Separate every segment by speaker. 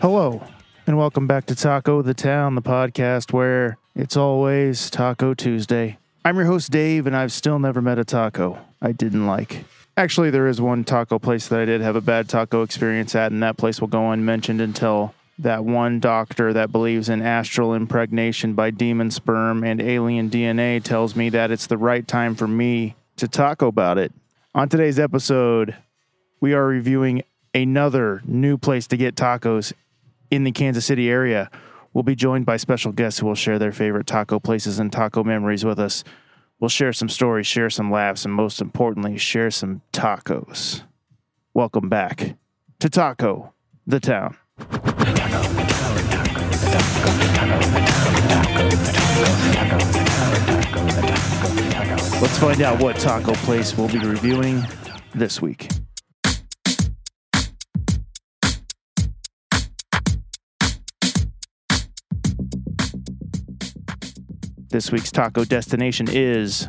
Speaker 1: Hello, and welcome back to Taco the Town, the podcast where it's always Taco Tuesday. I'm your host, Dave, and I've still never met a taco I didn't like. Actually, there is one taco place that I did have a bad taco experience at, and that place will go unmentioned until that one doctor that believes in astral impregnation by demon sperm and alien DNA tells me that it's the right time for me to taco about it. On today's episode, we are reviewing another new place to get tacos in the Kansas City area. We'll be joined by special guests who will share their favorite taco places and taco memories with us. We'll share some stories, share some laughs, and most importantly, share some tacos. Welcome back to Taco the Town. Let's find out what taco place we'll be reviewing this week. This week's taco destination is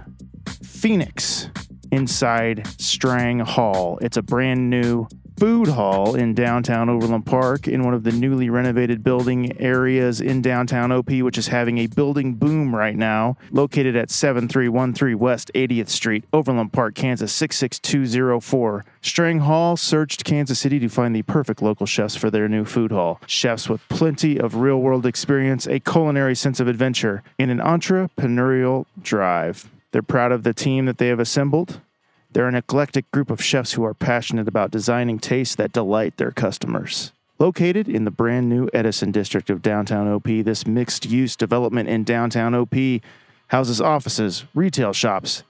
Speaker 1: Phoenix inside Strang Hall. It's a brand new food hall in downtown Overland Park in one of the newly renovated building areas in downtown OP, which is having a building boom right now. Located at 7313 West 80th Street, Overland Park, Kansas 66204. Strang Hall searched Kansas City to find the perfect local chefs for their new food hall. Chefs with plenty of real world experience, a culinary sense of adventure, and an entrepreneurial drive. They're proud of the team that they have assembled. They're an eclectic group of chefs who are passionate about designing tastes that delight their customers. Located in the brand new Edison district of downtown OP, this mixed use development in downtown OP houses offices, retail shops,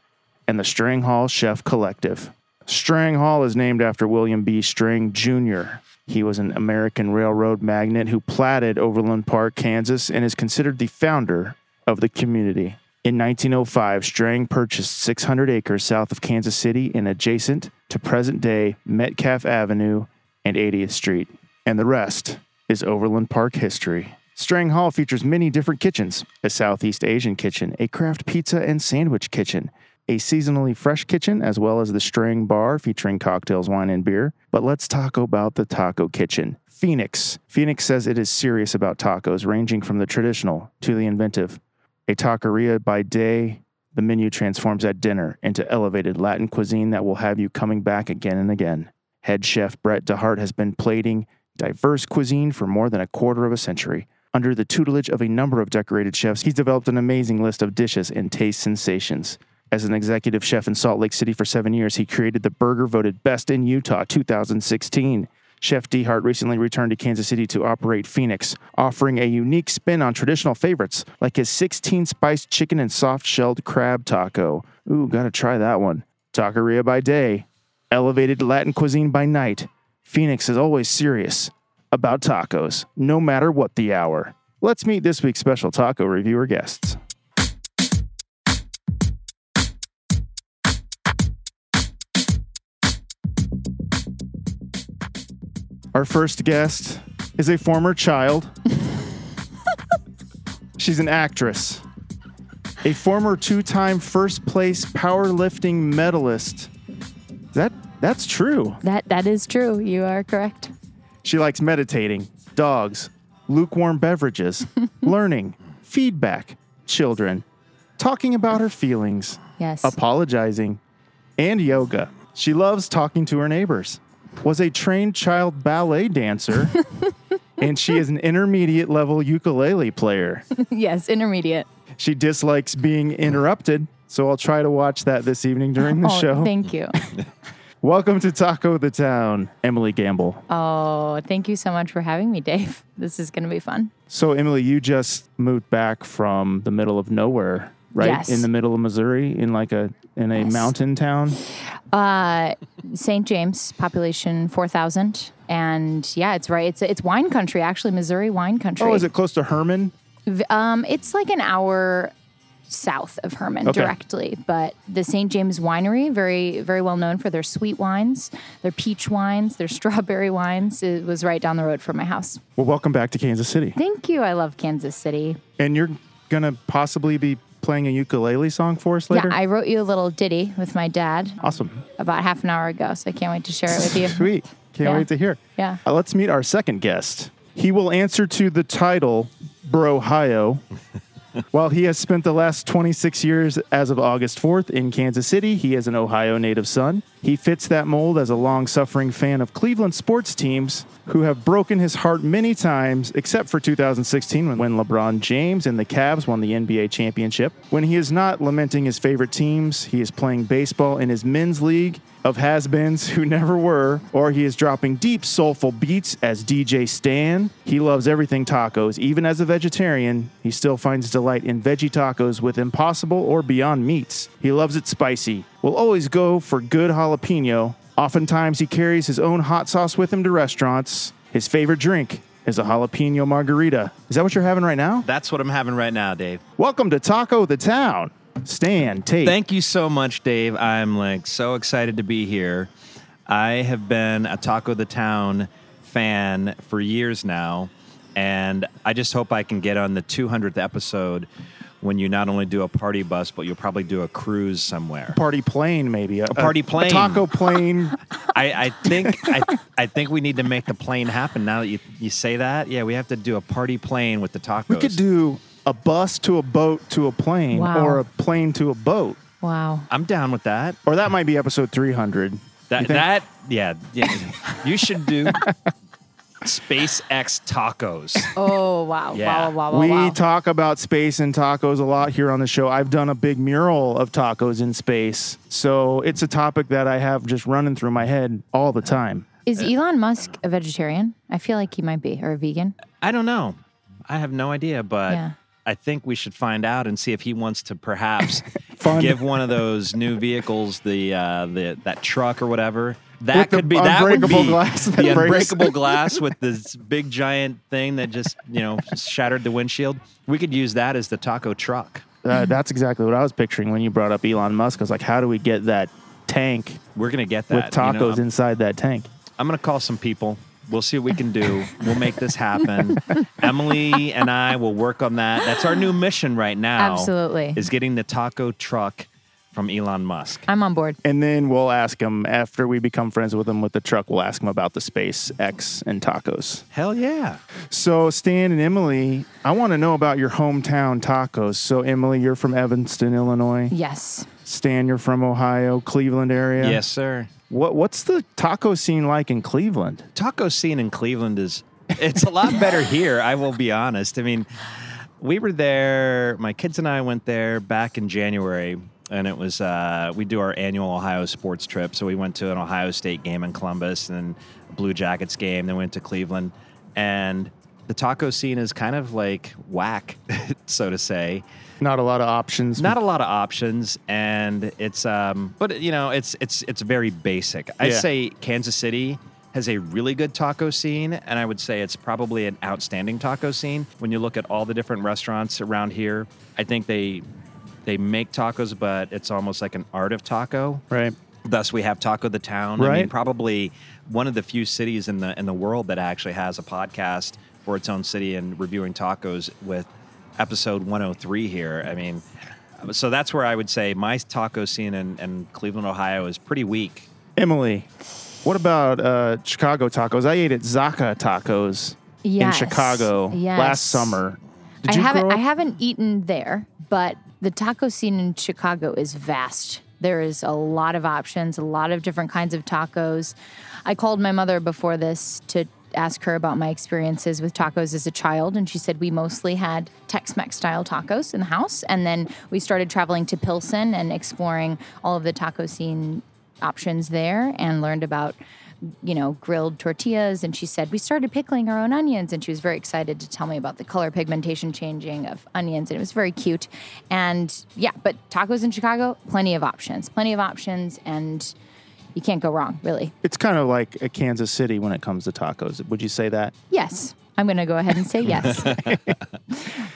Speaker 1: and the String Hall Chef Collective. String Hall is named after William B. String Jr. He was an American railroad magnate who platted Overland Park, Kansas, and is considered the founder of the community. In 1905, Strang purchased 600 acres south of Kansas City and adjacent to present day Metcalf Avenue and 80th Street. And the rest is Overland Park history. Strang Hall features many different kitchens a Southeast Asian kitchen, a craft pizza and sandwich kitchen, a seasonally fresh kitchen, as well as the Strang Bar featuring cocktails, wine, and beer. But let's talk about the Taco Kitchen. Phoenix. Phoenix says it is serious about tacos, ranging from the traditional to the inventive. A taqueria by day, the menu transforms at dinner into elevated Latin cuisine that will have you coming back again and again. Head chef Brett DeHart has been plating diverse cuisine for more than a quarter of a century. Under the tutelage of a number of decorated chefs, he's developed an amazing list of dishes and taste sensations. As an executive chef in Salt Lake City for seven years, he created the burger voted best in Utah 2016. Chef DeHart recently returned to Kansas City to operate Phoenix, offering a unique spin on traditional favorites like his 16 spiced chicken and soft shelled crab taco. Ooh, gotta try that one. Taqueria by day, elevated Latin cuisine by night. Phoenix is always serious about tacos, no matter what the hour. Let's meet this week's special taco reviewer guests. Our first guest is a former child. She's an actress, a former two-time first place powerlifting medalist. That that's true.
Speaker 2: That that is true. You are correct.
Speaker 1: She likes meditating, dogs, lukewarm beverages, learning, feedback, children, talking about her feelings,
Speaker 2: Yes.
Speaker 1: apologizing, and yoga. She loves talking to her neighbors. Was a trained child ballet dancer, and she is an intermediate level ukulele player.
Speaker 2: yes, intermediate.
Speaker 1: She dislikes being interrupted, so I'll try to watch that this evening during the
Speaker 2: oh,
Speaker 1: show.
Speaker 2: thank you.
Speaker 1: Welcome to Taco the Town, Emily Gamble.
Speaker 2: Oh, thank you so much for having me, Dave. This is going to be fun.
Speaker 1: So, Emily, you just moved back from the middle of nowhere, right?
Speaker 2: Yes.
Speaker 1: In the middle of Missouri, in like a in a mountain town.
Speaker 2: Uh, St. James, population 4,000. And yeah, it's right. It's it's wine country, actually, Missouri wine country.
Speaker 1: Oh, is it close to Herman?
Speaker 2: V- Um, it's like an hour south of Herman
Speaker 1: Okay.
Speaker 2: directly, but the St. James Winery, very very well known for their sweet wines, their peach wines, their strawberry wines. It was right down the road from my house.
Speaker 1: Well, welcome back to Kansas City.
Speaker 2: Thank you. I love Kansas City.
Speaker 1: And you're gonna possibly be playing a ukulele song for us
Speaker 2: Yeah,
Speaker 1: later?
Speaker 2: I wrote you a little ditty with my dad
Speaker 1: awesome.
Speaker 2: about half an hour ago, so I can't wait to share it with you.
Speaker 1: Sweet. Can't
Speaker 2: Yeah.
Speaker 1: wait to hear.
Speaker 2: Yeah.
Speaker 1: Uh, let's meet our second guest. He will answer to the title Brohio. While he has spent the last 26 years as of August 4th in Kansas City, he is an Ohio native son. He fits that mold as a long suffering fan of Cleveland sports teams who have broken his heart many times, except for 2016 when LeBron James and the Cavs won the NBA championship. When he is not lamenting his favorite teams, he is playing baseball in his men's league of has beens who never were, or he is dropping deep, soulful beats as DJ Stan. He loves everything tacos. Even as a vegetarian, he still finds delight in veggie tacos with impossible or beyond meats. He loves it spicy, will always go for good jalapeno. Oftentimes, he carries his own hot sauce with him to restaurants. His favorite drink is a jalapeno margarita. Is that what you're having right now?
Speaker 3: That's what I'm having right now, Dave.
Speaker 1: Welcome to Taco the Town. Stan, Tate.
Speaker 3: Thank you so much, Dave. I'm like so excited to be here. I have been a Taco the Town fan for years now, and I just hope I can get on the 200th episode when you not only do a party bus, but you'll probably do a cruise somewhere.
Speaker 1: Party plane, maybe. A,
Speaker 3: party plane.
Speaker 1: A taco plane.
Speaker 3: I, I think I, I think we need to make the plane happen. Now that you, you say that, yeah, we have to do a party plane with the tacos.
Speaker 1: We could do a bus to a boat to a plane,
Speaker 2: Wow.
Speaker 1: or a plane to a boat,
Speaker 2: Wow.
Speaker 3: I'm down with that.
Speaker 1: or that might be episode three hundred.
Speaker 3: That that yeah, yeah. you should do SpaceX tacos.
Speaker 2: Oh wow. Wow.
Speaker 3: Yeah.
Speaker 2: Wow. Wow.
Speaker 1: we
Speaker 2: wow.
Speaker 1: talk about space and tacos a lot here on the show. I've done a big mural of tacos in space, so it's a topic that I have just running through my head all the time. Uh,
Speaker 2: Is Elon Musk a vegetarian? I feel like he might be, or a vegan.
Speaker 3: I don't know. I have no idea, but
Speaker 2: Yeah.
Speaker 3: I think we should find out and see if he wants to perhaps
Speaker 1: Fund-
Speaker 3: give one of those new vehicles the uh, the that truck or whatever. That
Speaker 1: the
Speaker 3: could be that would
Speaker 1: unbreakable
Speaker 3: be
Speaker 1: glass that
Speaker 3: the
Speaker 1: breaks.
Speaker 3: unbreakable glass with this big giant thing that just you know shattered the windshield. We could use that as the taco
Speaker 1: Uh,
Speaker 3: truck.
Speaker 2: Mm-hmm.
Speaker 1: that's exactly what I was picturing when you brought up Elon Musk. I was like, how do we get that tank
Speaker 3: We're gonna get
Speaker 1: with
Speaker 3: that you
Speaker 1: tacos
Speaker 3: know, um, I'm-
Speaker 1: inside that tank?
Speaker 3: I'm gonna call some people. We'll see what we can do. We'll make this happen. Emily and I will work on that. That's our new mission right now.
Speaker 2: Absolutely.
Speaker 3: Is getting the taco truck from Elon Musk.
Speaker 2: I'm on board.
Speaker 1: And then we'll ask him after we become friends with him with the truck. We'll ask him about the space X and tacos.
Speaker 3: Hell yeah.
Speaker 1: So, Stan and Emily, I want to know about your hometown tacos. So, Emily, you're from Evanston, Illinois.
Speaker 2: Yes.
Speaker 1: Stan, you're from Ohio, Cleveland area.
Speaker 3: Yes, sir.
Speaker 1: What What's the taco scene like in Cleveland?
Speaker 3: Taco scene in Cleveland is it's a lot better here, I will be honest. I mean, we were there, my kids and I went there back in January. And it was uh, we do our annual Ohio sports trip, so we went to an Ohio State game in Columbus and a Blue Jackets game. Then went to Cleveland, and the taco scene is kind of like whack, so to say.
Speaker 1: Not a lot of options.
Speaker 3: Not a lot of options, and it's um, but you know, it's it's it's very basic. I'd
Speaker 1: Yeah.
Speaker 3: say Kansas City has a really good taco scene, and I would say it's probably an outstanding taco scene. When you look at all the different restaurants around here, I think they they make tacos, but it's almost like an art of taco.
Speaker 1: right.
Speaker 3: Thus, we have Taco the Town. I mean,
Speaker 1: Right.
Speaker 3: probably one of the few cities in the in the world that actually has a podcast for its own city and reviewing tacos with episode 103 here. I mean, so that's where I would say my taco scene in, in Cleveland, Ohio, is pretty weak.
Speaker 1: Emily, what about uh, Chicago tacos? I ate at Zaka Tacos in
Speaker 2: Yes.
Speaker 1: Chicago
Speaker 2: Yes.
Speaker 1: last summer. Did
Speaker 2: I
Speaker 1: you
Speaker 2: haven't.
Speaker 1: grow up?
Speaker 2: I haven't eaten there, but the taco scene in Chicago is vast. There is a lot of options, a lot of different kinds of tacos. I called my mother before this to ask her about my experiences with tacos as a child, and she said we mostly had Tex-Mex style tacos in the house, and then we started traveling to Pilsen and exploring all of the taco scene options there and learned about you know grilled tortillas and she said we started pickling our own onions and she was very excited to tell me about the color pigmentation changing of onions and it was very cute and yeah but tacos in chicago plenty of options plenty of options and you can't go wrong really
Speaker 1: It's kind of like a Kansas City when it comes to tacos. Would you say that?
Speaker 2: yes i'm going to go ahead and say yes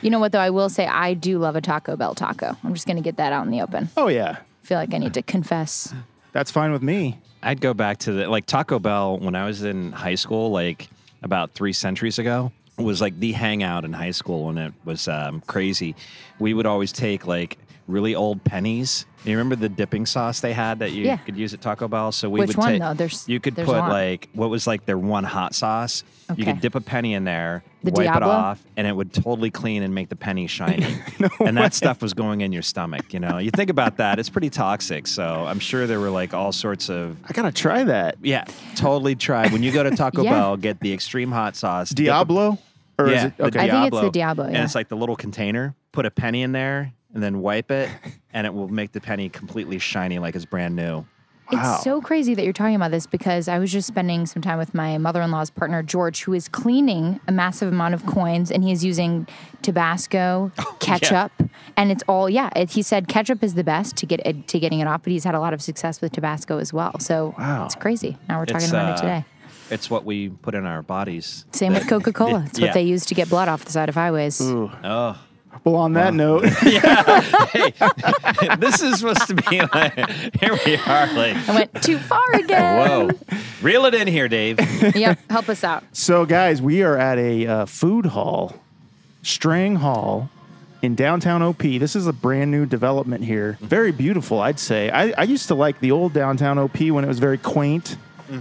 Speaker 2: you know what though i will say i do love a taco bell taco i'm just going to get that out in the open
Speaker 1: Oh yeah,
Speaker 2: i feel like i need to confess
Speaker 1: that's fine with me.
Speaker 3: I'd go back to the like Taco Bell when I was in high school, like about three centuries ago. was like the hangout in high school when it was um, crazy. We would always take like really old pennies. You remember the dipping sauce they had that you
Speaker 2: Yeah.
Speaker 3: could use at Taco Bell? So we
Speaker 2: Which
Speaker 3: would
Speaker 2: one,
Speaker 3: take-
Speaker 2: though? There's-
Speaker 3: you could
Speaker 2: there's
Speaker 3: put
Speaker 2: one.
Speaker 3: like what was like their one hot sauce. You
Speaker 2: Okay.
Speaker 3: could dip a penny in there,
Speaker 2: The
Speaker 3: wipe
Speaker 2: Diablo?
Speaker 3: it off, and it would totally clean and make the penny shiny. and that stuff was going in your stomach. You know, you think about that; it's pretty toxic. So I'm sure there were like all sorts of
Speaker 1: I gotta try that.
Speaker 3: yeah, totally try. When you go to Taco
Speaker 2: Yeah.
Speaker 3: Bell, get the extreme hot sauce. dip a-
Speaker 1: Diablo? Or is
Speaker 3: yeah,
Speaker 1: it
Speaker 3: the
Speaker 1: okay?
Speaker 2: I think it's the Diablo,
Speaker 3: And
Speaker 2: yeah.
Speaker 3: it's like the little container. Put a penny in there and then wipe it, and it will make the penny completely shiny like it's brand new.
Speaker 1: Wow.
Speaker 2: It's so crazy that you're talking about this because I was just spending some time with my mother in law's partner, George, who is cleaning a massive amount of coins and he is using Tabasco,
Speaker 3: Oh,
Speaker 2: ketchup, and it's all, yeah. It, he said ketchup is the best to get it, to getting it off, but he's had a lot of success with Tabasco as well. So
Speaker 1: Wow.
Speaker 2: it's crazy. Now we're talking
Speaker 3: It's,
Speaker 2: about
Speaker 3: uh,
Speaker 2: it today.
Speaker 3: It's what we put in our bodies.
Speaker 2: Same with Coca Cola. It's what
Speaker 3: yeah.
Speaker 2: they use to get blood off the side of highways.
Speaker 3: Oh,
Speaker 1: Well, on that note,
Speaker 3: this is supposed to be like, here we are, like,
Speaker 2: I went too far again.
Speaker 3: whoa. Reel it in here, Dave.
Speaker 2: Yep. Help us out.
Speaker 1: so guys, we are at a uh, food hall, Strang Hall, in downtown OP. This is a brand new development here. Very beautiful, I'd say. I, I used to like the old downtown OP when it was very quaint,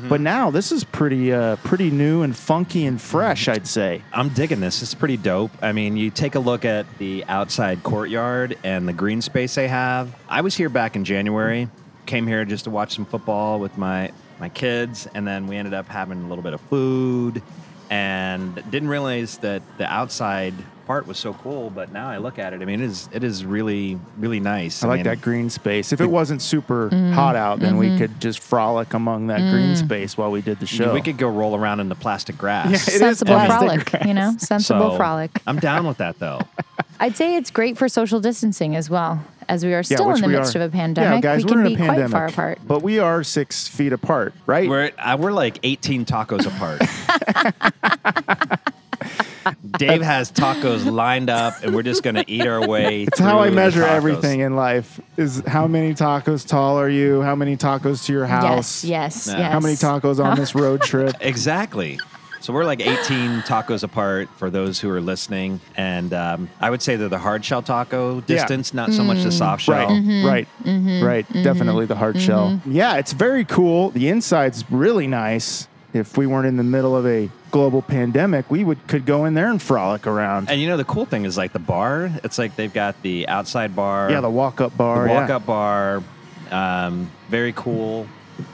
Speaker 1: but now this is pretty uh, pretty new and funky and fresh, I'd say.
Speaker 3: I'm digging this. It's pretty dope. I mean, you take a look at the outside courtyard and the green space they have. I was here back in January. Came here just to watch some football with my my kids, and then we ended up having a little bit of food, and didn't realize that the outside part was so cool. But now I look at it. I mean, it is it is really really nice.
Speaker 1: I like
Speaker 3: mean,
Speaker 1: that green space. If it wasn't super hot out, then we could just frolic among that green space while Mm-hmm. we did the show.
Speaker 3: We could go roll around in the plastic grass.
Speaker 1: It is
Speaker 2: Sensible
Speaker 1: plastic
Speaker 2: frolic, you know? Sensible
Speaker 3: So,
Speaker 2: frolic.
Speaker 3: I'm down with that though.
Speaker 2: I'd say it's great for social distancing as well, as we are still
Speaker 1: which
Speaker 2: in the
Speaker 1: we
Speaker 2: midst
Speaker 1: are.
Speaker 2: of a pandemic.
Speaker 1: Yeah, guys,
Speaker 2: we
Speaker 1: are
Speaker 2: can
Speaker 1: in
Speaker 2: be
Speaker 1: a pandemic,
Speaker 2: quite far apart.
Speaker 1: but we are six feet apart, right?
Speaker 3: We're uh, we're like 18 tacos apart. Dave has tacos lined up, and we're just gonna eat our way.
Speaker 1: That's how I
Speaker 3: through the
Speaker 1: measure
Speaker 3: tacos.
Speaker 1: everything in life: is how many tacos tall are you? How many tacos to your house?
Speaker 2: Yes, yes,
Speaker 3: Yeah.
Speaker 2: yes.
Speaker 1: How many tacos on this road trip?
Speaker 3: Exactly. So we're like 18 tacos apart for those who are listening, and um, I would say they're the hard shell taco distance, not so much the soft shell.
Speaker 1: Right, Mm-hmm.
Speaker 2: Mm-hmm,
Speaker 1: right, right. Definitely the hard shell. Yeah, it's very cool. The inside's really nice. If we weren't in the middle of a global pandemic, we would could go in there and frolic around.
Speaker 3: And you know the cool thing is like the bar. It's like they've got the outside bar.
Speaker 1: yeah, the walk up bar. Oh, yeah.
Speaker 3: walk up bar, um, very cool.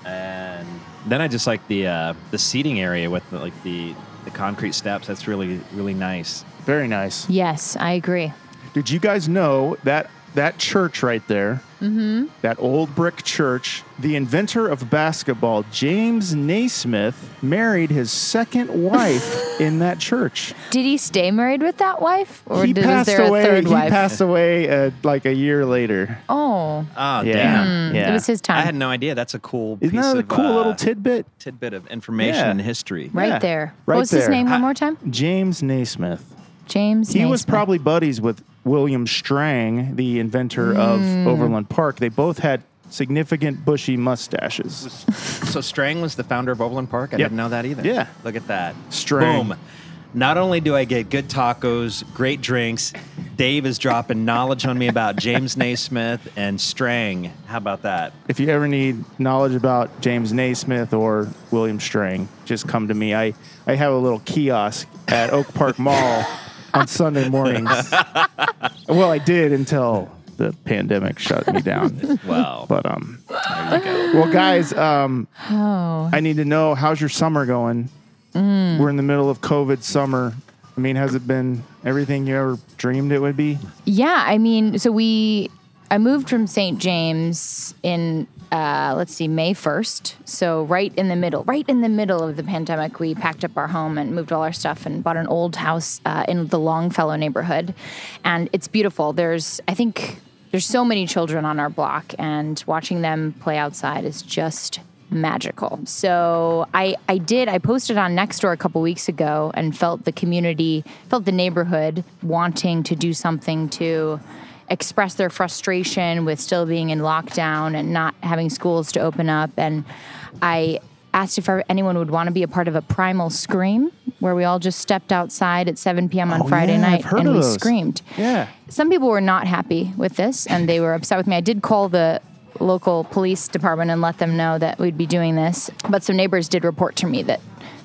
Speaker 3: And then I just like the uh, the seating area with the, like the the concrete steps. That's really really nice.
Speaker 1: Very nice.
Speaker 2: Yes, I agree.
Speaker 1: Did you guys know that that church right there,
Speaker 2: Mm-hmm.
Speaker 1: that old brick church, the inventor of basketball, James Naismith, married his second wife in that church.
Speaker 2: Did he stay married with that wife, or
Speaker 1: he
Speaker 2: did, was
Speaker 1: passed
Speaker 2: there a
Speaker 1: away.
Speaker 2: third
Speaker 1: he
Speaker 2: wife?
Speaker 1: passed away uh, like a year later.
Speaker 2: oh,
Speaker 3: Oh
Speaker 1: yeah,
Speaker 3: damn!
Speaker 1: yeah.
Speaker 2: it was his
Speaker 3: I
Speaker 2: time
Speaker 3: had no idea. That's a cool.
Speaker 1: Isn't
Speaker 3: piece
Speaker 1: that a
Speaker 3: of,
Speaker 1: cool
Speaker 3: uh,
Speaker 1: little tidbit?
Speaker 3: tidbit of information
Speaker 1: Yeah.
Speaker 3: and history?
Speaker 2: right
Speaker 1: yeah,
Speaker 2: there.
Speaker 1: right
Speaker 2: what was his
Speaker 1: there.
Speaker 2: name
Speaker 3: I-
Speaker 2: one more time?
Speaker 1: James Naismith.
Speaker 2: James.
Speaker 1: He was
Speaker 2: Naismith.
Speaker 1: probably buddies with William Strang, the inventor
Speaker 2: Mm.
Speaker 1: of Overland Park. They both had significant bushy mustaches.
Speaker 3: So Strang was the founder of Overland Park. I
Speaker 1: Yep.
Speaker 3: didn't know that either.
Speaker 1: Yeah.
Speaker 3: look at that.
Speaker 1: Strang.
Speaker 3: Boom. Not only do I get good tacos, great drinks, Dave is dropping knowledge on me about James Naismith and Strang. How about that?
Speaker 1: If you ever need knowledge about James Naismith or William Strang, just come to me. I, I have a little kiosk at Oak Park Mall on Sunday mornings. well, I did until the pandemic shut me down.
Speaker 3: Wow.
Speaker 1: But um
Speaker 3: There you go.
Speaker 1: well guys, um
Speaker 2: Oh, Mm.
Speaker 1: I need to know how's your summer going? We're in the middle of COVID summer. I mean, has it been everything you ever dreamed it would be?
Speaker 2: yeah. I mean, so we. I moved from St. James in uh, let's see, May first. So right in the middle, right in the middle of the pandemic, we packed up our home and moved all our stuff and bought an old house uh, in the Longfellow neighborhood, and it's beautiful. There's, I think, there's so many children on our block, and watching them play outside is just magical. So I I did I posted on Nextdoor a couple weeks ago and felt the community, felt the neighborhood wanting to do something to express their frustration with still being in lockdown and not having schools to open up and I asked if anyone would want to be a part of a primal scream where we all just stepped outside at 7 p.m. on Friday
Speaker 1: Oh, yeah, I've
Speaker 2: night
Speaker 1: heard
Speaker 2: and
Speaker 1: of
Speaker 2: we
Speaker 1: those.
Speaker 2: screamed.
Speaker 1: Yeah.
Speaker 2: Some people were not happy with this and they were upset with me. I did call the local police department and let them know that we'd be doing this, but some neighbors did report to me that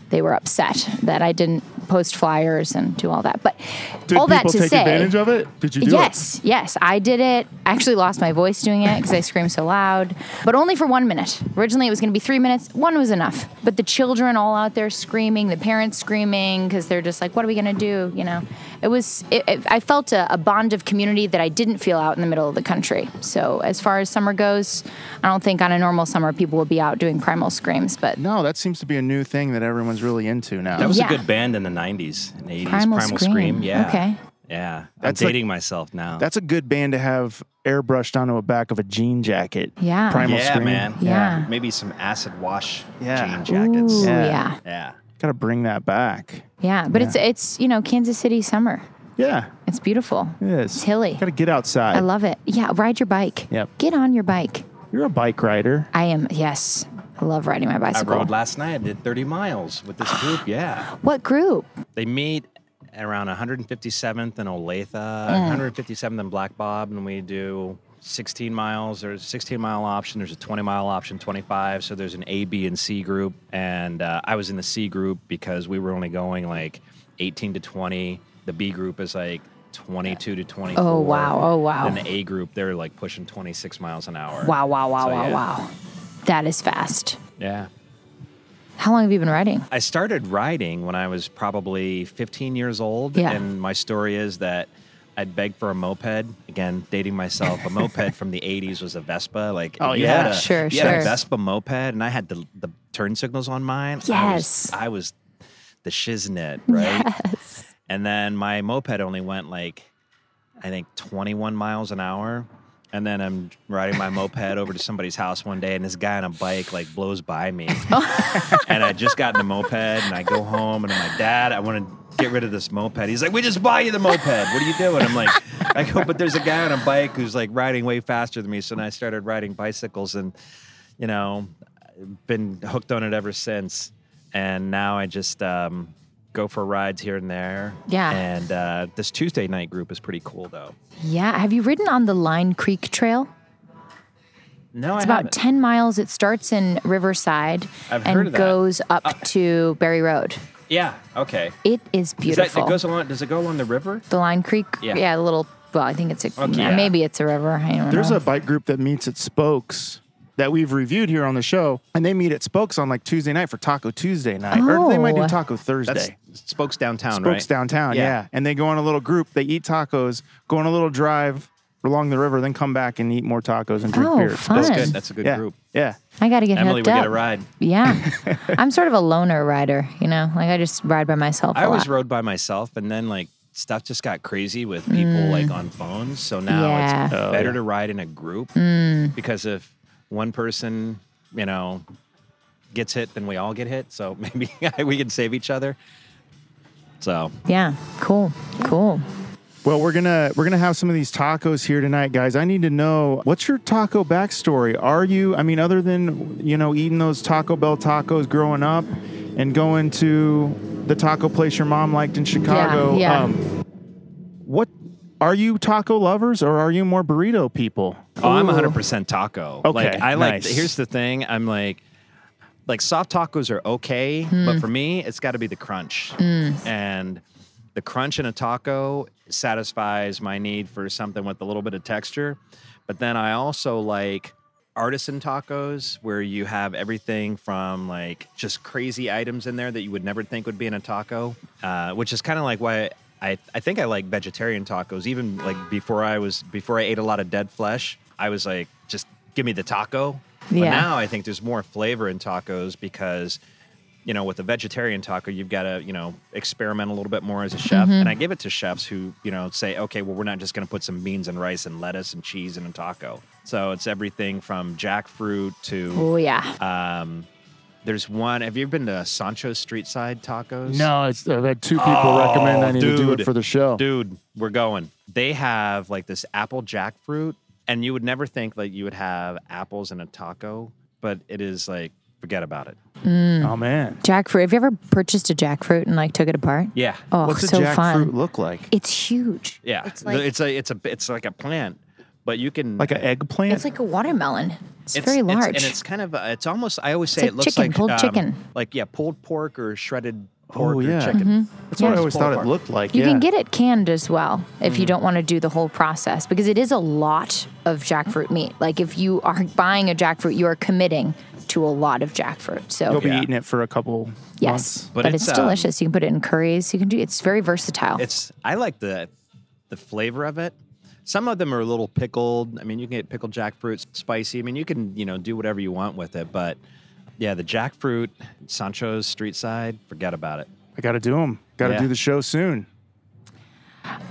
Speaker 2: they were upset that I didn't post flyers and do all that. But
Speaker 4: Did
Speaker 2: all that
Speaker 4: people
Speaker 2: to
Speaker 4: take
Speaker 2: say,
Speaker 4: advantage of it? Did you do it?
Speaker 2: yes, yes, I did it. I actually lost my voice doing it because I screamed so loud, but only for one minute. Originally, it was going to be three minutes. One was enough. But the children all out there screaming, the parents screaming because they're just like, "What are we going to do?" You know, it was. It, it, I felt a, a bond of community that I didn't feel out in the middle of the country. So as far as summer goes, I don't think on a normal summer people will be out doing primal screams, but
Speaker 1: No, that seems to be a new thing that everyone's really into now.
Speaker 3: That was
Speaker 2: Yeah.
Speaker 3: a good band in the 90s and 80s.
Speaker 2: Primal Scream.
Speaker 3: Yeah.
Speaker 2: Okay.
Speaker 3: Yeah.
Speaker 1: That's
Speaker 3: I'm
Speaker 1: like-
Speaker 3: dating myself now.
Speaker 1: That's a good band to have airbrushed onto a back of a jean jacket.
Speaker 2: Yeah.
Speaker 1: Primal
Speaker 3: yeah,
Speaker 1: Scream.
Speaker 3: man.
Speaker 2: Yeah.
Speaker 3: Maybe some acid wash
Speaker 1: Yeah.
Speaker 3: jean jackets.
Speaker 2: Ooh,
Speaker 1: Yeah.
Speaker 2: yeah.
Speaker 3: Yeah.
Speaker 1: Got to bring that back.
Speaker 2: Yeah, but it's it's you know Kansas City summer.
Speaker 1: Yeah.
Speaker 2: It's beautiful.
Speaker 1: It is.
Speaker 2: It's hilly.
Speaker 1: Got to get outside.
Speaker 2: I love it. Yeah, ride your bike.
Speaker 1: Yep.
Speaker 2: Get on your bike.
Speaker 1: You're a bike rider.
Speaker 2: I am. Yes, I love riding my
Speaker 3: I
Speaker 2: bicycle.
Speaker 3: rode last night. I did 30 miles with this group. Yeah.
Speaker 2: what group?
Speaker 3: They meet around 157th and Olathe,
Speaker 2: Mm.
Speaker 3: 157th and Black Bob, and we do 16 miles. There's a 16 mile option. There's a 20 mile option, 25. So there's an A, B, and C group. And uh, I was in the C group because we were only going like 18 to 20. The B group is like 22 to 24.
Speaker 2: Oh, wow. Oh, wow.
Speaker 3: And the A group, they're like pushing 26 miles an hour.
Speaker 2: Wow, wow, wow,
Speaker 3: So,
Speaker 2: wow,
Speaker 3: yeah.
Speaker 2: wow. That is fast.
Speaker 3: Yeah.
Speaker 2: How long have you been riding?
Speaker 3: I started riding when I was probably 15 years old.
Speaker 2: Yeah.
Speaker 3: And my story is that I'd beg for a moped. Again, dating myself. A moped from the 80s was a Vespa. Like,
Speaker 1: Oh,
Speaker 3: you
Speaker 1: yeah.
Speaker 3: had a,
Speaker 2: Sure,
Speaker 3: you had
Speaker 2: sure.
Speaker 3: a Vespa moped, and I had the, the turn signals on mine. I was-
Speaker 2: Yes.
Speaker 3: I was, the shiznit, right? And then my moped only went like, I think 21 miles an hour. And then I'm riding my moped over to somebody's house one day, and this guy on a bike like blows by me. and I just got in the moped, and I go home, and I'm like, Dad, I want to get rid of this moped. He's like, We just buy you the moped. What are you doing? I'm like, I go, but there's a guy on a bike who's like riding way faster than me. So then I started riding bicycles, and you know, been hooked on it ever since. And now I just um, go for rides here and there.
Speaker 2: Yeah.
Speaker 3: And uh, this Tuesday night group is pretty cool, though.
Speaker 2: Yeah. Have you ridden on the Line Creek Trail?
Speaker 3: No,
Speaker 2: It's
Speaker 3: I
Speaker 2: about
Speaker 3: haven't.
Speaker 2: 10 miles. It starts in Riverside
Speaker 3: I've
Speaker 2: and
Speaker 3: heard of that. Uh.
Speaker 2: goes up to Berry Road.
Speaker 3: yeah. Okay.
Speaker 2: It is
Speaker 3: Is that,
Speaker 2: beautiful.
Speaker 3: it goes along. Does it go along the river?
Speaker 2: the Line Creek.
Speaker 3: Yeah.
Speaker 2: the little, well, I think it's a,
Speaker 3: Okay.
Speaker 2: yeah, maybe it's a river. I don't
Speaker 1: There's
Speaker 2: know.
Speaker 1: a bike group that meets at Spokes that we've reviewed here on the show, and they meet at Spokes on like Tuesday night for Taco Tuesday night, or they might do
Speaker 2: Oh.
Speaker 1: Taco Thursday.
Speaker 3: That's Spokes downtown, right?
Speaker 1: Spokes downtown, yeah.
Speaker 3: Yeah.
Speaker 1: And they go on a little group. They eat tacos, go on a little drive along the river, then come back and eat more tacos and drink
Speaker 2: Oh,
Speaker 1: beer.
Speaker 2: fun.
Speaker 3: That's good. That's a good
Speaker 1: Yeah,
Speaker 3: group.
Speaker 1: yeah.
Speaker 2: I got to get
Speaker 3: Emily would
Speaker 2: hooked up.
Speaker 3: get a ride.
Speaker 2: Yeah. I'm sort of a loner rider, you know? Like I just ride by myself.
Speaker 3: I
Speaker 2: a
Speaker 3: always
Speaker 2: lot.
Speaker 3: rode by myself, and then like stuff just got crazy with people like on phones. So now
Speaker 2: Mm. Yeah. Mm.
Speaker 3: it's
Speaker 1: Oh,
Speaker 3: better
Speaker 1: yeah.
Speaker 3: to ride in a group because if one person, you know, gets hit, then we all get hit. So maybe we can save each other. So
Speaker 2: Yeah. Cool. Cool.
Speaker 1: Well, we're gonna we're gonna have some of these tacos here tonight, guys. I need to know what's your taco backstory. Are you? I mean, other than you know eating those Taco Bell tacos growing up and going to the taco place your mom liked in Chicago, um,
Speaker 2: yeah.
Speaker 1: what are you taco lovers or are you more burrito people?
Speaker 3: Oh, I'm 100% taco.
Speaker 1: Okay,
Speaker 3: Like I like
Speaker 1: nice.
Speaker 3: here's the thing, I'm like like soft tacos are okay, but for me it's got to be the crunch. And the crunch in a taco satisfies my need for something with a little bit of texture, but then I also like artisan tacos where you have everything from like just crazy items in there that you would never think would be in a taco, uh, which is kind of like why I, I think I like vegetarian tacos. Even like before I was before I ate a lot of dead flesh, I was like, just give me the taco. But
Speaker 2: Yeah.
Speaker 3: now I think there's more flavor in tacos because you know, with a vegetarian taco, you've got to, you know, experiment a little bit more as a chef. And I give it to chefs who, you know, say, okay, well, we're not just going to put some beans and rice and lettuce and cheese in a taco. So it's everything from jackfruit to.
Speaker 2: Oh, yeah.
Speaker 3: Um, there's one. Have you ever been to Sancho Street Side Tacos?
Speaker 1: No, it's, I've had two people
Speaker 3: Oh,
Speaker 1: recommend I need to do it
Speaker 3: dude.
Speaker 1: for the show.
Speaker 3: Dude, we're going. They have like this apple jackfruit, and you would never think like you would have apples in a taco, but it is like forget about it.
Speaker 2: Mm.
Speaker 1: Oh man.
Speaker 2: Jackfruit. Have you ever purchased a jackfruit and like took it apart?
Speaker 3: Yeah.
Speaker 2: Oh,
Speaker 1: What's a
Speaker 2: so
Speaker 1: jackfruit
Speaker 2: fun.
Speaker 1: look like?
Speaker 2: It's huge.
Speaker 3: Yeah.
Speaker 2: It's
Speaker 3: It's,
Speaker 2: like-
Speaker 3: it's a it's a it's like a plant, but you can
Speaker 1: Like an eggplant?
Speaker 2: It's like a watermelon. It's,
Speaker 3: it's
Speaker 2: very large.
Speaker 3: and it's kind of uh, it's almost I always say
Speaker 2: It's
Speaker 3: it
Speaker 2: like
Speaker 3: looks
Speaker 2: chicken,
Speaker 3: like um,
Speaker 2: pulled chicken.
Speaker 3: like yeah pulled pork or shredded pork
Speaker 1: oh yeah.
Speaker 3: or chicken.
Speaker 2: Mm-hmm.
Speaker 1: That's what
Speaker 3: Yeah.
Speaker 1: I always thought it
Speaker 3: Pork.
Speaker 1: looked like.
Speaker 2: you
Speaker 1: yeah.
Speaker 2: can get it canned as well if you don't want to do the whole process because it is a lot of jackfruit meat. Like if you are buying a jackfruit, you are committing to a lot of jackfruit. So
Speaker 1: You'll be
Speaker 3: Yeah.
Speaker 1: eating it for a couple
Speaker 2: yes,
Speaker 1: months.
Speaker 2: but,
Speaker 3: But
Speaker 2: it's,
Speaker 3: it's, um,
Speaker 2: delicious. You can put it in curries. You can do. It's very versatile.
Speaker 3: It's I like the the flavor of it. Some of them are a little pickled. I mean, you can get pickled jackfruit, spicy. I mean, you can you know do whatever you want with it, but yeah, the jackfruit, Sancho's street side, forget about it.
Speaker 1: I got to do them. Got to
Speaker 3: Yeah.
Speaker 1: do the show soon.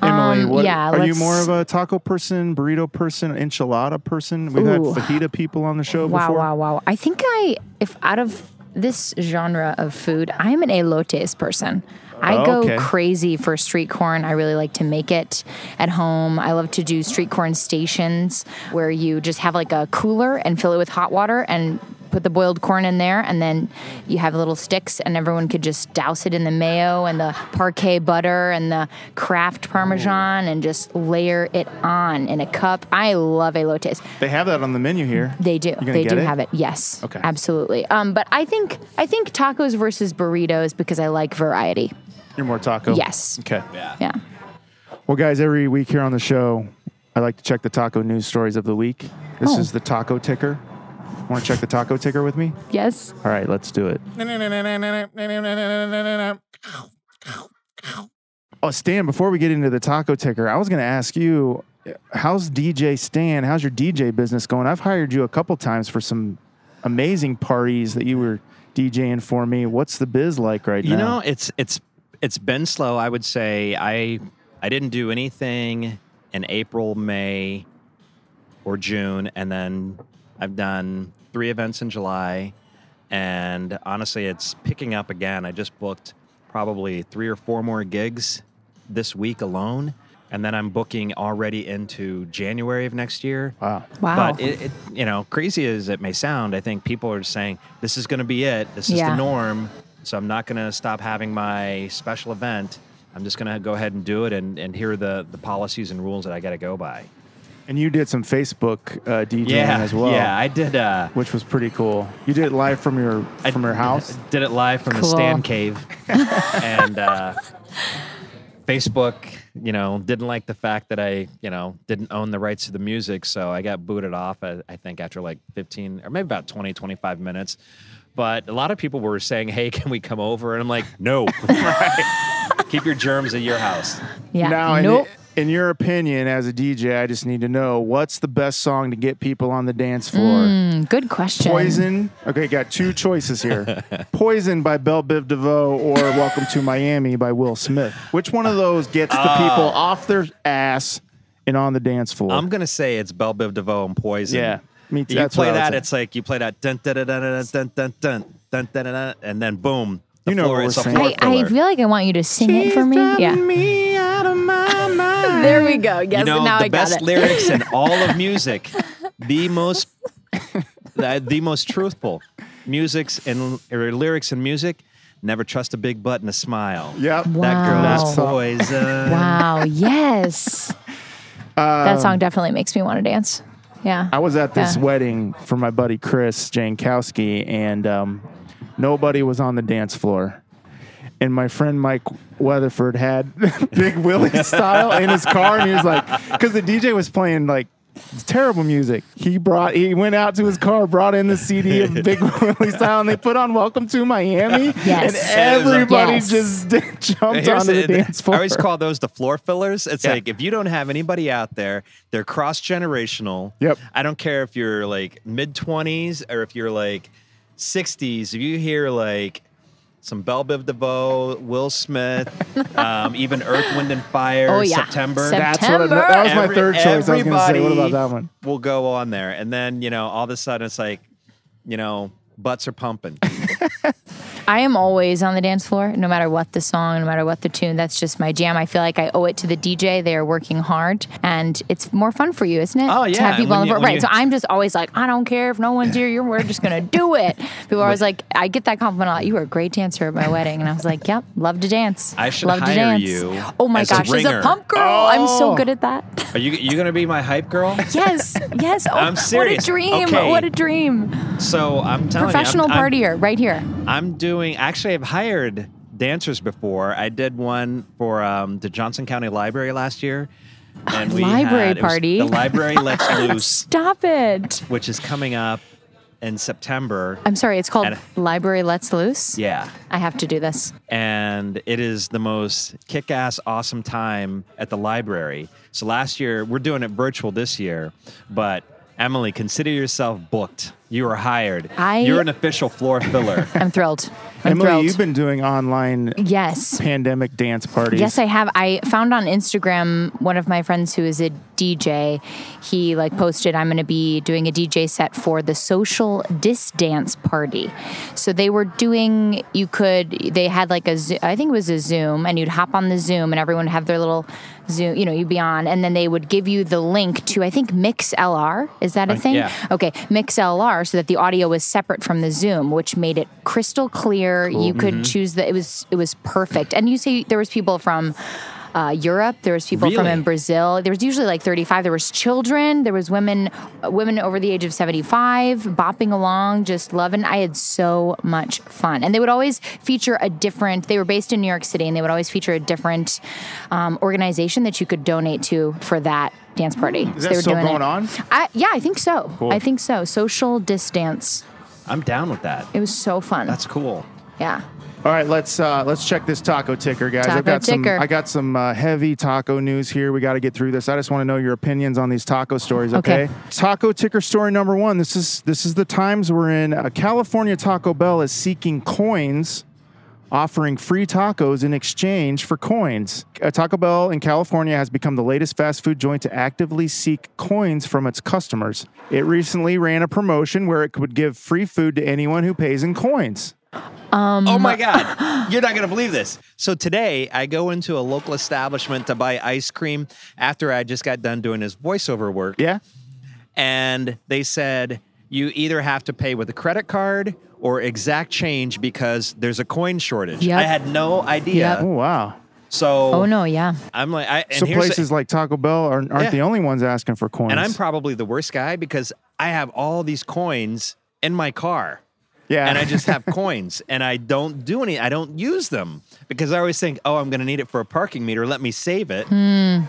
Speaker 1: Emily, what,
Speaker 2: Um, yeah,
Speaker 1: are you
Speaker 2: let's-
Speaker 1: more of a taco person, burrito person, enchilada person? We've had
Speaker 2: Ooh.
Speaker 1: fajita people on the show
Speaker 2: wow,
Speaker 1: before.
Speaker 2: wow, wow. I think I, if out of this genre of food, I'm an elotes person. I go
Speaker 1: Okay.
Speaker 2: crazy for street corn. I really like to make it at home. I love to do street corn stations where you just have like a cooler and fill it with hot water and put the boiled corn in there and then you have little sticks and everyone could just douse it in the mayo and the parquet butter and the craft parmesan and just layer it on in a cup. I love elotes.
Speaker 1: They have that on the menu here.
Speaker 2: They do.
Speaker 1: You gonna
Speaker 2: They
Speaker 1: get
Speaker 2: do
Speaker 1: it?
Speaker 2: have it. Yes.
Speaker 1: Okay.
Speaker 2: Absolutely. Um, but I think I think tacos versus burritos because I like variety.
Speaker 1: You're more taco.
Speaker 2: Yes.
Speaker 1: Okay.
Speaker 2: Yeah.
Speaker 1: Well, guys, every week here on the show, I like to check the taco news stories of the week. This
Speaker 2: Oh.
Speaker 1: is the taco ticker. Want to check the taco ticker with me?
Speaker 2: Yes.
Speaker 1: All right, let's do it. Oh, Stan, before we get into the taco ticker, I was going to ask you, how's DJ Stan? How's your DJ business going? I've hired you a couple times for some amazing parties that you were DJing for me. What's the biz like right
Speaker 3: You
Speaker 1: now?
Speaker 3: know, it's it's it's been slow. I would say I I didn't do anything in April, May, or June, and then I've done three events in July, and honestly, it's picking up again. I just booked probably three or four more gigs this week alone, and then I'm booking already into January of next year.
Speaker 1: wow.
Speaker 2: Wow.
Speaker 3: But it, it, you know, crazy as it may sound, I think people are saying this is going to be it. This is
Speaker 2: Yeah.
Speaker 3: the norm. So I'm not going to stop having my special event. I'm just going to go ahead and do it, and, and here are the the policies and rules that I got to go by.
Speaker 1: And you did some Facebook uh, DJing as well.
Speaker 3: yeah. I did. Uh,
Speaker 1: Which was pretty cool. You did it live from your
Speaker 3: I
Speaker 1: from your house.
Speaker 3: Did it live from
Speaker 2: Cool.
Speaker 3: the stand cave, and uh, Facebook, you know, didn't like the fact that I, you know, didn't own the rights to the music, so I got booted off. I, I think after like 15 or maybe about 20, 25 minutes. But a lot of people were saying, "Hey, can we come over?" And I'm like, "No, keep your germs at your house."
Speaker 2: yeah.
Speaker 1: Now, in-
Speaker 2: nope.
Speaker 1: in, your opinion, as a DJ, I just need to know what's the best song to get people on the dance floor.
Speaker 2: Mm, Good question.
Speaker 1: Poison. Okay, got two choices here. Poison by Belle Biv DeVoe or Welcome to Miami by Will Smith. Which one of those gets the people off their ass and on the dance floor?
Speaker 3: I'm gonna say it's Bell Biv DeVoe and Poison.
Speaker 1: Yeah, me too.
Speaker 3: You
Speaker 1: That's what
Speaker 3: play
Speaker 1: I would
Speaker 3: that,
Speaker 1: say.
Speaker 3: it's like you play that dun dun dun dun dun dun dun dun dun dun dun dun, and then boom. the
Speaker 1: You know
Speaker 3: floor,
Speaker 1: what we're
Speaker 3: it's a
Speaker 1: saying.
Speaker 3: floor
Speaker 2: I, I
Speaker 3: filler.
Speaker 2: feel like I want you to sing it for
Speaker 1: She's
Speaker 2: me.
Speaker 1: driving
Speaker 2: Yeah.
Speaker 1: me out of my mind.
Speaker 2: There we go. Yes.
Speaker 3: you know
Speaker 2: now
Speaker 3: the
Speaker 2: I got
Speaker 3: best
Speaker 2: it.
Speaker 3: lyrics in all of music, the most the, the most truthful music's and or lyrics in music. Never trust a big butt and a smile.
Speaker 1: Yep.
Speaker 3: That girl
Speaker 2: Wow.
Speaker 3: is poison.
Speaker 2: wow. Yes. that song definitely makes me want to dance. Yeah.
Speaker 1: Um, I was at this
Speaker 2: Yeah.
Speaker 1: wedding for my buddy Chris Jankowski, and um, nobody was on the dance floor. And my friend Mike Weatherford had Big Willie style in his car, and he was like, because the DJ was playing like terrible music. He brought, he went out to his car, brought in the CD of Big Willie style, and they put on "Welcome to Miami,"
Speaker 2: Yes.
Speaker 1: and everybody
Speaker 2: Yes.
Speaker 1: just jumped
Speaker 3: Here's
Speaker 1: onto the,
Speaker 3: the-
Speaker 1: dance floor.
Speaker 3: I always call those the floor fillers. It's
Speaker 1: Yeah.
Speaker 3: like if you don't have anybody out there, they're cross generational.
Speaker 1: Yep.
Speaker 3: I don't care if you're like mid twenties or if you're like sixties. If you hear like some Bell Biv DeVoe, Will Smith, um, even Earth, Wind and Fire,
Speaker 2: Oh, yeah.
Speaker 3: September.
Speaker 2: Sep-
Speaker 1: That's what I,
Speaker 2: September.
Speaker 1: that was my
Speaker 3: Every-
Speaker 1: third choice. I was going to say, what
Speaker 3: everybody
Speaker 1: about that one?
Speaker 3: Will go on there, and then you know all of a sudden it's like, you know, butts are pumping.
Speaker 2: I am always on the dance floor, no matter what the song, no matter what the tune. That's just my jam. I feel like I owe it to the DJ. They are working hard, and it's more fun for you, isn't it?
Speaker 3: Oh,
Speaker 2: To
Speaker 3: yeah,
Speaker 2: have people
Speaker 3: and when
Speaker 2: on the
Speaker 3: you-
Speaker 2: floor,
Speaker 3: when
Speaker 2: right?
Speaker 3: you-
Speaker 2: so I'm just always like, I don't care if no one's here. You're, we're just gonna do it. People are always like, I get that compliment a lot. You were a great dancer at my wedding, and I was like, Yep, love to dance.
Speaker 3: I should
Speaker 2: love to
Speaker 3: hire
Speaker 2: dance.
Speaker 3: you
Speaker 2: Oh my
Speaker 3: as a
Speaker 2: gosh, as a
Speaker 3: ringer.
Speaker 2: pump girl, I'm so
Speaker 1: Oh.
Speaker 2: good at that.
Speaker 3: Are you you gonna be my hype girl?
Speaker 2: Yes, yes. Oh,
Speaker 3: I'm serious.
Speaker 2: What a dream!
Speaker 3: Okay.
Speaker 2: What a dream!
Speaker 3: So I'm telling
Speaker 2: Professional
Speaker 3: you, I'm, I'm-
Speaker 2: partier, right here.
Speaker 3: I'm doing. Actually, I've hired dancers before. I did one for um, the Johnson County Library last year, and
Speaker 2: library
Speaker 3: it was
Speaker 2: party.
Speaker 3: The library lets loose,
Speaker 2: Stop it!
Speaker 3: which is coming up in September.
Speaker 2: I'm sorry. It's called
Speaker 3: And-
Speaker 2: Library Let's Loose.
Speaker 3: yeah,
Speaker 2: I have to do this.
Speaker 3: and it is the most kick-ass, awesome time at the library. So last year we're doing it virtual this year, but. Emily, consider yourself booked. You are hired.
Speaker 2: I-
Speaker 3: You're an official floor filler.
Speaker 2: I'm thrilled. I'm
Speaker 1: Emily,
Speaker 2: thrilled.
Speaker 1: you've been doing online
Speaker 2: yes.
Speaker 1: pandemic dance parties.
Speaker 2: Yes, I have. I found on Instagram one of my friends who is a DJ. He like posted, "I'm going to be doing a DJ set for the social dis dance party." So they were doing. You could. They had like a. Zo- I think it was a Zoom, and you'd hop on the Zoom, and everyone would have their little Zoom. You know, you'd be on, and then they would give you the link to. I think Mix LR is that a thing?
Speaker 3: yeah.
Speaker 2: Okay, Mix LR, so that the audio was separate from the Zoom, which made it crystal clear. You could
Speaker 1: Mm-hmm.
Speaker 2: choose the. It was it was perfect. And you see, there was people from. Uh, Europe. There was people from
Speaker 3: Really?
Speaker 2: in Brazil. There was usually like 35. There was children. There was women, women over the age of 75, bopping along, just loving. I had so much fun, and they would always feature a different. They were based in New York City, and they would always feature a different um, organization that you could donate to for that dance party.
Speaker 1: Is
Speaker 2: So
Speaker 1: that
Speaker 2: they were
Speaker 1: still
Speaker 2: doing
Speaker 1: going
Speaker 2: it.
Speaker 1: on?
Speaker 2: I, yeah, I think so.
Speaker 1: Cool.
Speaker 2: I think so. Social distance.
Speaker 3: I'm down with that.
Speaker 2: It was so fun.
Speaker 3: That's cool.
Speaker 2: yeah.
Speaker 1: All right, let's uh, let's check this taco ticker, guys.
Speaker 2: Taco
Speaker 1: I've got
Speaker 2: ticker.
Speaker 1: some I got some uh, heavy taco news here. We got to get through this. I just want to know your opinions on these taco stories.
Speaker 2: Okay.
Speaker 1: Okay. Taco ticker story number one. This is this is the times we're in. A California Taco Bell is seeking coins, offering free tacos in exchange for coins. A Taco Bell in California has become the latest fast food joint to actively seek coins from its customers. It recently ran a promotion where it would give free food to anyone who pays in coins.
Speaker 3: oh my God. You're not going to believe this. So today I go into a local establishment to buy ice cream after I just got done doing his voiceover work.
Speaker 1: Yeah.
Speaker 3: And they said, you either have to pay with a credit card or exact change because there's a coin shortage.
Speaker 2: Yep.
Speaker 3: I had no idea.
Speaker 1: Oh wow.
Speaker 3: So
Speaker 2: Oh no. Yeah.
Speaker 3: I'm like, I, and
Speaker 1: so
Speaker 3: here's
Speaker 1: places like Taco Bell aren't, aren't
Speaker 3: Yeah.
Speaker 1: the only ones asking for coins.
Speaker 3: and I'm probably the worst guy because I have all these coins in my car.
Speaker 1: yeah,
Speaker 3: and I just have coins and I don't do any, I don't use them because I always think, oh, I'm going to need it for a parking meter. Let me save it.
Speaker 2: Hmm.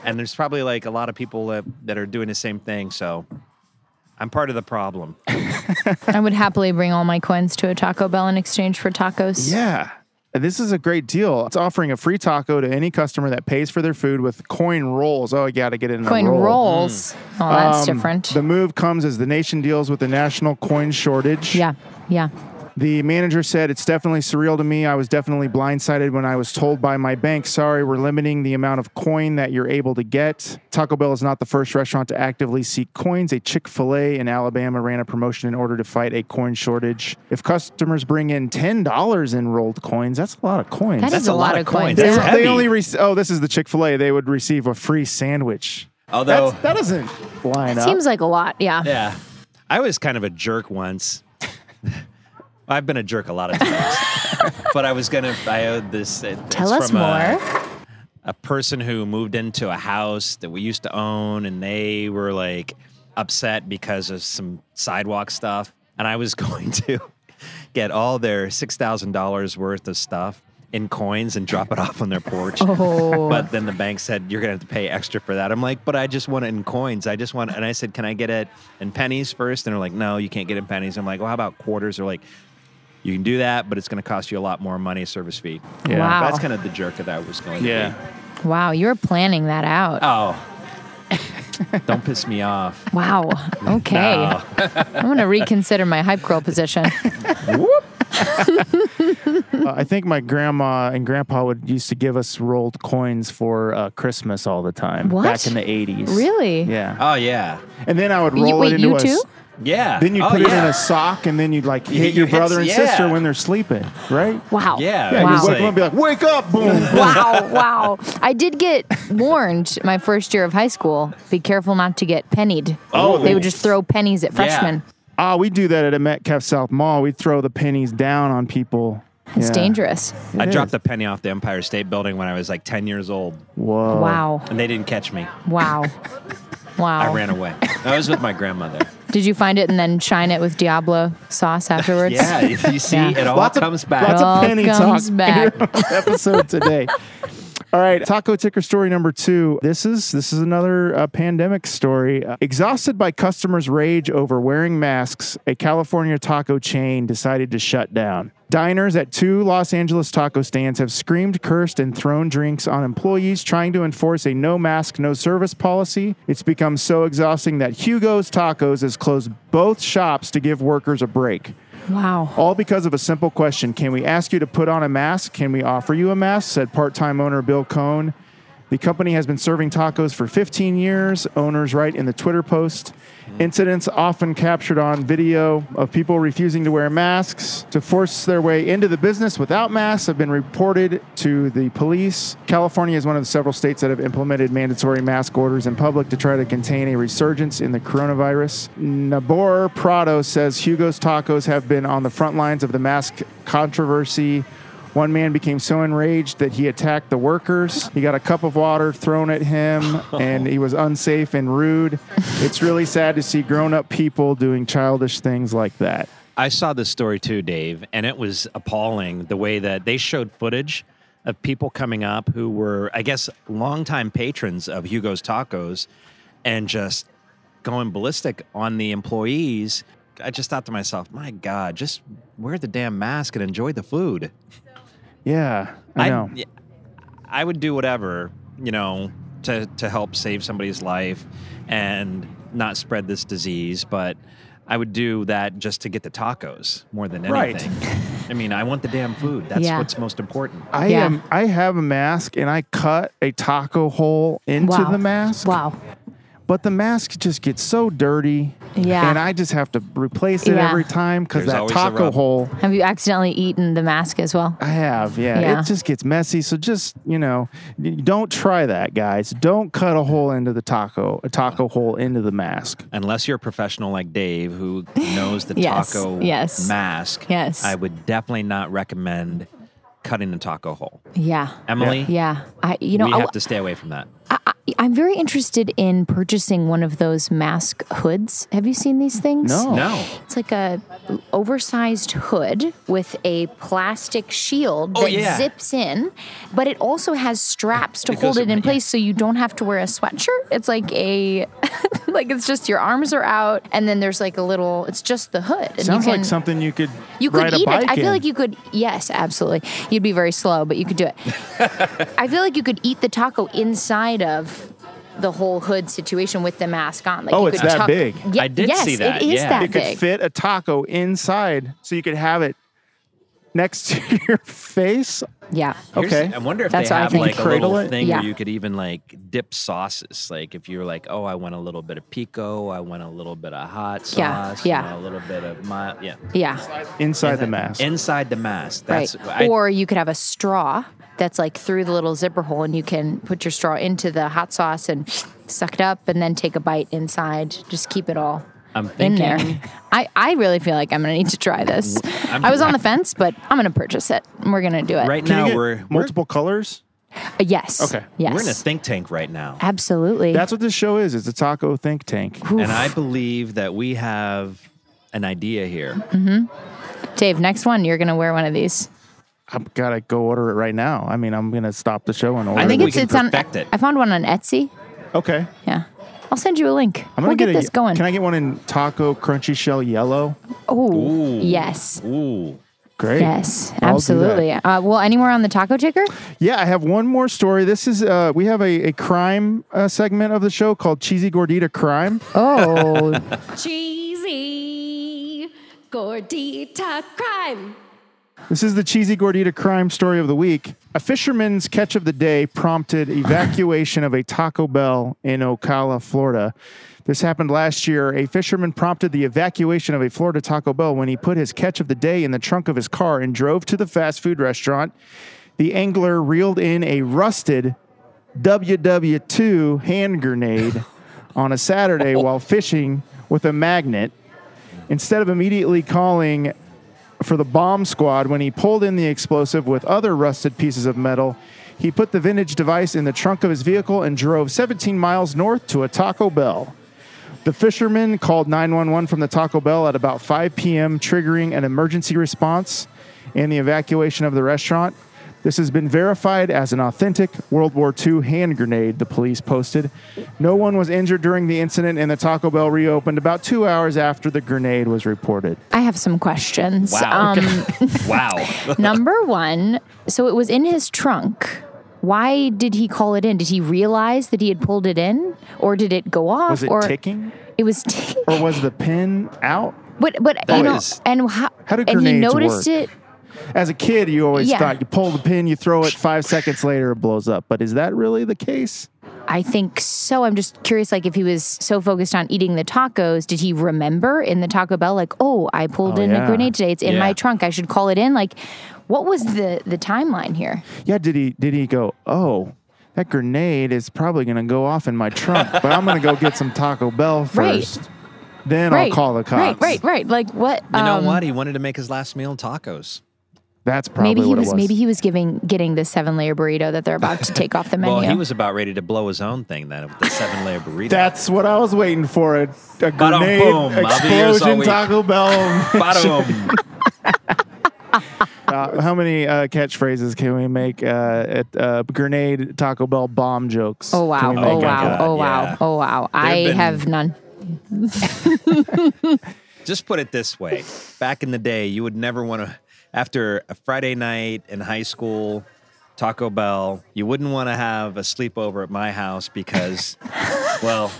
Speaker 3: And there's probably like a lot of people that, that are doing the same thing. So I'm part of the problem.
Speaker 2: I would happily bring all my coins to a Taco Bell in exchange for tacos.
Speaker 1: yeah. This is a great deal. It's offering a free taco to any customer that pays for their food with coin rolls. Oh, you got to get it in
Speaker 2: Coin
Speaker 1: a roll.
Speaker 2: rolls. Oh, that's
Speaker 1: Um,
Speaker 2: different.
Speaker 1: The move comes as the nation deals with the national coin shortage.
Speaker 2: yeah. Yeah.
Speaker 1: The manager said, It's definitely surreal to me. I was definitely blindsided when I was told by my bank, sorry, we're limiting the amount of coin that you're able to get. Taco Bell is not the first restaurant to actively seek coins. A Chick fil A in Alabama ran a promotion in order to fight a coin shortage. If customers bring in $10 in rolled coins, that's a lot of coins.
Speaker 2: That is
Speaker 3: That's
Speaker 2: a lot of coins.
Speaker 1: they,
Speaker 3: That's
Speaker 2: Yeah.
Speaker 1: they
Speaker 3: heavy.
Speaker 1: only rece oh, this is the Chick fil A. They would receive a free sandwich.
Speaker 3: Although-
Speaker 1: That's, that doesn't line up.
Speaker 2: Seems like a lot. Yeah.
Speaker 3: Yeah. I was kind of a jerk once. I've been a jerk a lot of times, but I was going to, I owed this. it-
Speaker 2: Tell
Speaker 3: it's
Speaker 2: us
Speaker 3: from
Speaker 2: more.
Speaker 1: uh,
Speaker 3: a- a person who moved into a house that we used to own and they were like upset because of some sidewalk stuff and i was going to get all their $6000 worth of stuff in coins and drop it off on their porch
Speaker 2: Oh.
Speaker 3: but then the bank said you're going to have to pay extra for that i'm like but i just want it in coins i just want and i said can i get it in pennies first and they're like no you can't get it in pennies i'm like well how about quarters they're like you can do that but it's going to cost you a lot more money service fee
Speaker 1: Yeah.
Speaker 2: wow.
Speaker 3: that's kind of the jerk that I was going to be.
Speaker 1: yeah.
Speaker 2: wow. You're planning that out.
Speaker 3: Oh. Don't piss me off. Oh.
Speaker 2: wow. Okay.
Speaker 3: No.
Speaker 2: I'm going to reconsider my hype girl position.
Speaker 1: Uh, I think my grandma and grandpa would used to give us rolled coins for uh, Christmas all the time
Speaker 2: What?
Speaker 1: back in the eighties.
Speaker 2: Really?
Speaker 1: Yeah.
Speaker 3: Oh yeah,
Speaker 1: And then I would
Speaker 2: You-
Speaker 1: roll
Speaker 2: wait,
Speaker 1: it into
Speaker 2: you
Speaker 1: a s-
Speaker 2: too?
Speaker 3: yeah.
Speaker 1: Then you
Speaker 3: oh,
Speaker 1: put it in
Speaker 3: yeah.
Speaker 1: a sock, and then you'd like
Speaker 3: You
Speaker 1: hit
Speaker 3: hit
Speaker 1: your
Speaker 3: your
Speaker 1: brother and
Speaker 3: hits-
Speaker 1: sister
Speaker 3: yeah.
Speaker 1: when they're sleeping, right?
Speaker 2: Wow.
Speaker 3: Yeah,
Speaker 1: Yeah,
Speaker 2: Wow.
Speaker 1: you'd
Speaker 3: Wow.
Speaker 1: wake 'em up and be like, "Wake up, boom!"
Speaker 2: wow, wow. I did get warned my first year of high school be careful not to get pennied.
Speaker 1: Oh.
Speaker 2: They would just throw pennies at freshmen.
Speaker 1: Ah, we do that at a Metcalf South Mall. We throw the pennies down on people.
Speaker 2: It's
Speaker 1: Yeah.
Speaker 2: dangerous.
Speaker 3: I
Speaker 1: It is.
Speaker 3: dropped a penny off the Empire State Building when I was like 10 years old,
Speaker 1: Whoa.
Speaker 2: Wow.
Speaker 3: and they didn't catch me.
Speaker 2: Wow. Wow.
Speaker 3: I ran away. I was with my grandmother.
Speaker 2: Did you find it and then shine it with Diablo sauce afterwards?
Speaker 3: Yeah, you see,
Speaker 2: Yeah.
Speaker 3: it all
Speaker 1: Lots of-
Speaker 3: comes
Speaker 1: Lots
Speaker 3: back.
Speaker 2: Well-
Speaker 1: of
Speaker 2: It all
Speaker 1: penny
Speaker 2: comes
Speaker 1: talk
Speaker 2: back.
Speaker 1: here on the episode today. All right, taco ticker story number two. This is this is another uh, pandemic story. Uh, exhausted by customers' rage over wearing masks, a California taco chain decided to shut down. Diners at two Los Angeles taco stands have screamed, cursed, and thrown drinks on employees trying to enforce a no mask, no service policy. It's become so exhausting that Hugo's Tacos has closed both shops to give workers a break.
Speaker 2: Wow.
Speaker 1: All because of a simple question Can we ask you to put on a mask? Can we offer you a mask? said part time owner Bill Cohn. The company has been serving tacos for 15 years, owners write in the Twitter post. Incidents often captured on video of people refusing to wear masks to force their way into the business without masks have been reported to the police. California is one of the several states that have implemented mandatory mask orders in public to try to contain a resurgence in the coronavirus. Nabor Prado says Hugo's tacos have been on the front lines of the mask controversy. One man became so enraged that he attacked the workers. He got a cup of water thrown at him, and he was unsafe and rude. It's really sad to see grown up people doing childish things like that.
Speaker 3: I saw this story too, Dave, and it was appalling the way that they showed footage of people coming up who were, I guess, longtime patrons of Hugo's Tacos and just going ballistic on the employees. I just thought to myself, my God, just wear the damn mask and enjoy the food.
Speaker 1: Yeah, I know.
Speaker 3: yeah, I would do whatever, you know, to, to help save somebody's life and not spread this disease, but I would do that just to get the tacos more than
Speaker 1: Right.
Speaker 3: anything. I mean, I want the damn food. That's
Speaker 2: Yeah.
Speaker 3: what's most important.
Speaker 1: I
Speaker 2: Yeah.
Speaker 1: am. I have a mask, and I cut a taco hole into
Speaker 2: wow.
Speaker 1: the mask.
Speaker 2: Wow.
Speaker 1: But the mask just gets so dirty.
Speaker 2: Yeah.
Speaker 1: And I just have to replace it
Speaker 2: Yeah.
Speaker 1: every time because
Speaker 3: There's
Speaker 1: that
Speaker 3: always a
Speaker 1: taco
Speaker 3: rub.
Speaker 1: hole.
Speaker 2: Have you accidentally eaten the mask as well?
Speaker 1: I have, yeah.
Speaker 2: Yeah.
Speaker 1: It just gets messy. So just you know, y- don't try that, guys. Don't cut a hole into the taco, a taco hole into the mask.
Speaker 3: Unless you're a professional like Dave who knows the
Speaker 2: Yes,
Speaker 3: taco
Speaker 2: yes,
Speaker 3: mask,
Speaker 2: yes.
Speaker 3: I would definitely not recommend cutting the taco hole.
Speaker 2: Yeah.
Speaker 3: Emily,
Speaker 2: Yeah. I you know
Speaker 3: we
Speaker 2: I,
Speaker 3: have to stay away from that.
Speaker 2: I, am very interested in purchasing one of those mask hoods. Have you seen these things?
Speaker 1: No.
Speaker 3: No.
Speaker 2: It's like a oversized hood with a plastic shield
Speaker 3: Oh,
Speaker 2: that
Speaker 3: yeah.
Speaker 2: zips in, but it also has straps to
Speaker 3: It
Speaker 2: hold
Speaker 3: goes
Speaker 2: it
Speaker 3: in-
Speaker 2: in
Speaker 3: yeah.
Speaker 2: place so you don't have to wear a sweatshirt. It's like a like it's just your arms are out and then there's like a little it's just the hood. And you
Speaker 1: Sounds
Speaker 2: can-
Speaker 1: like something you could
Speaker 2: you
Speaker 1: ride
Speaker 2: could
Speaker 1: a
Speaker 2: eat
Speaker 1: bike
Speaker 2: it. I
Speaker 1: in.
Speaker 2: feel like you could. Yes, absolutely. You'd be very slow, but you could do it. I feel like you could eat the taco inside of the whole hood situation with the mask on. Like
Speaker 1: Oh,
Speaker 2: you
Speaker 1: it's
Speaker 2: could
Speaker 1: that
Speaker 2: tuck-
Speaker 1: big.
Speaker 2: Ye-
Speaker 3: I did
Speaker 2: yes,
Speaker 3: see that,
Speaker 2: It is
Speaker 3: yeah.
Speaker 2: that
Speaker 1: it could
Speaker 2: big.
Speaker 1: fit a taco inside, so you could have it next to your face.
Speaker 2: Yeah.
Speaker 3: Here's-
Speaker 1: Okay.
Speaker 3: I wonder if
Speaker 2: That's
Speaker 3: they
Speaker 2: what I
Speaker 3: have
Speaker 2: think.
Speaker 3: like a
Speaker 1: Cradle
Speaker 3: little
Speaker 1: it?
Speaker 3: thing
Speaker 2: Yeah.
Speaker 3: where you could even like dip sauces. Like if you're like, oh, I want a little bit of pico, I want a little bit of hot
Speaker 2: Yeah,
Speaker 3: sauce,
Speaker 2: yeah.
Speaker 3: You know, a little bit of my, yeah,
Speaker 2: Yeah.
Speaker 1: Inside the mask.
Speaker 3: inside the mask.
Speaker 2: Right.
Speaker 3: That's I-
Speaker 2: or you could have a straw that's like through the little zipper hole, and you can put your straw into the hot sauce and suck it up, and then take a bite inside. Just keep it all.
Speaker 3: I'm
Speaker 2: in there.
Speaker 3: thinking.
Speaker 2: I, I really feel like I'm gonna need to try this.
Speaker 3: I'm-
Speaker 2: I was on the fence, but I'm gonna purchase it. We're gonna do it.
Speaker 3: Right
Speaker 1: Can you
Speaker 3: now
Speaker 1: get
Speaker 3: we're
Speaker 1: multiple colors.
Speaker 2: Uh, yes.
Speaker 1: Okay.
Speaker 3: We're,
Speaker 2: Yes.
Speaker 3: we're in a think tank right now,
Speaker 2: Absolutely.
Speaker 1: That's what this show is. It's a taco think tank.
Speaker 3: and I believe that we have an idea here.
Speaker 2: Dave, next one, you're gonna wear one of these.
Speaker 1: I've got to go order it right now. I mean, I'm gonna stop the show and order.
Speaker 3: I think
Speaker 1: it.
Speaker 3: we can
Speaker 2: on.
Speaker 3: perfect it.
Speaker 2: I found one on Etsy.
Speaker 1: okay.
Speaker 2: Yeah. I'll send you a link.
Speaker 1: I'm gonna
Speaker 2: we'll get,
Speaker 1: a-
Speaker 2: this going.
Speaker 1: Can I get one in taco crunchy shell yellow?
Speaker 2: oh,
Speaker 3: Ooh.
Speaker 2: yes.
Speaker 3: Ooh,
Speaker 1: Great.
Speaker 2: Yes,
Speaker 1: I'll do that.
Speaker 2: absolutely. Uh, well, anywhere on the taco ticker?
Speaker 1: Yeah, I have one more story. This is uh, we have a, a crime uh, segment of the show called Cheesy Gordita Crime.
Speaker 2: Oh,
Speaker 5: Cheesy Gordita crime.
Speaker 1: This is the cheesy gordita crime story of the week. A fisherman's catch of the day prompted evacuation of a Taco Bell in Ocala, Florida. This happened last year. A fisherman prompted the evacuation of a Florida Taco Bell when he put his catch of the day in the trunk of his car and drove to the fast food restaurant. The angler reeled in a rusted WW2 hand grenade on a Saturday while fishing with a magnet. Instead of immediately calling for the bomb squad, when he pulled in the explosive with other rusted pieces of metal, he put the vintage device in the trunk of his vehicle and drove 17 miles north to a Taco Bell. The fisherman called 911 from the Taco Bell at about 5 p.m., triggering an emergency response and the evacuation of the restaurant. This has been verified as an authentic World War II hand grenade, the police posted. No one was injured during the incident, and the Taco Bell reopened about two hours after the grenade was reported.
Speaker 2: I have some questions.
Speaker 3: Wow.
Speaker 2: Um,
Speaker 3: wow.
Speaker 2: number one, so it was in his trunk. Why did he call it in? Did he realize that he had pulled it in, or did it go off?
Speaker 1: Was it
Speaker 2: or
Speaker 1: ticking?
Speaker 2: It was ticking.
Speaker 1: Or was the pin out?
Speaker 2: But but
Speaker 3: That
Speaker 2: you know,
Speaker 3: is-
Speaker 2: and how,
Speaker 1: How do
Speaker 2: and he
Speaker 1: grenades
Speaker 2: noticed
Speaker 1: work?
Speaker 2: it.
Speaker 1: As a kid, you always
Speaker 2: Yeah.
Speaker 1: thought you pull the pin, you throw it, five seconds later, it blows up. But is that really the case?
Speaker 2: I think so. I'm just curious, like if he was so focused on eating the tacos, did he remember in the Taco Bell, like, oh, I pulled
Speaker 1: Oh,
Speaker 2: in
Speaker 1: yeah.
Speaker 2: a grenade today. It's in
Speaker 3: Yeah.
Speaker 2: my trunk. I should call it in. Like, what was the the timeline here?
Speaker 1: Yeah, did he did he go, "Oh, that grenade is probably going to go off in my trunk, but I'm going to go get some Taco Bell
Speaker 2: Right.
Speaker 1: first. Then
Speaker 2: right.
Speaker 1: I'll call the cops."
Speaker 2: Right, right, right. Like what?
Speaker 3: You know
Speaker 2: um,
Speaker 3: what? He wanted to make his last meal tacos.
Speaker 1: That's probably
Speaker 2: Maybe he
Speaker 1: what
Speaker 2: was,
Speaker 1: it was.
Speaker 2: Maybe he was giving getting the seven layer burrito that they're about to take off the menu.
Speaker 3: Well, he was about ready to blow his own thing then with the seven layer burrito.
Speaker 1: That's what I was waiting for. A, a
Speaker 3: Ba-dum,
Speaker 1: grenade
Speaker 3: boom. I'll be yours
Speaker 1: explosion
Speaker 3: all week.
Speaker 1: Taco Bell.
Speaker 3: Bottom.
Speaker 1: Uh, how many uh, catchphrases can we make uh, at uh, grenade Taco Bell bomb jokes?
Speaker 2: oh wow!
Speaker 1: Can we
Speaker 2: Oh
Speaker 1: make out
Speaker 2: wow!
Speaker 1: of that?
Speaker 2: Oh wow!
Speaker 3: yeah.
Speaker 2: Oh wow! I
Speaker 3: been-
Speaker 2: have none.
Speaker 3: Just put it this way: back in the day, you would never want to, after a Friday night in high school, Taco Bell, you wouldn't want to have a sleepover at my house because, well,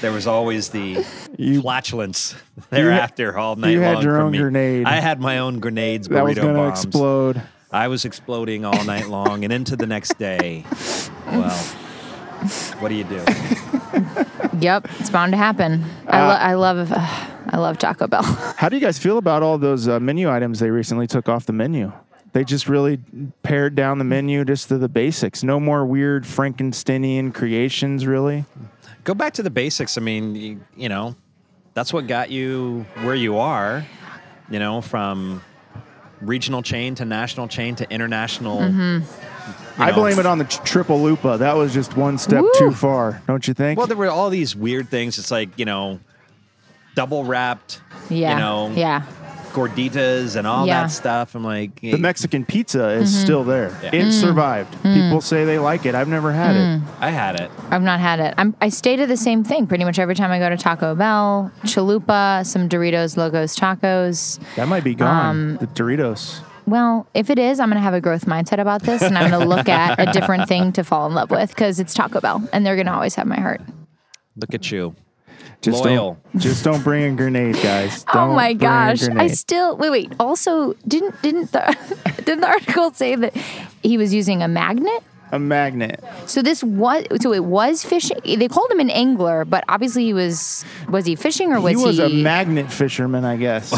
Speaker 3: there was always the
Speaker 1: You-
Speaker 3: flatulence thereafter all night
Speaker 1: had
Speaker 3: long.
Speaker 1: your
Speaker 3: from
Speaker 1: own
Speaker 3: me.
Speaker 1: grenade.
Speaker 3: I had my own grenades,
Speaker 1: That was
Speaker 3: burrito
Speaker 1: going to
Speaker 3: bombs.
Speaker 1: explode.
Speaker 3: I was exploding all night long and into the next day. Well, what do you do?
Speaker 2: Yep, it's bound to happen. I, lo- I love, uh, I love Taco Bell.
Speaker 1: How do you guys feel about all those uh, menu items they recently took off the menu? They just really pared down the menu just to the basics. No more weird Frankensteinian creations, really.
Speaker 3: Go back to the basics. I mean, you, you know, that's what got you where you are, you know, from regional chain to national chain to international.
Speaker 2: Mm-hmm.
Speaker 1: I
Speaker 3: know.
Speaker 1: blame it on the tr- triple lupa. That was just one step
Speaker 2: Woo.
Speaker 1: too far, don't you think?
Speaker 3: Well, there were all these weird things. It's like, you know, double wrapped,
Speaker 2: Yeah,
Speaker 3: you know,
Speaker 2: yeah.
Speaker 3: gorditas and all
Speaker 2: Yeah.
Speaker 3: that stuff. I'm like,
Speaker 1: the Mexican pizza is
Speaker 2: Mm-hmm.
Speaker 1: still there.
Speaker 3: Yeah.
Speaker 2: Mm.
Speaker 1: It survived. People say they like it. I've never had it.
Speaker 3: I had it.
Speaker 2: I've not had it. I'm, I stay to the same thing pretty much every time I go to Taco Bell, Chalupa, some Doritos, Logos, tacos.
Speaker 1: That might be gone.
Speaker 2: Um,
Speaker 1: the Doritos.
Speaker 2: Well, if it is, I'm going to have a growth mindset about this and I'm going to look at a different thing to fall in love with because it's Taco Bell and they're going to always have my heart.
Speaker 3: Look at you.
Speaker 1: Just
Speaker 3: Loyal.
Speaker 1: Don't, just don't bring a grenade, guys. Don't
Speaker 2: oh my
Speaker 1: bring a
Speaker 2: gosh. I
Speaker 1: grenade.
Speaker 2: still wait wait. Also, didn't didn't the didn't the article say that he was using a magnet?
Speaker 1: a magnet.
Speaker 2: So this was so it was fishing. They called him an angler, but obviously he was was he fishing or was he
Speaker 1: he was a magnet fisherman, I guess.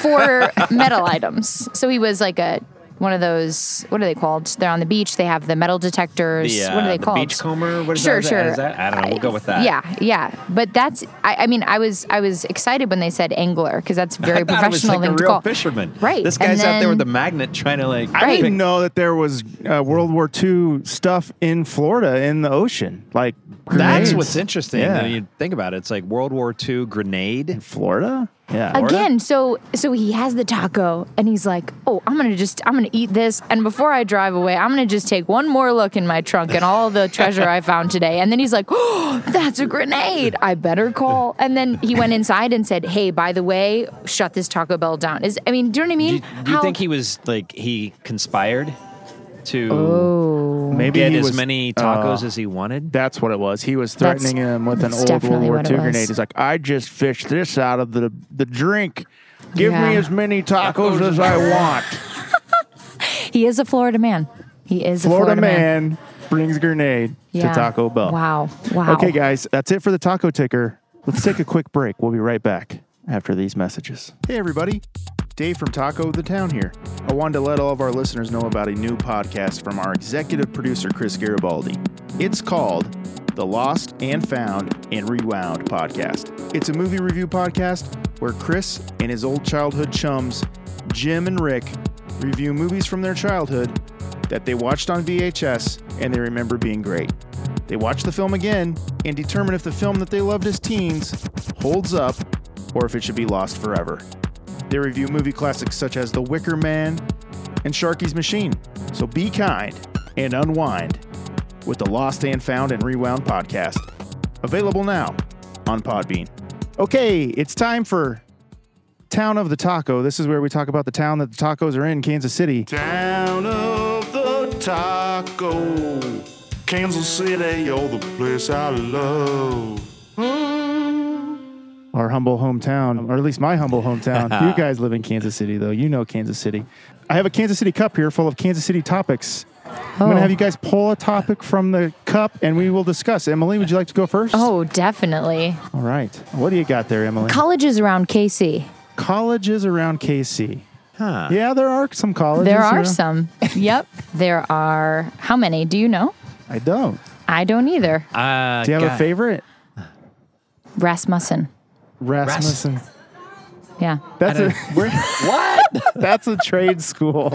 Speaker 2: for metal items. So he was like a one of those. What are they called? They're on the beach. They have the metal detectors.
Speaker 3: The,
Speaker 2: what are
Speaker 3: uh,
Speaker 2: they
Speaker 3: the
Speaker 2: called?
Speaker 3: beachcomber? What is
Speaker 2: sure,
Speaker 3: that? Is that-
Speaker 2: sure.
Speaker 3: is that- I don't know. We'll go with that.
Speaker 2: Yeah, yeah. But that's. I, I mean, I was I was excited when they said angler because that's a very
Speaker 3: I thought it was
Speaker 2: professional
Speaker 3: like
Speaker 2: thing
Speaker 3: a
Speaker 2: to
Speaker 3: real
Speaker 2: call.
Speaker 3: fisherman.
Speaker 2: Right,
Speaker 3: This
Speaker 2: and
Speaker 3: guy's out there with a
Speaker 2: then-
Speaker 3: magnet trying to like.
Speaker 1: I
Speaker 2: Right.
Speaker 1: didn't know that there was uh, World War II stuff in Florida in the ocean. Like
Speaker 3: That's
Speaker 1: grenades.
Speaker 3: what's interesting.
Speaker 1: Yeah.
Speaker 3: When you think about it, it's like World War II grenade.
Speaker 1: Florida? Yeah.
Speaker 2: Again, so so he has the taco and he's like, "Oh, I'm going to just I'm going to eat this and before I drive away, I'm going to just take one more look in my trunk and all the treasure I found today." And then he's like, "Oh, that's a grenade. I better call." And then he went inside and said, "Hey, by the way, shut this Taco Bell down." Is I mean, do you know what I
Speaker 3: Do
Speaker 2: mean?
Speaker 3: you, do you think he was like he conspired to
Speaker 2: Oh.
Speaker 1: Maybe
Speaker 3: get
Speaker 1: he
Speaker 3: as
Speaker 1: was- uh,
Speaker 3: many tacos as he wanted?
Speaker 1: That's what it was. He was
Speaker 2: That's-
Speaker 1: threatening him with an
Speaker 2: that's
Speaker 1: old World
Speaker 2: definitely
Speaker 1: War
Speaker 2: what it
Speaker 1: II
Speaker 2: was.
Speaker 1: grenade. He's like, I just fished this out of the the drink. Give me
Speaker 2: Yeah.
Speaker 1: as many tacos as I want.
Speaker 2: He is a Florida man. He is
Speaker 1: Florida,
Speaker 2: a Florida man.
Speaker 1: man, brings grenade
Speaker 2: Yeah.
Speaker 1: to Taco Bell.
Speaker 2: Wow. Wow.
Speaker 1: Okay, guys, that's it for the taco ticker. Let's take a quick break. We'll be right back after these messages. Hey, everybody. Dave from Taco the Town here. I wanted to let all of our listeners know about a new podcast from our executive producer, Chris Garibaldi. It's called The Lost and Found and Rewound Podcast. It's a movie review podcast where Chris and his old childhood chums, Jim and Rick, review movies from their childhood that they watched on VHS and they remember being great. They watch the film again and determine if the film that they loved as teens holds up or if it should be lost forever. They review movie classics such as The Wicker Man and Sharky's Machine. So be kind and unwind with the Lost and Found and Rewound podcast. Available now on Podbean. Okay, it's time for Town of the Taco. This is where we talk about the town that the tacos are in, Kansas City.
Speaker 4: Town of the taco. Kansas City, oh, the place I love.
Speaker 1: our humble hometown, or at least my humble hometown. you guys live in Kansas City, though. You know Kansas City. I have a Kansas City cup here full of Kansas City topics. I'm going
Speaker 2: Oh.
Speaker 1: to have you guys pull a topic from the cup and we will discuss. Emily, would you like to go first?
Speaker 2: Oh, definitely.
Speaker 1: All right. What do you got there, Emily?
Speaker 2: Colleges around KC.
Speaker 1: colleges around KC.
Speaker 3: Huh.
Speaker 1: Yeah, there are some colleges.
Speaker 2: There are
Speaker 1: yeah.
Speaker 2: some. Yep. There are. How many? Do you know?
Speaker 1: I don't.
Speaker 2: I don't either.
Speaker 3: Uh,
Speaker 1: Do you have a
Speaker 3: God.
Speaker 1: favorite?
Speaker 2: Rasmussen.
Speaker 1: Rasmussen.
Speaker 2: Yeah.
Speaker 1: That's a
Speaker 3: What?
Speaker 1: that's a trade school.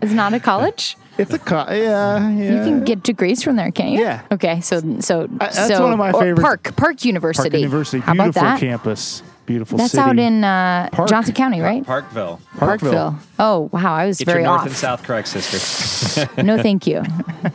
Speaker 2: It's not a college.
Speaker 1: It's a co- yeah, yeah.
Speaker 2: You can get degrees from there, can't you?
Speaker 1: Yeah.
Speaker 2: Okay. So, so
Speaker 1: I- that's
Speaker 2: so,
Speaker 1: one of my
Speaker 2: or
Speaker 1: favorites.
Speaker 2: Park Park University.
Speaker 1: Park University.
Speaker 2: How about
Speaker 1: Beautiful
Speaker 2: that?
Speaker 1: campus. Beautiful
Speaker 2: That's
Speaker 1: city.
Speaker 2: out in uh,
Speaker 1: Park.
Speaker 2: Johnson County, right?
Speaker 3: Parkville.
Speaker 1: Parkville.
Speaker 2: Oh wow, I was
Speaker 3: Get
Speaker 2: very
Speaker 3: your north
Speaker 2: off.
Speaker 3: and south correct, sister. Uh,
Speaker 2: No, thank you.
Speaker 1: Uh, Stand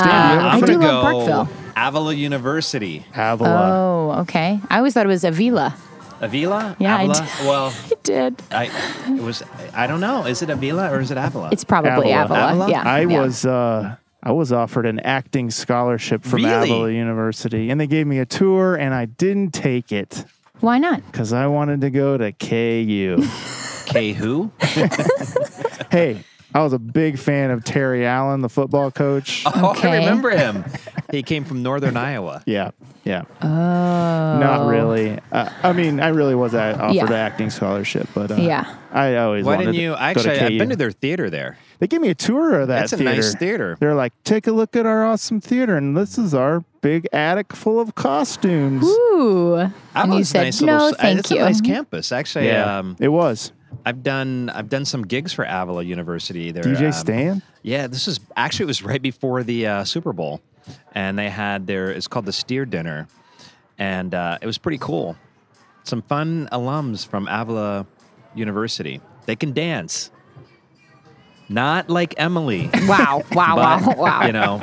Speaker 2: Uh, I
Speaker 1: up.
Speaker 2: do
Speaker 3: gonna
Speaker 2: love Parkville.
Speaker 3: Avila University.
Speaker 1: Avila.
Speaker 2: oh, okay. I always thought it was Avila.
Speaker 3: Avila?
Speaker 2: Yeah, I
Speaker 3: Avila?
Speaker 2: did.
Speaker 3: Well,
Speaker 2: I did.
Speaker 3: I it was I don't know. Is it Avila or is it Avila?
Speaker 2: It's probably
Speaker 1: Avila.
Speaker 2: Avila.
Speaker 3: Avila?
Speaker 2: Yeah.
Speaker 1: I
Speaker 2: yeah.
Speaker 1: was uh, I was offered an acting scholarship from
Speaker 3: Really?
Speaker 1: Avila University, and they gave me a tour, and I didn't take it
Speaker 2: Why not?
Speaker 1: because I wanted to go to KU.
Speaker 3: K who? Oh,
Speaker 1: hey, I was a big fan of Terry Allen, the football coach.
Speaker 3: Oh,
Speaker 2: Okay.
Speaker 3: I remember him. He came from northern Iowa.
Speaker 1: Yeah, yeah. Oh, not really. Uh, I mean, I really was a- offered
Speaker 2: Yeah.
Speaker 1: an acting scholarship, but uh,
Speaker 2: Yeah.
Speaker 1: I always
Speaker 3: Why
Speaker 1: wanted
Speaker 3: didn't
Speaker 1: to
Speaker 3: you?
Speaker 1: go to
Speaker 3: Actually, I've
Speaker 1: KU.
Speaker 3: been to their theater there.
Speaker 1: They gave me a tour of that.
Speaker 3: That's a
Speaker 1: theater.
Speaker 3: nice theater.
Speaker 1: They're like, take a look at our awesome theater, and this is our big attic full of costumes.
Speaker 2: Ooh. and you
Speaker 3: Avila's
Speaker 2: said
Speaker 3: nice
Speaker 2: no,
Speaker 3: little,
Speaker 2: thank
Speaker 3: it's
Speaker 2: you.
Speaker 3: a nice campus. Actually, um,
Speaker 1: it was.
Speaker 3: I've done I've done some gigs for Avila University. There,
Speaker 1: DJ
Speaker 3: um,
Speaker 1: Stan?
Speaker 3: Yeah, this is actually it was right before the uh, Super Bowl, and they had their it's called the Steer Dinner, and uh, it was pretty cool. Some fun alums from Avila University. They can dance, not like Emily.
Speaker 2: Wow! Wow! wow!
Speaker 3: but,
Speaker 2: Wow!
Speaker 3: You know,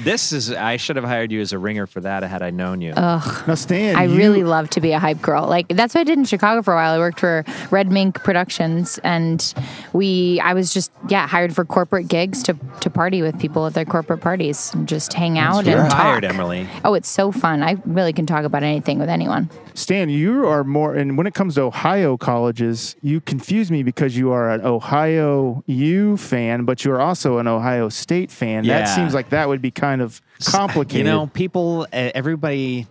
Speaker 3: this is I should have hired you as a ringer for that had I known
Speaker 2: Oh,
Speaker 3: you.
Speaker 1: Now, Stan,
Speaker 2: I
Speaker 1: you-
Speaker 2: really love to be a hype girl. Like that's what I did in Chicago for a while. I worked for Red Mink Productions, and we I was just yeah hired for corporate gigs to to party with people at their corporate parties and just hang out
Speaker 3: You're
Speaker 2: and talk.
Speaker 3: hired, Emily.
Speaker 2: Oh, it's so fun. I really can talk about anything with anyone.
Speaker 1: Stan, you are more. And when it comes to Ohio colleges, you confuse me because you are an Ohio U fan, but you are also an Ohio State fan. That
Speaker 3: Yeah.
Speaker 1: seems like that would be kind of complicated.
Speaker 3: You know, people, eh, everybody.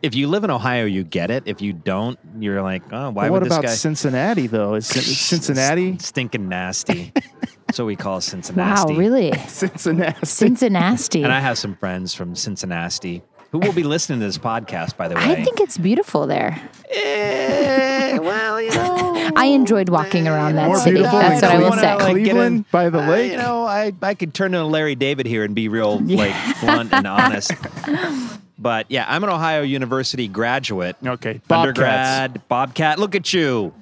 Speaker 3: If you live in Ohio, you get it. If you don't, you're like, oh, why
Speaker 1: But what
Speaker 3: would this
Speaker 1: about
Speaker 3: guy?
Speaker 1: Cincinnati though? Is Cin- Cincinnati?
Speaker 3: Stinking nasty. That's what we call
Speaker 2: Wow,
Speaker 3: Cincinnati.
Speaker 2: really?
Speaker 1: Cincinnati.
Speaker 2: Cincinnati.
Speaker 3: And I
Speaker 2: I,
Speaker 3: have some friends from Cincinnati who will be listening to this podcast, by the way.
Speaker 2: think it's beautiful there.
Speaker 3: Eh, well, you know.
Speaker 2: I enjoyed walking around that
Speaker 1: More
Speaker 2: city.
Speaker 1: beautiful
Speaker 2: That's what
Speaker 1: than
Speaker 2: I will
Speaker 1: Cleveland.
Speaker 2: say.
Speaker 1: like, get Cleveland in- by the
Speaker 3: uh,
Speaker 1: lake.
Speaker 3: you know, I, I could turn to Larry David here and be real like blunt and honest. But yeah, I'm an Ohio University graduate.
Speaker 1: Okay, Bobcats.
Speaker 3: Undergrad, Bobcat, look at you.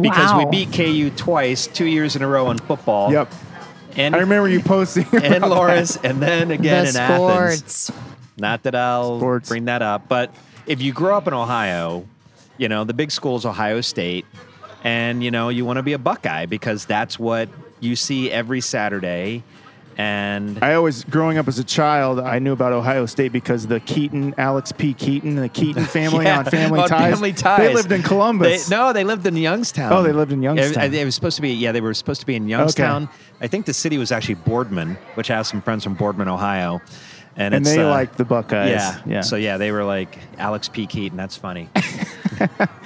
Speaker 3: Because we
Speaker 2: Wow.
Speaker 3: beat KU twice, two years in a row in football.
Speaker 1: Yep.
Speaker 3: And,
Speaker 1: I remember you posting.
Speaker 3: and
Speaker 1: about
Speaker 3: Loris, and then again
Speaker 2: the
Speaker 3: in Athens.
Speaker 2: sports.
Speaker 3: Not that I'll
Speaker 1: Sports.
Speaker 3: bring that up, but if you grow up in Ohio, you know, the big school is Ohio State, and you know, you want to be a Buckeye because that's what you see every Saturday. and
Speaker 1: I always, growing up as a child, I knew about Ohio State because the Keaton, Alex P. Keaton, the Keaton family
Speaker 3: Yeah,
Speaker 1: on Family
Speaker 3: on
Speaker 1: Ties.
Speaker 3: Family Ties.
Speaker 1: They lived in Columbus.
Speaker 3: They- no, they lived in Youngstown.
Speaker 1: Oh, they lived in
Speaker 3: It-
Speaker 1: Youngstown.
Speaker 3: It, was supposed to be. Yeah, they were supposed to be in Youngstown. I think the city was actually Boardman, which I have some friends from Boardman, Ohio. And,
Speaker 1: and
Speaker 3: it's,
Speaker 1: they
Speaker 3: uh,
Speaker 1: like the Buckeyes.
Speaker 3: Yeah,
Speaker 1: yeah.
Speaker 3: So yeah, they were like Alex P. Keaton. That's funny.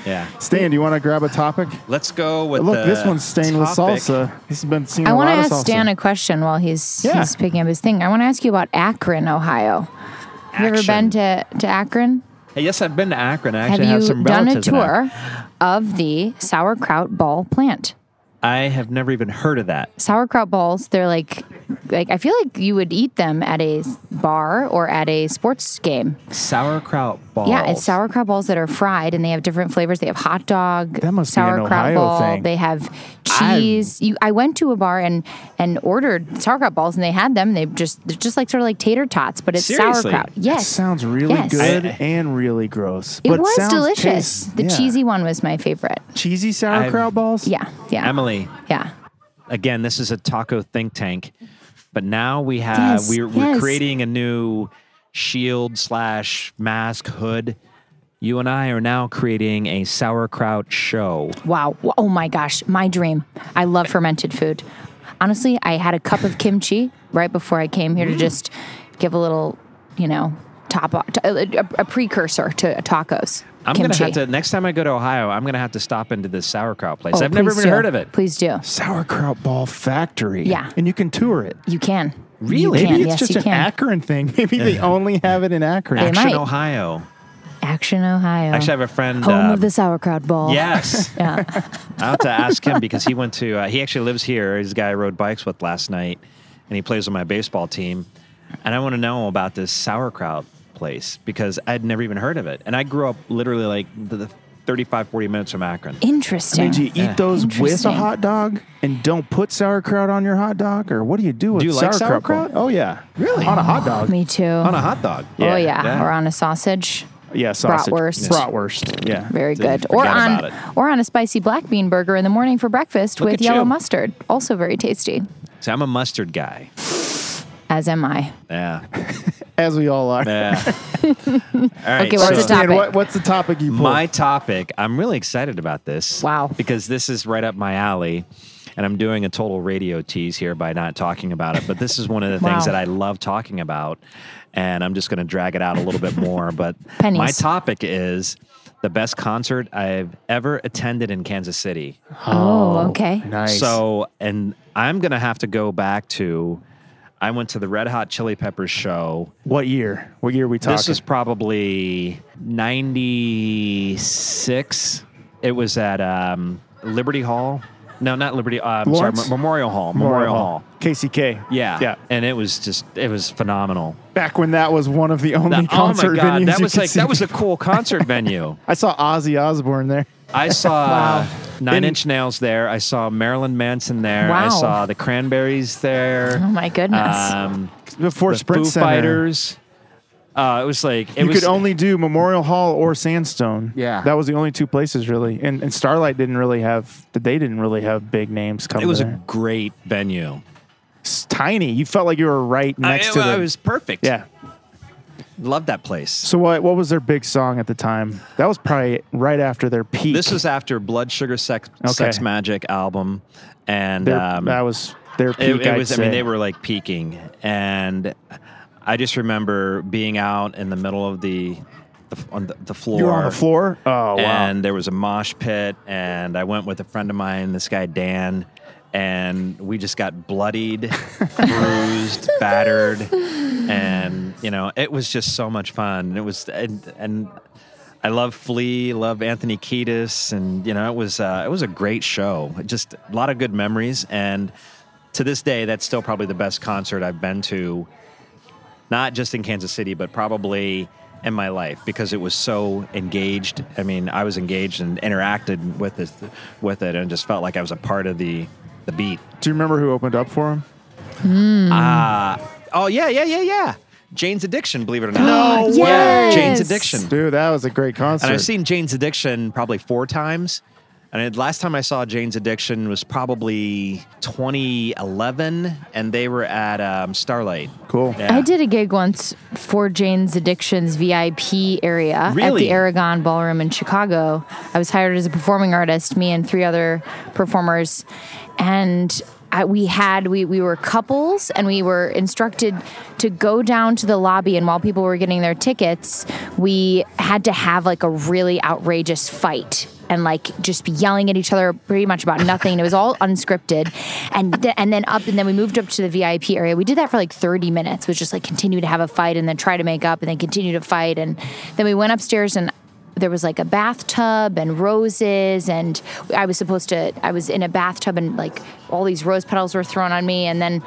Speaker 3: yeah.
Speaker 1: Stan, do you want to grab a topic?
Speaker 3: Let's go with
Speaker 1: Look,
Speaker 3: the
Speaker 1: this one's stained with
Speaker 3: topic.
Speaker 1: salsa. This has been seen
Speaker 2: I
Speaker 1: a
Speaker 2: want
Speaker 1: lot
Speaker 2: to
Speaker 1: of
Speaker 2: ask
Speaker 1: salsa.
Speaker 2: Stan a question while he's
Speaker 1: Yeah.
Speaker 2: he's picking up his thing. I want to ask you about Akron, Ohio. Have you ever been
Speaker 3: Action.
Speaker 2: to, to Akron?
Speaker 3: Hey, yes, I've been to Akron. I
Speaker 2: Have
Speaker 3: actually
Speaker 2: you
Speaker 3: have some
Speaker 2: done a
Speaker 3: relatives in Akron.
Speaker 2: tour of the sauerkraut ball plant?
Speaker 3: I have never even heard of that.
Speaker 2: Sauerkraut balls, they're like like I feel like you would eat them at a bar or at a sports game.
Speaker 3: Sauerkraut balls.
Speaker 2: Yeah, it's sauerkraut balls that are fried and they have different flavors. They have hot dog,
Speaker 1: That must be an
Speaker 2: sauerkraut
Speaker 1: Ohio
Speaker 2: ball.
Speaker 1: thing.
Speaker 2: They have cheese. you, I went to a bar and and ordered sauerkraut balls and they had them. They just they're just like sort of like tater tots, but it's
Speaker 3: Seriously?
Speaker 2: sauerkraut.
Speaker 1: That
Speaker 2: Yes.
Speaker 1: sounds really
Speaker 2: Yes.
Speaker 1: good
Speaker 3: I-
Speaker 1: and really gross.
Speaker 2: it
Speaker 1: but
Speaker 2: was
Speaker 1: sounds
Speaker 2: delicious.
Speaker 1: tastes-
Speaker 2: the
Speaker 1: yeah.
Speaker 2: cheesy one was my favorite.
Speaker 1: cheesy sauerkraut
Speaker 3: I've-
Speaker 1: balls.
Speaker 2: Yeah, yeah,
Speaker 3: Emily,
Speaker 2: yeah.
Speaker 3: again, this is a taco think tank, but now we have
Speaker 2: Yes,
Speaker 3: we're, we're
Speaker 2: yes.
Speaker 3: creating a new shield slash mask hood. You and I are now creating a sauerkraut show.
Speaker 2: Wow. Wh- Oh my gosh, my dream. I love fermented food. Honestly, I had a cup of kimchi right before I came
Speaker 3: Mm.
Speaker 2: here to just give a little, you know, top t- a, a precursor to tacos.
Speaker 3: I'm
Speaker 2: kimchi.
Speaker 3: gonna have to next time I go to Ohio, I'm gonna have to stop into this sauerkraut place.
Speaker 2: Oh,
Speaker 3: I've never
Speaker 2: please
Speaker 3: even
Speaker 2: do.
Speaker 3: heard of it.
Speaker 2: Please do.
Speaker 1: Sauerkraut ball factory.
Speaker 2: Yeah.
Speaker 1: And you can tour it.
Speaker 2: You can.
Speaker 3: Really?
Speaker 2: You
Speaker 1: Maybe
Speaker 2: can.
Speaker 1: it's
Speaker 2: yes,
Speaker 1: just
Speaker 2: you
Speaker 1: an
Speaker 2: can.
Speaker 1: Akron thing. Maybe they only have it in Akron.
Speaker 2: They
Speaker 3: Action
Speaker 2: might. Oh,
Speaker 3: Ohio.
Speaker 2: Action, Ohio.
Speaker 3: Actually, I have a friend.
Speaker 2: home
Speaker 3: uh,
Speaker 2: of the sauerkraut ball.
Speaker 3: Yes.
Speaker 2: Yeah.
Speaker 3: I'll have to ask him because he went to, uh, he actually lives here. He's a guy I rode bikes with last night and he plays on my baseball team. And I want to know about this sauerkraut place because I'd never even heard of it. And I grew up literally like the, the 35, 40 minutes from Akron.
Speaker 2: Interesting.
Speaker 1: Did you eat
Speaker 3: Yeah.
Speaker 1: those with a
Speaker 2: Interesting.
Speaker 1: hot dog and don't put sauerkraut on your hot dog? Or what do you do with
Speaker 3: you like
Speaker 1: sauerkraut?
Speaker 3: sauerkraut?
Speaker 1: Oh, yeah. Really? On a hot dog.
Speaker 2: Me too.
Speaker 3: On a hot dog.
Speaker 2: oh yeah. Or on a sausage.
Speaker 1: yeah, sausage.
Speaker 2: Bratwurst.
Speaker 1: Bratwurst. Yeah.
Speaker 2: Very
Speaker 3: So you
Speaker 2: good. Or
Speaker 3: forget
Speaker 2: on
Speaker 3: about it.
Speaker 2: or on a spicy black bean burger in the morning for breakfast
Speaker 3: Look
Speaker 2: with
Speaker 3: at
Speaker 2: yellow
Speaker 3: you.
Speaker 2: mustard. Also very tasty.
Speaker 3: So I'm a mustard guy.
Speaker 2: As am I.
Speaker 3: Yeah.
Speaker 1: As we all are.
Speaker 3: Yeah. All right.
Speaker 2: Okay, what's
Speaker 3: so-
Speaker 2: the topic?
Speaker 1: Stan, what, what's the topic you pulled?
Speaker 3: My topic, I'm really excited about this.
Speaker 2: Wow.
Speaker 3: Because this is right up my alley. And I'm doing a total radio tease here by not talking about it. But this is one of the
Speaker 2: Wow.
Speaker 3: things that I love talking about. And I'm just going to drag it out a little bit more. But
Speaker 2: Pennies.
Speaker 3: my topic is the best concert I've ever attended in Kansas City.
Speaker 2: Oh, okay.
Speaker 1: Nice.
Speaker 3: So, and I'm going to have to go back to I went to the Red Hot Chili Peppers show.
Speaker 1: what year? What year are we talking?
Speaker 3: This is probably 96. It was at um, Liberty Hall. No, not Liberty. Uh, I'm sorry,
Speaker 1: Lawrence?
Speaker 3: Mem- Memorial Hall. Memorial, Hall.
Speaker 1: KCK.
Speaker 3: Yeah.
Speaker 1: Yeah.
Speaker 3: And it was just, it was phenomenal.
Speaker 1: Back when that was one of the only
Speaker 3: That- oh
Speaker 1: concert
Speaker 3: my God.
Speaker 1: venues
Speaker 3: That
Speaker 1: you
Speaker 3: was
Speaker 1: could
Speaker 3: like,
Speaker 1: see.
Speaker 3: that was a cool concert venue.
Speaker 1: I saw Ozzy Osbourne there.
Speaker 3: I saw uh, Nine
Speaker 1: In-
Speaker 3: Inch Nails there. I saw Marilyn Manson there. I
Speaker 2: Wow.
Speaker 3: saw the Cranberries there.
Speaker 2: Oh my goodness.
Speaker 3: Um,
Speaker 1: Before
Speaker 3: the
Speaker 1: Sprint
Speaker 3: Foo
Speaker 1: Center.
Speaker 3: Fighters. Uh, it was like, it
Speaker 1: you
Speaker 3: was.
Speaker 1: could only do Memorial Hall or Sandstone.
Speaker 3: Yeah.
Speaker 1: that was the only two places really. And, and Starlight didn't really have. They didn't really have big names coming.
Speaker 3: it was
Speaker 1: there.
Speaker 3: a great venue.
Speaker 1: It's tiny. You felt like you were right next
Speaker 3: I,
Speaker 1: to
Speaker 3: it
Speaker 1: them.
Speaker 3: was perfect.
Speaker 1: yeah.
Speaker 3: Love that place.
Speaker 1: So what? What was their big song at the time? That was probably right after their peak.
Speaker 3: This was after Blood Sugar Sex,
Speaker 1: Okay.
Speaker 3: Sex Magic album, and
Speaker 1: Their,
Speaker 3: um,
Speaker 1: that was their peak.
Speaker 3: it, it
Speaker 1: I'd
Speaker 3: was. I mean,
Speaker 1: say.
Speaker 3: they were like peaking, and I just remember being out in the middle of the the on the, the floor.
Speaker 1: You were on the floor. Oh wow.
Speaker 3: And there was a mosh pit, and I went with a friend of mine, this guy Dan, and we just got bloodied, bruised, battered, and you know it was just so much fun. It was and, and I love Flea, love Anthony Kiedis, and you know it was uh, it was a great show. Just a lot of good memories, and to this day, that's still probably the best concert I've been to not just in Kansas City, but probably in my life because it was so engaged. I mean, I was engaged and interacted with it, with it, and just felt like I was a part of the the beat.
Speaker 2: Mm.
Speaker 1: Do you remember who opened up for him?
Speaker 3: Oh yeah, yeah, yeah, yeah. Jane's Addiction, believe it or not.
Speaker 2: No
Speaker 3: yeah, Jane's
Speaker 2: way.
Speaker 3: Addiction.
Speaker 1: Dude, that was a great concert.
Speaker 3: And I've seen Jane's Addiction probably four times, And the last time I saw Jane's Addiction was probably 2011, and they were at um, Starlight.
Speaker 1: Cool.
Speaker 3: Yeah.
Speaker 2: I did a gig once for Jane's Addictions VIP area at
Speaker 3: Really?
Speaker 2: the Aragon Ballroom in Chicago. I was hired as a performing artist, me and three other performers, and I, we had we we were couples, and we were instructed to go down to the lobby, and while people were getting their tickets, we had to have like a really outrageous fight. And like just be yelling at each other pretty much about nothing. It was all unscripted, and th- and then up and then we moved up to the VIP area. We did that for like 30 minutes, was just like continue to have a fight and then try to make up and then continue to fight. And then we went upstairs and there was like a bathtub and roses and I was supposed to I was in a bathtub and like all these rose petals were thrown on me and then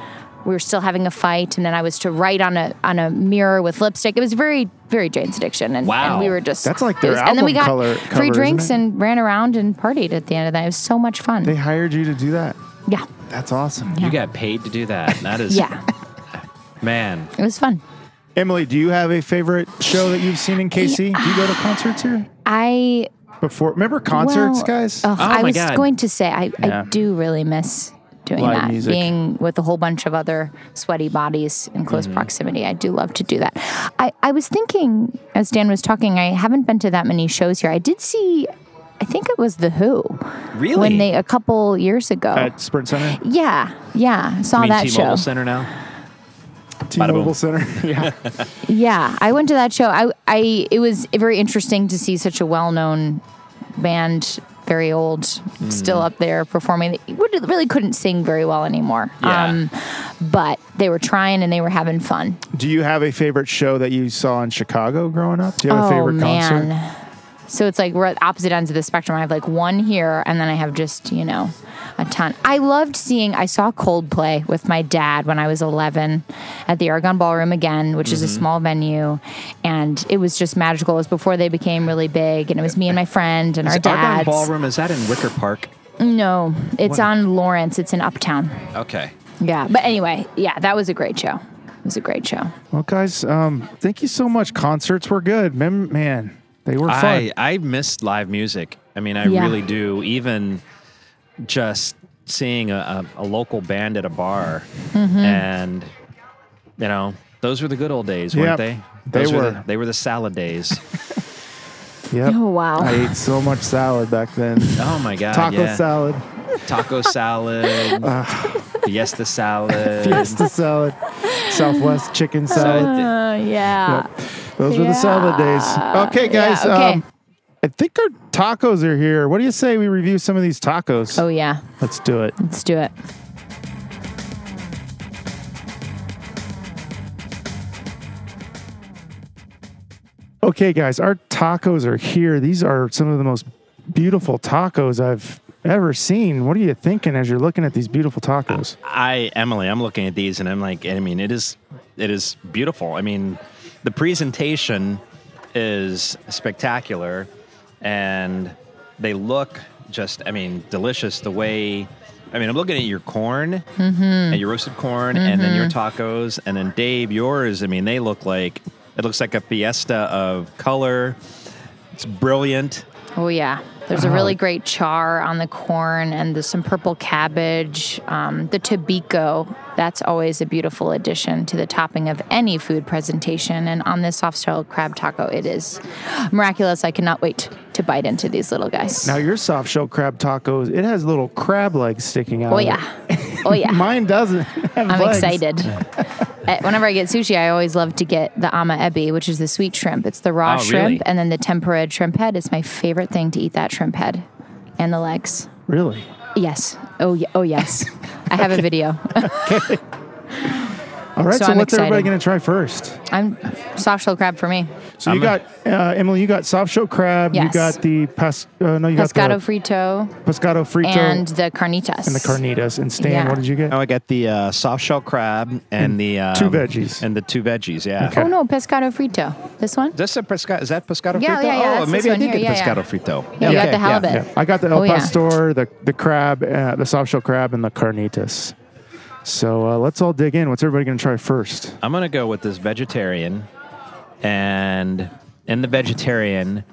Speaker 2: we were still having a fight and then I was to write on a on a mirror with lipstick. It was very very Jane's addiction and,
Speaker 3: Wow.
Speaker 2: and we were just
Speaker 1: That's like their
Speaker 2: it and then we got
Speaker 1: album color- cover,
Speaker 2: free
Speaker 1: isn't
Speaker 2: drinks
Speaker 1: it?
Speaker 2: and ran around and partied at the end of the night. It was so much fun.
Speaker 1: They hired you to do that.
Speaker 2: yeah.
Speaker 1: That's awesome.
Speaker 3: You got paid to do that. That is,
Speaker 2: Yeah.
Speaker 3: man.
Speaker 2: It was fun.
Speaker 1: Emily, do you have a favorite show that you've seen in KC? Do you go to concerts here?
Speaker 2: I
Speaker 1: Before remember concerts,
Speaker 2: well, uh,
Speaker 1: guys?
Speaker 2: ugh, I
Speaker 3: Oh my
Speaker 2: was
Speaker 3: God.
Speaker 2: going to say I,
Speaker 1: Yeah.
Speaker 2: I do really miss doing
Speaker 1: Live
Speaker 2: that.
Speaker 1: music.
Speaker 2: Being with a whole bunch of other sweaty bodies in close
Speaker 1: Mm-hmm.
Speaker 2: proximity. I do love to do that. I, I was thinking as Dan was talking, I haven't been to that many shows here. I did see I think it was The Who.
Speaker 3: Really?
Speaker 2: When they a couple years ago.
Speaker 1: At Sprint Center,
Speaker 2: yeah, yeah. Saw
Speaker 3: I mean,
Speaker 2: that show.
Speaker 3: T-Mobile Center now.
Speaker 1: T-Mobile Center. yeah,
Speaker 2: Yeah, I went to that show. I, I it was very interesting to see such a well-known band, very old, still up there performing. They would- really couldn't sing very well anymore. Um,
Speaker 3: Yeah.
Speaker 2: but they were trying and they were having fun.
Speaker 1: Do you have a favorite show that you saw in Chicago growing up? Do you have a
Speaker 2: oh
Speaker 1: favorite
Speaker 2: man.
Speaker 1: concert?
Speaker 2: So it's like we're at opposite ends of the spectrum. I have like one here, and then I have just you know a ton. I loved seeing. I saw Coldplay with my dad when I was 11 at the Aragon Ballroom again, which is
Speaker 1: Mm-hmm.
Speaker 2: a small venue, and it was just magical. It was before they became really big, and it was me and my friend and our
Speaker 3: Is Argonne
Speaker 2: dads.
Speaker 3: Ballroom is that in Wicker Park?
Speaker 2: No, it's
Speaker 3: What?
Speaker 2: on Lawrence. It's in Uptown.
Speaker 3: Okay.
Speaker 2: Yeah, but anyway, yeah, that was a great show. It was a great show.
Speaker 1: Well, guys, um, thank you so much. Concerts were good, man. man they were fun.
Speaker 3: I I miss live music. I mean, I
Speaker 2: Yeah.
Speaker 3: really do. Even just seeing a, a, a local band at a bar,
Speaker 1: Mm-hmm.
Speaker 3: and you know, those were the good old days,
Speaker 1: Yep.
Speaker 3: weren't they?
Speaker 1: They
Speaker 3: Those
Speaker 1: were.
Speaker 3: the, they were the salad days.
Speaker 1: Yep.
Speaker 2: Oh, wow.
Speaker 1: I ate so much salad back then.
Speaker 3: Oh my god!
Speaker 1: Taco
Speaker 3: yeah.
Speaker 1: salad,
Speaker 3: Taco salad. Fiesta salad.
Speaker 1: pasta salad, Southwest chicken salad.
Speaker 3: So
Speaker 2: Uh, yeah.
Speaker 1: Those were the salad days. Okay,
Speaker 2: Yeah,
Speaker 1: guys.
Speaker 2: okay.
Speaker 1: Um, I think our tacos are here. What do you say we review some of these tacos?
Speaker 2: oh yeah.
Speaker 1: Let's do it.
Speaker 2: Let's do it.
Speaker 1: Okay, guys, our tacos are here. These are some of the most beautiful tacos I've ever seen. What are you thinking as you're looking at these beautiful tacos?
Speaker 3: I Emily, I'm looking at these and I'm like, I mean, it is it is beautiful. I mean, the presentation is spectacular and they look just I mean, delicious the way I mean, I'm looking at your corn and your roasted corn and then your tacos and then Dave yours. I mean, they look like it looks like a fiesta of color. It's brilliant.
Speaker 2: Oh yeah. There's a
Speaker 3: Uh-huh.
Speaker 2: really great char on the corn and there's some purple cabbage. Um, the tabico, that's always a beautiful addition to the topping of any food presentation. And on this soft shell crab taco, it is miraculous. I cannot wait to bite into these little guys.
Speaker 1: Now, your soft shell crab tacos, it has little crab legs sticking out.
Speaker 2: oh
Speaker 1: of it.
Speaker 2: yeah. Oh yeah.
Speaker 1: Mine doesn't. have
Speaker 2: I'm
Speaker 1: legs.
Speaker 2: excited. Uh, Whenever I get sushi, I always love to get the ama ebi, which is the sweet shrimp. It's the raw
Speaker 3: Oh,
Speaker 2: shrimp
Speaker 3: really?
Speaker 2: and then the tempura shrimp head. It's my favorite thing to eat that shrimp head and the legs.
Speaker 1: Really?
Speaker 2: Yes. Oh, yeah. oh yes. I have a video.
Speaker 1: All right, so,
Speaker 2: So I'm
Speaker 1: what's everybody
Speaker 2: excited.
Speaker 1: going to try first?
Speaker 2: I'm soft shell crab for me.
Speaker 1: So
Speaker 3: I'm
Speaker 1: you
Speaker 3: gonna-
Speaker 1: got, uh, Emily, you got soft shell crab. You
Speaker 2: Yes.
Speaker 1: got the pas- uh, no, you
Speaker 2: Pescado
Speaker 1: got the
Speaker 2: frito
Speaker 1: pescado frito
Speaker 2: and the carnitas.
Speaker 1: and the carnitas. And Stan,
Speaker 2: Yeah.
Speaker 1: what did you get?
Speaker 3: Oh, I got the uh, soft shell crab and the um,
Speaker 1: two veggies.
Speaker 3: and the two veggies. Yeah.
Speaker 1: Okay.
Speaker 2: Oh no, pescado frito. This one?
Speaker 3: This a pesca- is that pescado
Speaker 2: Yeah,
Speaker 3: frito?
Speaker 2: yeah, yeah,
Speaker 3: oh,
Speaker 2: that's
Speaker 3: maybe
Speaker 2: this
Speaker 3: I
Speaker 2: one
Speaker 3: did
Speaker 2: here,
Speaker 3: get
Speaker 2: yeah, yeah.
Speaker 3: pescado frito.
Speaker 2: Yeah, you got the halibut.
Speaker 1: Yeah, I got the El
Speaker 2: Oh, yeah.
Speaker 1: Pastor, the the crab, uh, the soft shell crab, and the carnitas. So uh, let's all dig in. What's everybody going to try first?
Speaker 3: I'm gonna go with this vegetarian, and in the vegetarian,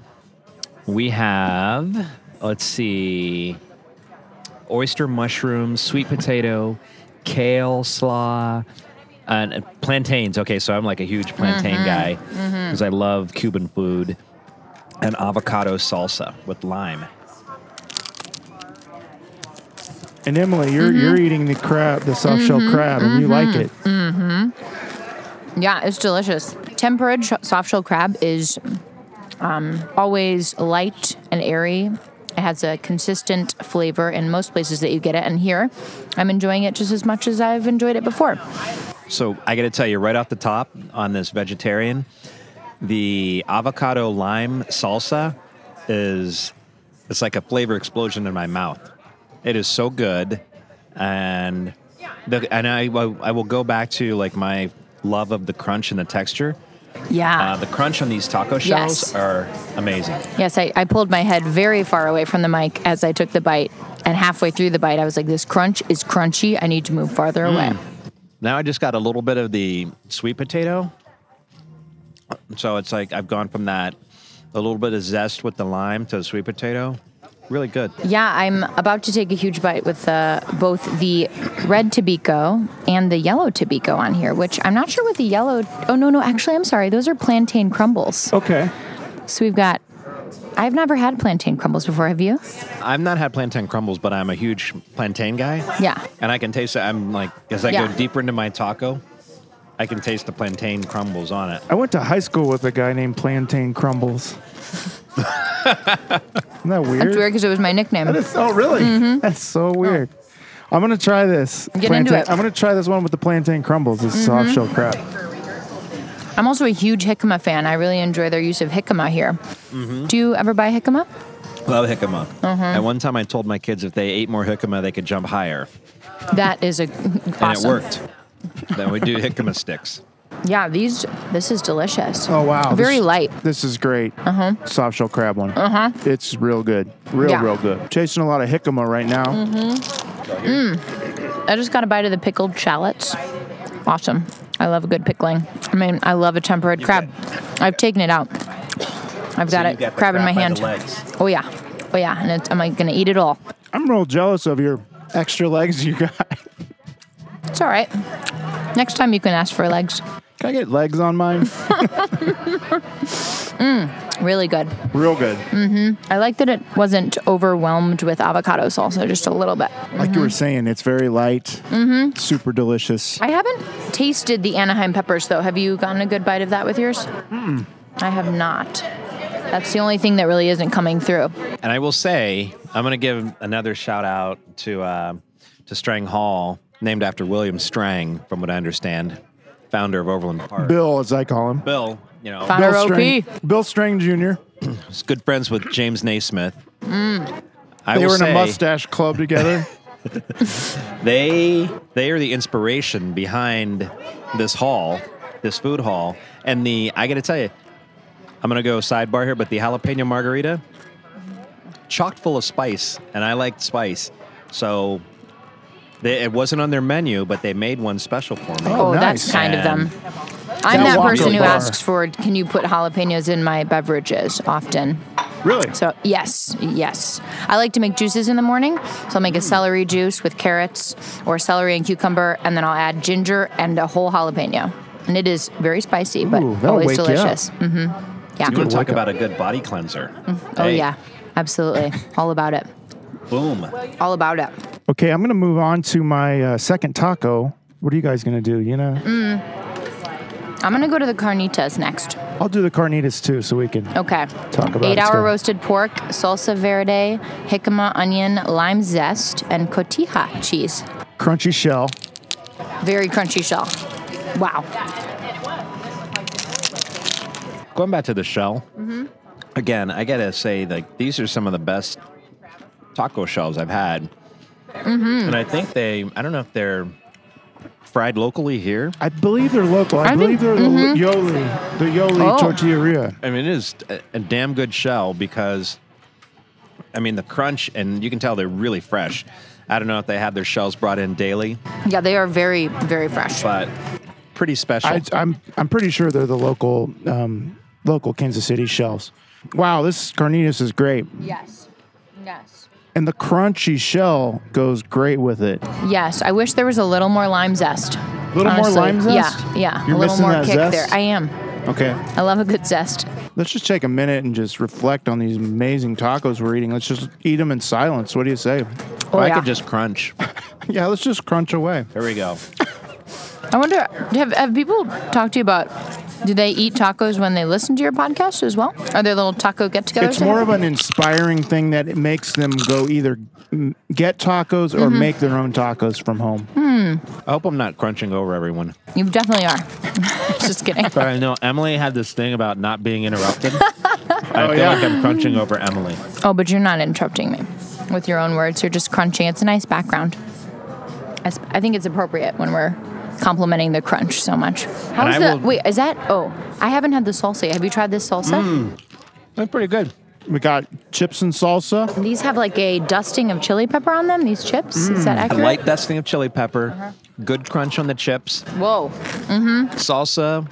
Speaker 3: we have let's see, oyster mushroom, sweet potato, kale slaw, and uh, plantains. Okay, so I'm like a huge plantain
Speaker 2: Mm-hmm,
Speaker 3: guy because I love Cuban food. And avocado salsa with lime.
Speaker 1: And Emily,
Speaker 2: Mm-hmm.
Speaker 1: you're you're eating the crab, the soft shell crab, and you like it.
Speaker 2: Yeah, it's delicious. Tempered sh- soft shell crab is um, always light and airy. It has a consistent flavor in most places that you get it. And here, I'm enjoying it just as much as I've enjoyed it before.
Speaker 3: So I got to tell you right off the top on this vegetarian, the avocado lime salsa is it's like a flavor explosion in my mouth. It is so good, and the, and I I will go back to like my love of the crunch and the texture.
Speaker 2: Yeah.
Speaker 1: Um,
Speaker 3: Uh, the crunch on these taco shells
Speaker 2: Yes.
Speaker 3: are amazing.
Speaker 2: yes, I, I pulled my head very far away from the mic as I took the bite. And halfway through the bite, I was like, this crunch is crunchy. I need to move farther
Speaker 1: Mm.
Speaker 2: away.
Speaker 3: Now I just got a little bit of the sweet potato. So it's like I've gone from that a little bit of zest with the lime to the sweet potato. Really good.
Speaker 2: Yeah, I'm about to take a huge bite with uh, both the red Tabico and the yellow Tabico on here, which I'm not sure what the yellow. Oh, no, no, actually, I'm sorry. Those are plantain crumbles.
Speaker 1: Okay.
Speaker 2: So we've got. I've never had plantain crumbles before, have you?
Speaker 3: I've not had plantain crumbles, but I'm a huge plantain guy.
Speaker 2: Yeah.
Speaker 3: And I can taste it. I'm like, as I
Speaker 2: Yeah.
Speaker 3: go deeper into my taco, I can taste the plantain crumbles on it.
Speaker 1: I went to high school with a guy named Plantain Crumbles. Isn't that
Speaker 2: That's weird
Speaker 1: weird?
Speaker 2: because it was my
Speaker 1: That
Speaker 2: nickname.
Speaker 1: is, oh, really? That's so weird. I'm gonna try this.
Speaker 2: Get into it. Mm-hmm.
Speaker 1: I'm gonna try this one with the plantain crumbles. This soft shell crab.
Speaker 2: I'm also a huge jicama fan. I really enjoy their use of jicama here.
Speaker 1: Mm-hmm.
Speaker 2: Do you ever buy jicama?
Speaker 3: Love jicama.
Speaker 2: Mm-hmm.
Speaker 3: At one time, I told my kids if they ate more jicama, they could jump higher.
Speaker 2: That is a
Speaker 3: And
Speaker 2: awesome.
Speaker 3: it worked. then we do jicama sticks.
Speaker 2: Yeah, these. This is delicious.
Speaker 1: Oh wow!
Speaker 2: Very
Speaker 1: This-
Speaker 2: light. Uh-huh.
Speaker 1: This is great. Uh huh. Soft shell crab one. Uh huh. It's real good. Real
Speaker 2: Yeah. Mm-hmm.
Speaker 1: real good. Chasing a lot of jicama right now.
Speaker 2: I just got a bite of the pickled shallots. Awesome. I love a good pickling. I mean, I love a tempered crab. I've taken it out. I've got
Speaker 3: So you
Speaker 2: it
Speaker 3: got the
Speaker 2: crab in my
Speaker 3: crab by
Speaker 2: hand.
Speaker 3: the legs.
Speaker 2: Oh yeah, oh yeah, and it's, I'm like gonna eat it all.
Speaker 1: I'm real jealous of your extra legs you got.
Speaker 2: It's all right. Next time you can ask for legs.
Speaker 1: Can I get legs on mine?
Speaker 2: Really good.
Speaker 1: real good.
Speaker 2: Mm-hmm. I like that it wasn't overwhelmed with avocado salsa, just a little bit.
Speaker 1: Like you were saying, it's very light. Mm-hmm. Super delicious.
Speaker 2: I haven't tasted the Anaheim peppers though. Have you gotten a good bite of that with yours?
Speaker 1: Hmm.
Speaker 2: I have not. That's the only thing that really isn't coming through.
Speaker 3: And I will say, I'm going to give another shout out to uh, to Strang Hall, named after William Strang, from what I understand, founder of Overland Park.
Speaker 1: Bill, as I call him.
Speaker 3: Bill, you know,
Speaker 2: Founder-
Speaker 1: Bill
Speaker 2: ROP.
Speaker 1: String, Bill String Jr.
Speaker 3: was good friends with James Naismith. I
Speaker 1: They
Speaker 3: will
Speaker 1: were in
Speaker 3: say,
Speaker 1: a mustache club together.
Speaker 3: They they are the inspiration behind this hall, this food hall, and the. I got to tell you, I'm going to go sidebar here, but the jalapeno margarita, chocked full of spice, and I liked spice, so. They, it wasn't on their menu, but they made one special for me.
Speaker 1: Oh,
Speaker 2: Oh, that's
Speaker 1: nice.
Speaker 2: kind of them.
Speaker 3: And-
Speaker 2: I'm
Speaker 1: That
Speaker 2: that
Speaker 1: Wonka
Speaker 2: person who
Speaker 1: bar.
Speaker 2: asks for, can you put jalapenos in my beverages often?
Speaker 1: really?
Speaker 2: So, yes, yes. I like to make juices in the morning. So, I'll make
Speaker 1: Hmm.
Speaker 2: a celery juice with carrots or celery and cucumber, and then I'll add ginger and a whole jalapeno. And it is very spicy, but
Speaker 1: Ooh, that'll
Speaker 2: always
Speaker 1: wake you up.
Speaker 2: delicious. Mm-hmm.
Speaker 3: You want
Speaker 2: Yeah.
Speaker 3: to talk
Speaker 1: workout.
Speaker 3: about a good body cleanser?
Speaker 2: Oh,
Speaker 3: Hey,
Speaker 2: yeah. Absolutely. All about it.
Speaker 3: Boom.
Speaker 2: All about it.
Speaker 1: Okay, I'm gonna move on to my uh, second taco. What are you guys gonna do? You know,
Speaker 2: Mm. I'm going to go to the carnitas next.
Speaker 1: I'll do the carnitas too, so we can.
Speaker 2: Okay.
Speaker 1: Talk about it,
Speaker 2: Eight hour
Speaker 1: Steph.
Speaker 2: roasted pork, salsa verde, jicama onion, lime zest, and cotija cheese.
Speaker 1: Crunchy shell.
Speaker 2: Very crunchy shell. Wow.
Speaker 3: Going back to the shell, again, I gotta say, like these are some of the best taco shells I've had, and I think they—I don't know if they're fried locally here.
Speaker 1: I believe they're local. I,
Speaker 2: I
Speaker 1: believe
Speaker 2: think-
Speaker 1: they're the Yoli, the Yoli
Speaker 2: Oh.
Speaker 1: tortilleria.
Speaker 3: I mean, it is a, a damn good shell because, I mean, the crunch and you can tell they're really fresh. I don't know if they have their shells brought in daily,
Speaker 2: Yeah, they are very, very fresh.
Speaker 3: but pretty special.
Speaker 1: I, I'm I'm pretty sure they're the local um, local Kansas City shells. Wow, this carnitas is great.
Speaker 2: Yes. Yes.
Speaker 1: and the crunchy shell goes great with it.
Speaker 2: Yes. I wish there was a little more lime zest.
Speaker 1: A little more
Speaker 2: honestly.
Speaker 1: lime zest?
Speaker 2: Yeah. Yeah.
Speaker 1: You're
Speaker 2: a little
Speaker 1: missing
Speaker 2: more
Speaker 1: that
Speaker 2: kick
Speaker 1: zest?
Speaker 2: there. I am.
Speaker 1: Okay,
Speaker 2: I love a good zest.
Speaker 1: let's just take a minute and just reflect on these amazing tacos we're eating. Let's just eat them in silence. What do you say?
Speaker 2: Oh,
Speaker 3: I
Speaker 2: yeah.
Speaker 3: could just crunch.
Speaker 1: Yeah, let's just crunch away.
Speaker 3: There we go.
Speaker 2: I wonder have, have people talked to you about do they eat tacos when they listen to your podcast as well? Are there little taco get togethers?
Speaker 1: It's more of an inspiring thing that it makes them go either mm, get tacos or make their own tacos from home.
Speaker 3: I hope I'm not crunching over everyone.
Speaker 2: You definitely are. Just kidding.
Speaker 3: But I know Emily had this thing about not being interrupted. I feel
Speaker 1: yeah.
Speaker 3: like I'm crunching over Emily.
Speaker 2: Oh, but you're not interrupting me with your own words. You're just crunching. It's a nice background. I, s- I think it's appropriate when we're complimenting the crunch so much. How's
Speaker 3: I
Speaker 2: the
Speaker 3: will-
Speaker 2: wait? Is that oh? I haven't had the salsa. Have you tried this salsa?
Speaker 1: Mm.
Speaker 3: That's pretty good.
Speaker 1: We got chips and salsa.
Speaker 2: These have like a dusting of chili pepper on them. These chips. Is
Speaker 1: Mm.
Speaker 2: that
Speaker 3: I
Speaker 2: accurate?
Speaker 3: like dusting of chili pepper.
Speaker 2: Uh-huh.
Speaker 3: Good crunch on the chips.
Speaker 2: Whoa.
Speaker 3: Salsa,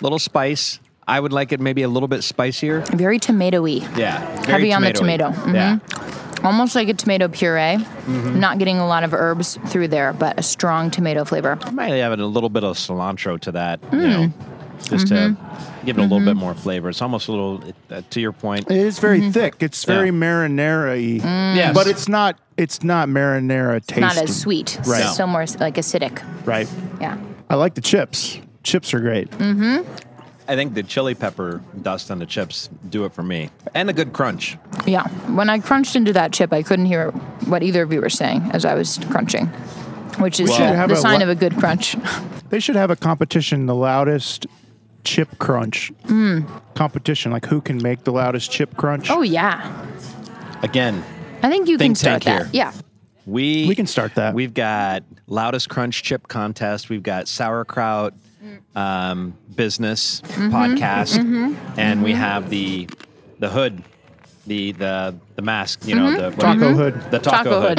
Speaker 3: little spice. I would like it maybe a little bit spicier.
Speaker 2: Very tomatoey.
Speaker 3: Yeah.
Speaker 2: Heavy on the
Speaker 3: tomatoey.
Speaker 2: tomato. Mm-hmm.
Speaker 3: Yeah.
Speaker 2: Almost like a tomato puree.
Speaker 3: Mm-hmm.
Speaker 2: Not getting a lot of herbs through there, but a strong tomato flavor.
Speaker 3: I might have a little bit of cilantro to that.
Speaker 2: Mm.
Speaker 3: You know, just
Speaker 2: Mm-hmm.
Speaker 3: to give it a little bit more flavor. It's almost a little, uh, to your point.
Speaker 1: It is very
Speaker 2: Mm-hmm.
Speaker 1: thick. It's very
Speaker 3: Yeah.
Speaker 1: marinara-y,
Speaker 3: Mm. Yes.
Speaker 1: but it's not. It's not marinara tasty.
Speaker 2: Mm. Not as sweet.
Speaker 1: Right.
Speaker 2: So more s- like acidic.
Speaker 1: Right.
Speaker 2: Yeah.
Speaker 1: I like the chips. Chips are great.
Speaker 2: Mm.
Speaker 3: I think the chili pepper dust on the chips do it for me, and a good crunch.
Speaker 2: Yeah. When I crunched into that chip, I couldn't hear what either of you were saying as I was crunching, which is
Speaker 1: We should
Speaker 2: the,
Speaker 1: have
Speaker 2: the
Speaker 1: a
Speaker 2: sign
Speaker 1: li-
Speaker 2: of a good crunch.
Speaker 1: They should have a competition. The loudest chip crunch competition. Like who can make the loudest chip crunch?
Speaker 2: Mm. Oh, yeah.
Speaker 3: Again,
Speaker 2: I think you can
Speaker 3: Think
Speaker 2: start that.
Speaker 3: tank here.
Speaker 2: Yeah.
Speaker 3: we
Speaker 1: We can start that.
Speaker 3: We've got loudest crunch chip contest. We've got sauerkraut um, business
Speaker 2: Mm-hmm.
Speaker 3: podcast, and we have the the hood, the the the mask. You
Speaker 2: Mm-hmm.
Speaker 3: know the what
Speaker 1: Taco
Speaker 3: do you-
Speaker 1: hood.
Speaker 3: The taco, hood.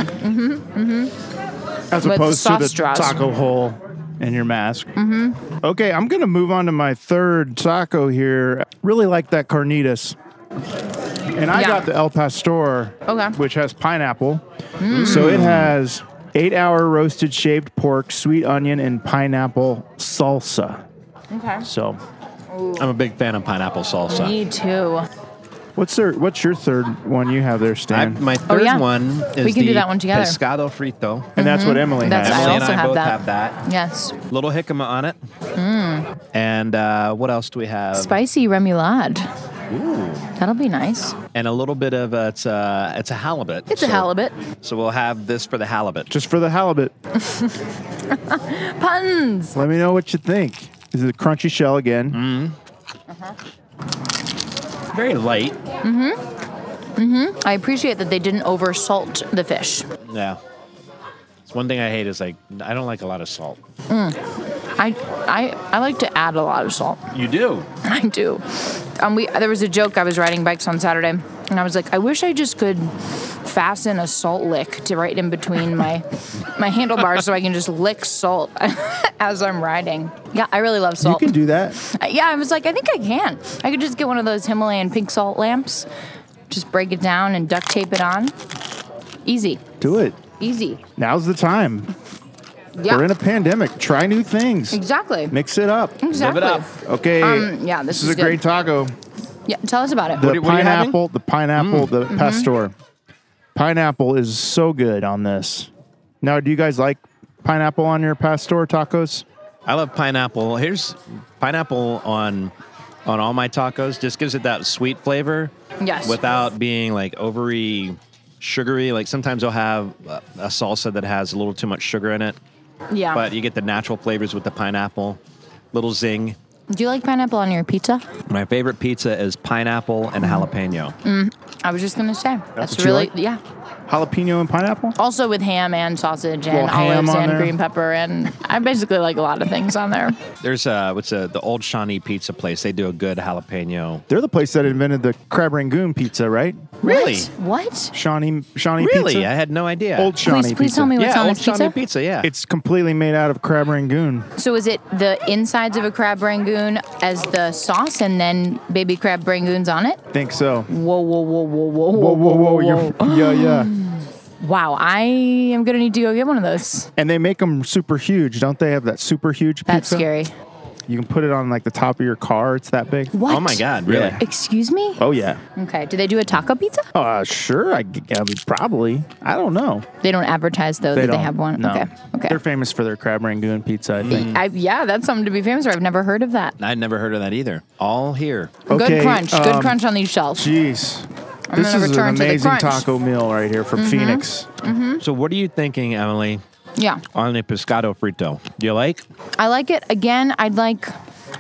Speaker 1: as
Speaker 2: With
Speaker 1: opposed to
Speaker 2: soft
Speaker 1: the
Speaker 2: straws.
Speaker 1: taco hole in your mask. Mm-hmm. Okay, I'm gonna move on to my third taco here. Really like that carnitas, and I
Speaker 2: Yeah.
Speaker 1: got the El Pastor,
Speaker 2: Okay. Mm.
Speaker 1: which has pineapple. So it has eight-hour roasted shaved pork, sweet onion, and pineapple salsa.
Speaker 2: Okay.
Speaker 1: So,
Speaker 3: I'm a big fan of pineapple salsa.
Speaker 2: Me too.
Speaker 1: what's their what's your third one you have there,
Speaker 3: I,
Speaker 1: Stan?
Speaker 3: my third
Speaker 2: Oh, yeah.
Speaker 3: one is
Speaker 2: We can do
Speaker 3: the
Speaker 2: that one together.
Speaker 3: Pescado frito.
Speaker 1: and that's what Emily
Speaker 2: Mm-hmm. That's-
Speaker 1: has.
Speaker 2: I
Speaker 3: Emily and
Speaker 2: also
Speaker 3: I
Speaker 2: have
Speaker 3: both
Speaker 2: that.
Speaker 3: have that.
Speaker 2: Yes.
Speaker 3: Little jicama on it.
Speaker 2: Mm.
Speaker 3: And uh, what else do we have?
Speaker 2: Spicy remoulade.
Speaker 3: Ooh.
Speaker 2: That'll be nice.
Speaker 3: and a little bit of uh, it's a it's a halibut.
Speaker 2: It's a
Speaker 3: So-
Speaker 2: halibut.
Speaker 3: So we'll have this for the halibut.
Speaker 1: Just for the halibut.
Speaker 2: Puns.
Speaker 1: Let me know what you think. This is a crunchy shell again.
Speaker 3: Very light.
Speaker 2: I appreciate that they didn't over salt the fish.
Speaker 3: Yeah. It's one thing I hate is like I don't like a lot of salt.
Speaker 2: I, I, I like to add a lot of salt.
Speaker 3: You do.
Speaker 2: I do. Um, we there was a joke. I was riding bikes on Saturday, and I was like, I wish I just could fasten a salt lick to right in between my my handlebars, so I can just lick salt as I'm riding. Yeah, I really love
Speaker 1: You
Speaker 2: salt. Uh,
Speaker 1: can do that.
Speaker 2: yeah, I was like, I think I can. I could just get one of those Himalayan pink salt lamps, just break it down and duct tape it on. Easy,
Speaker 1: Do it.
Speaker 2: easy.
Speaker 1: Now's the time.
Speaker 2: Yeah,
Speaker 1: We're in a pandemic. Try new things.
Speaker 2: exactly.
Speaker 1: Mix it up.
Speaker 2: Exactly.
Speaker 3: up.
Speaker 1: Okay.
Speaker 2: Hmm. Um, yeah, this
Speaker 1: is,
Speaker 2: is
Speaker 1: a great
Speaker 2: good.
Speaker 1: taco.
Speaker 2: Yeah, tell us about it.
Speaker 1: The
Speaker 3: you- what are you having?
Speaker 1: pineapple, the pineapple, the pastor. Pineapple is so good on this. Now, do you guys like pineapple on your pastor tacos?
Speaker 3: I love pineapple. Here's pineapple on on all my tacos. Just gives it that sweet flavor.
Speaker 2: Yes.
Speaker 3: Without being like overly sugary. Like sometimes I'll have a, a salsa that has a little too much sugar in it,
Speaker 2: yeah.
Speaker 3: but you get the natural flavors with the pineapple. Little zing.
Speaker 2: Do you like pineapple on your pizza?
Speaker 3: My favorite pizza is pineapple and jalapeno.
Speaker 2: I was just gonna say that's,
Speaker 1: what you
Speaker 2: really
Speaker 1: like?
Speaker 2: yeah.
Speaker 1: Jalapeno and pineapple?
Speaker 2: Also with ham and sausage and
Speaker 1: Little ham
Speaker 2: olives
Speaker 1: on
Speaker 2: and
Speaker 1: there.
Speaker 2: green pepper and I basically like a lot of things on there.
Speaker 3: There's a what's a the old Shawnee pizza place. They do a good jalapeno.
Speaker 1: They're the place that invented the crab rangoon pizza, right?
Speaker 3: Really?
Speaker 2: What?
Speaker 1: Shawnee Shawnee
Speaker 3: Really?
Speaker 1: pizza.
Speaker 3: I had no idea.
Speaker 1: Old Shawnee
Speaker 2: please
Speaker 1: pizza.
Speaker 2: tell me what- What's
Speaker 3: yeah,
Speaker 2: on
Speaker 3: old
Speaker 2: this
Speaker 3: Shawnee
Speaker 2: pizza?
Speaker 3: pizza. Yeah.
Speaker 1: It's completely made out of crab rangoon.
Speaker 2: what? So is it the insides of a crab rangoon as the sauce and then baby crab rangoons on it?
Speaker 1: Think so.
Speaker 2: Whoa, whoa, whoa, whoa, whoa,
Speaker 1: Whoa, whoa, whoa! You're, yeah, yeah.
Speaker 2: Wow, I am gonna need to go get one of those.
Speaker 1: And they make them super huge, don't they? Have that super huge pizza.
Speaker 2: That's scary.
Speaker 1: You can put it on like the top of your car. It's that big.
Speaker 2: What?
Speaker 3: Oh my god! Really?
Speaker 1: Yeah.
Speaker 2: Excuse me?
Speaker 1: Oh yeah.
Speaker 2: Okay. Do they do a taco pizza?
Speaker 1: Uh, sure. I g- um, probably. I don't know.
Speaker 2: They don't advertise though
Speaker 1: They
Speaker 2: that
Speaker 1: don't.
Speaker 2: they have one.
Speaker 1: No.
Speaker 2: Okay. Okay.
Speaker 1: They're famous for their crab rangoon pizza. I think.
Speaker 2: I, yeah, that's something to be famous for. I've never heard of that.
Speaker 3: I'd never heard of that either. All here.
Speaker 1: Okay,
Speaker 2: Good crunch. Good
Speaker 1: um,
Speaker 2: crunch on these shelves.
Speaker 1: Jeez.
Speaker 2: I'm
Speaker 1: This is
Speaker 2: gonna
Speaker 1: an
Speaker 2: return to the
Speaker 1: amazing
Speaker 2: crunch. Mm-hmm.
Speaker 1: taco meal right here from Phoenix.
Speaker 2: Mm.
Speaker 3: So, what are you thinking, Emily,
Speaker 2: yeah.
Speaker 3: on the pescado frito? Do you like?
Speaker 2: I like it. Again, I'd like.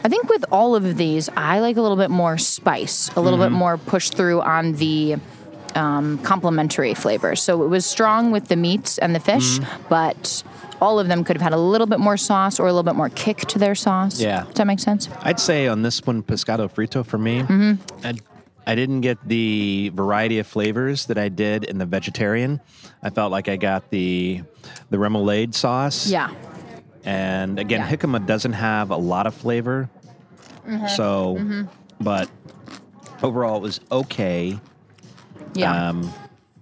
Speaker 2: I think with all of these, I like a little bit more spice, a little
Speaker 1: Mm-hmm.
Speaker 2: bit more push through on the um, complementary flavors. So it was strong with the meats and the fish,
Speaker 1: Mm-hmm.
Speaker 2: but all of them could have had a little bit more sauce or a little bit more kick to their sauce.
Speaker 3: Yeah.
Speaker 2: Does that make sense?
Speaker 3: I'd say on this one, pescado frito for me.
Speaker 2: Mm-hmm.
Speaker 3: I, I didn't get the variety of flavors that I did in the vegetarian. I felt like I got the the remoulade sauce.
Speaker 2: Yeah.
Speaker 3: And again,
Speaker 2: Yeah. Mm-hmm.
Speaker 3: jicama doesn't have a lot of flavor. So, but overall, it was okay.
Speaker 2: Yeah.
Speaker 3: Um,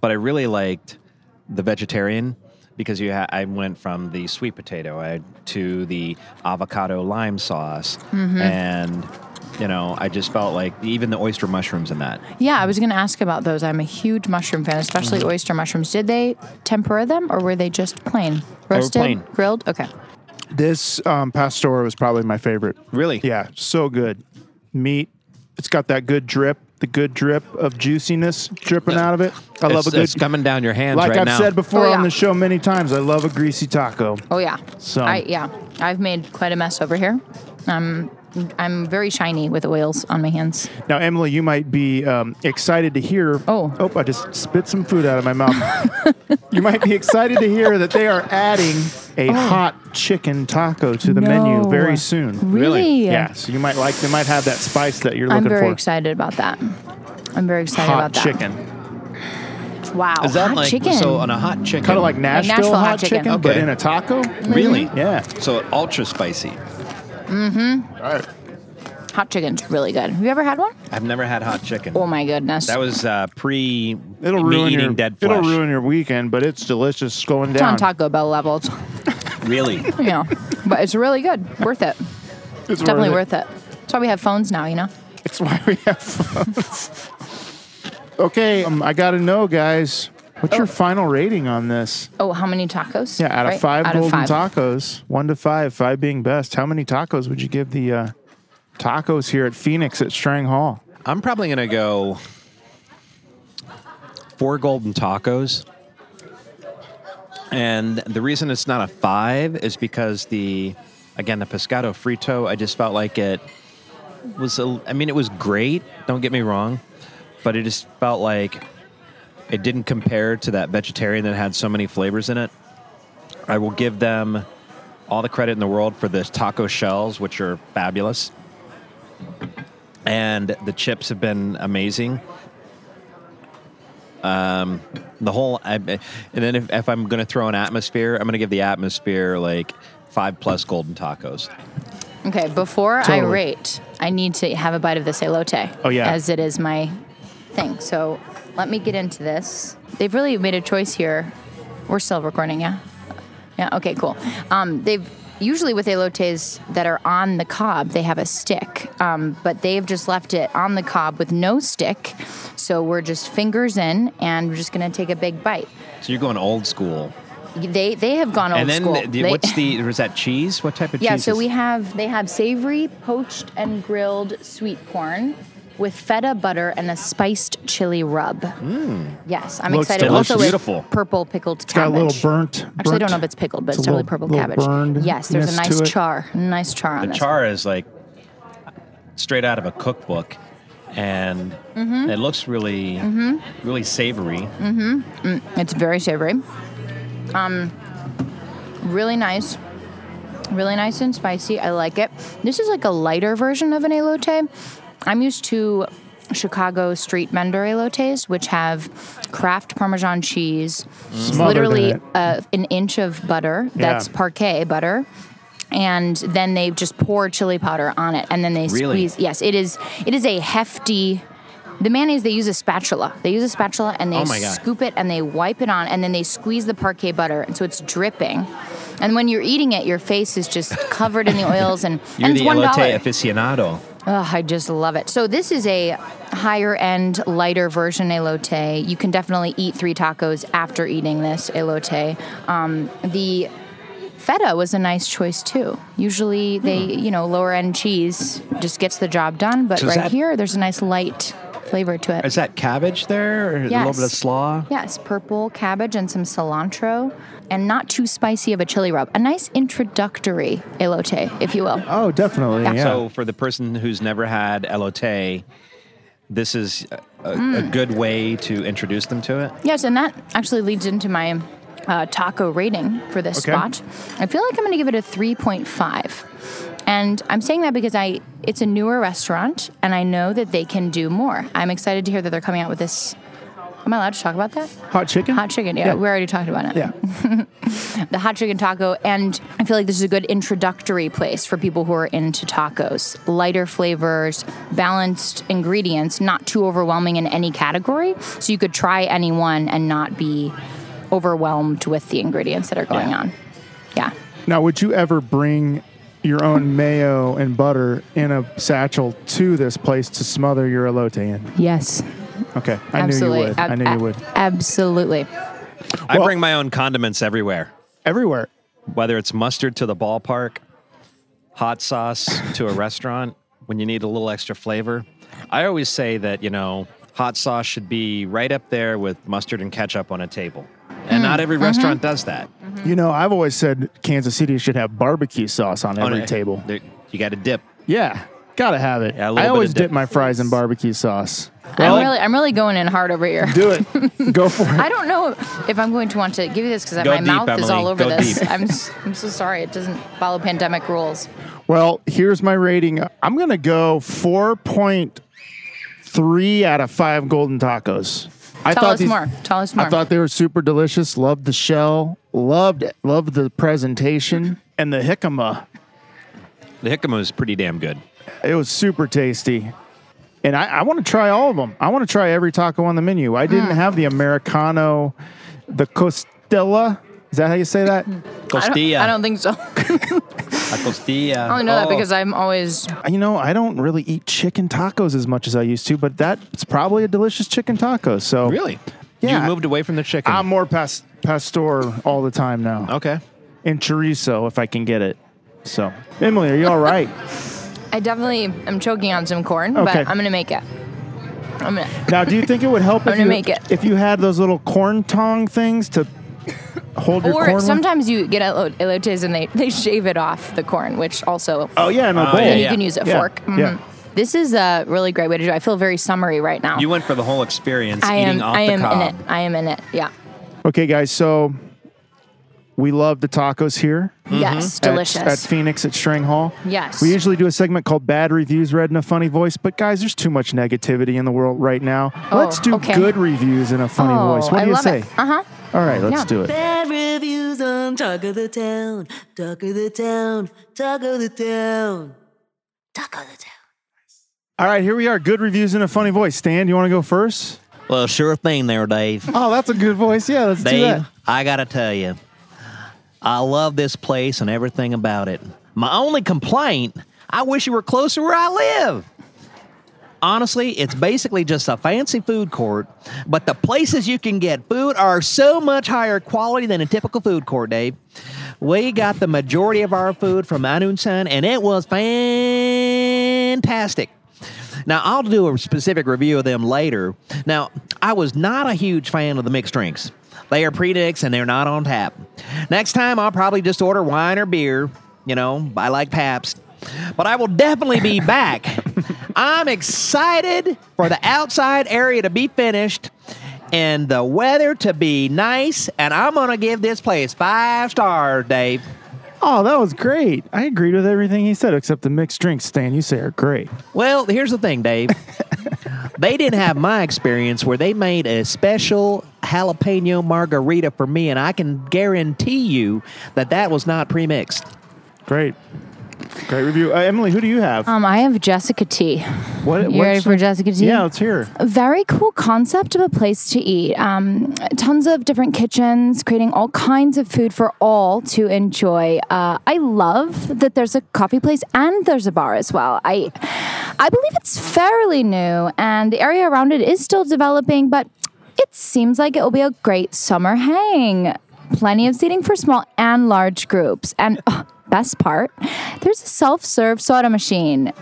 Speaker 3: but I really liked the vegetarian because you ha- I went from the sweet potato I, to the avocado lime sauce,
Speaker 2: Mm-hmm.
Speaker 3: and you know I just felt like even the oyster mushrooms in that.
Speaker 2: yeah, I was going to ask about those. I'm a huge mushroom fan, especially oyster mushrooms. Did they tempura them or were they just plain? Roasted?
Speaker 3: plain.
Speaker 2: Grilled? Okay.
Speaker 1: This um, pastor was probably my favorite.
Speaker 3: Really?
Speaker 1: Yeah, so good. Meat. It's got that good drip, the good drip of juiciness dripping out of it. I love
Speaker 3: it's,
Speaker 1: a good.
Speaker 3: it's coming down your hands
Speaker 1: like
Speaker 3: right
Speaker 1: I've
Speaker 3: now.
Speaker 1: said before
Speaker 2: Oh,
Speaker 1: on
Speaker 2: yeah.
Speaker 1: the show many times, I love a greasy taco.
Speaker 2: Oh yeah.
Speaker 1: So-
Speaker 2: I yeah, I've made quite a mess over here. Um, I'm very shiny with oils on my hands.
Speaker 1: Now, Emily, you might be um, excited to hear.
Speaker 2: Oh.
Speaker 1: oh, I just spit some food out of my mouth. you might be excited to hear that they are adding a hot chicken taco to the menu
Speaker 2: Oh. No.
Speaker 1: very soon.
Speaker 2: Really? Really?
Speaker 1: Yeah. So you might like. They might have that spice that you're
Speaker 2: I'm
Speaker 1: looking
Speaker 2: very
Speaker 1: for.
Speaker 2: excited about that. I'm very excited
Speaker 1: Hot
Speaker 2: about that.
Speaker 1: chicken,
Speaker 2: Wow.
Speaker 3: Is that
Speaker 2: hot
Speaker 3: like
Speaker 2: chicken. Mm-hmm.
Speaker 3: so on a hot chicken?
Speaker 1: kind of like Nashville,
Speaker 2: Nashville
Speaker 1: hot,
Speaker 2: hot
Speaker 1: chicken,
Speaker 2: chicken.
Speaker 1: but
Speaker 3: Okay.
Speaker 1: in a taco.
Speaker 3: really?
Speaker 1: Yeah.
Speaker 3: So ultra spicy.
Speaker 2: hot chicken's really good. Have you ever had one?
Speaker 3: I've never had hot chicken.
Speaker 2: Oh my goodness.
Speaker 3: That was uh, pre
Speaker 1: It'll
Speaker 3: me
Speaker 1: ruin
Speaker 3: eating
Speaker 1: your
Speaker 3: dead flesh.
Speaker 1: it'll ruin your weekend, but it's delicious. It's going
Speaker 2: it's
Speaker 1: down.
Speaker 2: on Taco Bell levels.
Speaker 3: Really?
Speaker 2: You know, but it's really good. Worth it.
Speaker 1: It's
Speaker 2: Definitely worth it. That's why we have phones now. You know.
Speaker 1: It's why we have phones. okay, um, I gotta know, guys. What's your final rating on this?
Speaker 2: Oh, how many tacos?
Speaker 1: Yeah, out of
Speaker 2: Oh. Right?
Speaker 1: five
Speaker 2: Out of
Speaker 1: golden
Speaker 2: five.
Speaker 1: tacos, one to five, five being best. How many tacos would you give the uh, tacos here at Phoenix at Strang Hall?
Speaker 3: I'm probably gonna go four golden tacos. And the reason it's not a five is because the again the pescado frito, I just felt like it was a, I mean it was great, don't get me wrong, but it just felt like it didn't compare to that vegetarian that had so many flavors in it. I will give them all the credit in the world for the taco shells, which are fabulous and the chips have been amazing. Um, the whole, I, and then if, if I'm going to throw an atmosphere, I'm going to give the atmosphere like five plus golden tacos.
Speaker 2: Okay, before I
Speaker 1: Totally.
Speaker 2: rate, I need to have a bite of this elote.
Speaker 1: Oh, yeah.
Speaker 2: As it is my thing. So let me get into this. They've really made a choice here. We're still recording, yeah? Yeah, okay, cool. Um, they've usually with elotes that are on the cob, they have a stick, um, but they've just left it on the cob with no stick. So we're just fingers in and we're just gonna take a big bite.
Speaker 3: So you're going old school.
Speaker 2: They they have gone old
Speaker 3: and then
Speaker 2: school.
Speaker 3: the- the-
Speaker 2: They-
Speaker 3: what's the, was that cheese? What type of
Speaker 2: yeah,
Speaker 3: cheese?
Speaker 2: so
Speaker 3: is-
Speaker 2: we have they have savory poached and grilled sweet corn with feta butter and a spiced chili rub. Yes, I'm
Speaker 1: Mm. Looks
Speaker 2: excited.
Speaker 1: delicious.
Speaker 2: Also with
Speaker 3: Beautiful.
Speaker 2: purple pickled
Speaker 1: Got
Speaker 2: cabbage.
Speaker 1: a little burnt.
Speaker 2: Actually, I don't
Speaker 1: burnt-
Speaker 2: know if it's pickled, but
Speaker 1: it's
Speaker 2: it's,
Speaker 1: a
Speaker 2: definitely
Speaker 1: little-
Speaker 2: purple
Speaker 1: little
Speaker 2: cabbage.
Speaker 1: burned
Speaker 2: yes, there's a
Speaker 1: ness to
Speaker 2: nice
Speaker 1: it.
Speaker 2: char, nice char on
Speaker 3: the
Speaker 2: this.
Speaker 3: char is like straight out of a cookbook. And
Speaker 2: Mm-hmm.
Speaker 3: it looks really, really savory.
Speaker 2: It's very savory. Um, really nice. Really nice and spicy. I like it. This is like a lighter version of an elote. I'm used to Chicago street vendor elotes, which have Kraft Parmesan cheese,
Speaker 1: Smothered
Speaker 2: literally
Speaker 1: in it.
Speaker 2: uh, an inch of butter that's
Speaker 1: Yeah.
Speaker 2: parquet butter. And then they just pour chili powder on it, and then they
Speaker 3: Really?
Speaker 2: squeeze. Yes, it is. It is a hefty. The mayonnaise they use a spatula. They use a spatula and they
Speaker 3: Oh my God.
Speaker 2: scoop it and they wipe it on, and then they squeeze the parquet butter, and so it's dripping. And when you're eating it, your face is just covered in the oils, and,
Speaker 3: You're
Speaker 2: and
Speaker 3: the
Speaker 2: it's one dollar.
Speaker 3: elote aficionado.
Speaker 2: Oh, I just love it. So this is a higher end, lighter version elote. You can definitely eat three tacos after eating this elote. Um, the feta was a nice choice too. Usually they, you know, lower end cheese just gets the job done, but
Speaker 3: Hmm. So is
Speaker 2: right
Speaker 3: that-
Speaker 2: here there's a nice light flavor to it.
Speaker 3: Is that cabbage there? Or A little
Speaker 2: Yes.
Speaker 3: bit of slaw?
Speaker 2: Yes, purple cabbage and some cilantro, and not too spicy of a chili rub. A nice introductory elote, if you will.
Speaker 1: Oh, definitely. Yeah.
Speaker 3: So for the person who's never had elote, this is a, a,
Speaker 2: Hmm.
Speaker 3: a good way to introduce them to it.
Speaker 2: Yes, and that actually leads into my uh, taco rating for this
Speaker 1: Okay.
Speaker 2: spot. I feel like I'm going to give it a 3.5. And I'm saying that because I it's a newer restaurant and I know that they can do more. I'm excited to hear that they're coming out with this Am I allowed to talk about that?
Speaker 1: hot chicken.
Speaker 2: Hot chicken. Yeah,
Speaker 1: Yeah.
Speaker 2: we already talked about it.
Speaker 1: Yeah.
Speaker 2: The hot chicken taco and I feel like this is a good introductory place for people who are into tacos. Lighter flavors, balanced ingredients, not too overwhelming in any category, so you could try any one and not be overwhelmed with the ingredients that are going
Speaker 3: Yeah.
Speaker 2: on. Yeah.
Speaker 1: Now, would you ever bring your own mayo and butter in a satchel to this place to smother your elote in?
Speaker 2: Yes.
Speaker 1: Okay, I knew you would. I knew you would.
Speaker 2: Absolutely.
Speaker 3: I
Speaker 1: Well-
Speaker 3: bring my own condiments everywhere,
Speaker 1: Everywhere.
Speaker 3: whether it's mustard to the ballpark, hot sauce to a restaurant when you need a little extra flavor. I always say that, you know, hot sauce should be right up there with mustard and ketchup on a table. And
Speaker 2: Hmm.
Speaker 3: not every
Speaker 2: Mm-hmm.
Speaker 3: restaurant does that.
Speaker 1: You know, I've always said Kansas City should have barbecue sauce on
Speaker 3: On
Speaker 1: every
Speaker 3: a-
Speaker 1: table.
Speaker 3: there- you got to dip.
Speaker 1: Yeah, gotta have it.
Speaker 3: Yeah, a little
Speaker 1: I
Speaker 3: bit of
Speaker 1: always dip.
Speaker 3: dip.
Speaker 1: my fries in barbecue sauce.
Speaker 2: I'm really I'm really going in hard over here.
Speaker 1: Do it. Go for it.
Speaker 2: I don't know if I'm going to want to give you this because
Speaker 3: Go
Speaker 2: my
Speaker 3: deep,
Speaker 2: mouth is
Speaker 3: Emily.
Speaker 2: all over
Speaker 3: Go
Speaker 2: this.
Speaker 3: deep.
Speaker 2: I'm, s- I'm so sorry. It doesn't follow pandemic rules.
Speaker 1: Well, here's my rating. I'm gonna go four point three out of five golden tacos. I
Speaker 2: Tell
Speaker 1: thought
Speaker 2: us
Speaker 1: these-
Speaker 2: more. Tell us more.
Speaker 1: I thought they were super delicious. Loved the shell. Loved it. Loved the presentation and the jicama.
Speaker 3: The jicama is pretty damn good.
Speaker 1: It was super tasty. And I, I want to try all of them. I want to try every taco on the menu. I
Speaker 2: Hmm.
Speaker 1: didn't have the Americano, the Costella. Is that how you say that?
Speaker 2: I don't,
Speaker 3: Costilla.
Speaker 2: I don't think so.
Speaker 3: A costilla. Oh,
Speaker 2: I only know
Speaker 1: Oh.
Speaker 2: that because I'm always
Speaker 1: You know, I don't really eat chicken tacos as much as I used to, but that's probably a delicious chicken taco. So
Speaker 3: Really?
Speaker 1: Yeah.
Speaker 3: You moved away from the chicken.
Speaker 1: I'm more pas- pastor all the time now.
Speaker 2: Oh.
Speaker 3: okay.
Speaker 1: And chorizo if I can get it. So, Emily, are you all right?
Speaker 2: I definitely am choking on some corn, but
Speaker 1: Okay.
Speaker 2: I'm gonna make it. I'm gonna
Speaker 1: Now, do you think it would help if
Speaker 2: gonna
Speaker 1: you,
Speaker 2: make it.
Speaker 1: if you had those little corn tong things to hold your corn?
Speaker 2: or
Speaker 1: with?
Speaker 2: sometimes you get elo- elotes and they, they shave it off the corn, which also
Speaker 1: oh yeah, in a
Speaker 3: Oh,
Speaker 1: bowl.
Speaker 3: yeah,
Speaker 2: and you
Speaker 3: yeah.
Speaker 2: can use a
Speaker 1: Yeah,
Speaker 2: fork. Mhm.
Speaker 1: yeah.
Speaker 2: This is a really great way to do it. I feel very summery right now.
Speaker 3: You went for the whole experience
Speaker 2: I
Speaker 3: eating
Speaker 2: am
Speaker 3: off
Speaker 2: I
Speaker 3: the
Speaker 2: am
Speaker 3: cob.
Speaker 2: in it. I am in it. Yeah.
Speaker 1: Okay, guys. So we love the tacos here.
Speaker 2: Yes.
Speaker 1: Mm-hmm. at-
Speaker 2: Delicious.
Speaker 1: At, Phoenix at String Hall.
Speaker 2: Yes.
Speaker 1: We usually do a segment called Bad Reviews Read in a Funny Voice, but guys, there's too much negativity in the world right now. let's do
Speaker 2: Oh, okay.
Speaker 1: good reviews in a funny
Speaker 2: oh,
Speaker 1: voice. What
Speaker 2: I
Speaker 1: do you
Speaker 2: love
Speaker 1: say?
Speaker 2: it. Uh huh.
Speaker 1: All right, let's
Speaker 2: Yeah.
Speaker 1: do it.
Speaker 5: Bad reviews on Talk of the Town, Talk of the Town, Talk of the Town, Talk of the Town.
Speaker 1: All right, here we are. Good reviews in a funny voice. Stan, you want to go first?
Speaker 6: Well, sure thing there, Dave.
Speaker 1: Oh, that's a good voice. Yeah, let's do
Speaker 6: Dave,
Speaker 1: that.
Speaker 6: I gotta tell you, I love this place and everything about it. My only complaint, I wish you were closer where I live. Honestly, it's basically just a fancy food court, but the places you can get food are so much higher quality than a typical food court, Dave. We got the majority of our food from Anunsan, and it was fantastic. Now, I'll do a specific review of them later. Now, I was not a huge fan of the mixed drinks. They are predicts and they're not on tap. Next time, I'll probably just order wine or beer. You know, I like Pabst. But I will definitely be back. I'm excited for the outside area to be finished and the weather to be nice. And I'm going to give this place five stars, Dave.
Speaker 1: Oh, that was great. I agreed with everything he said except the mixed drinks, Stan. You say are great.
Speaker 6: Well, here's the thing, Dave. They didn't have my experience where they made a special jalapeno margarita for me, and I can guarantee you that that was not pre-mixed.
Speaker 1: Great. Great review. Uh, Emily, who do you have?
Speaker 2: Um, I have Jessica T.
Speaker 1: what,
Speaker 2: you ready for Jessica T?
Speaker 1: Yeah, let's hear.
Speaker 7: A very cool concept of a place to eat. Um, tons of different kitchens, creating all kinds of food for all to enjoy. Uh, I love that there's a coffee place and there's a bar as well. I, I believe it's fairly new, and the area around it is still developing, but it seems like it will be a great summer hang. Plenty of seating for small and large groups, and oh, best part, there's a self-serve soda machine.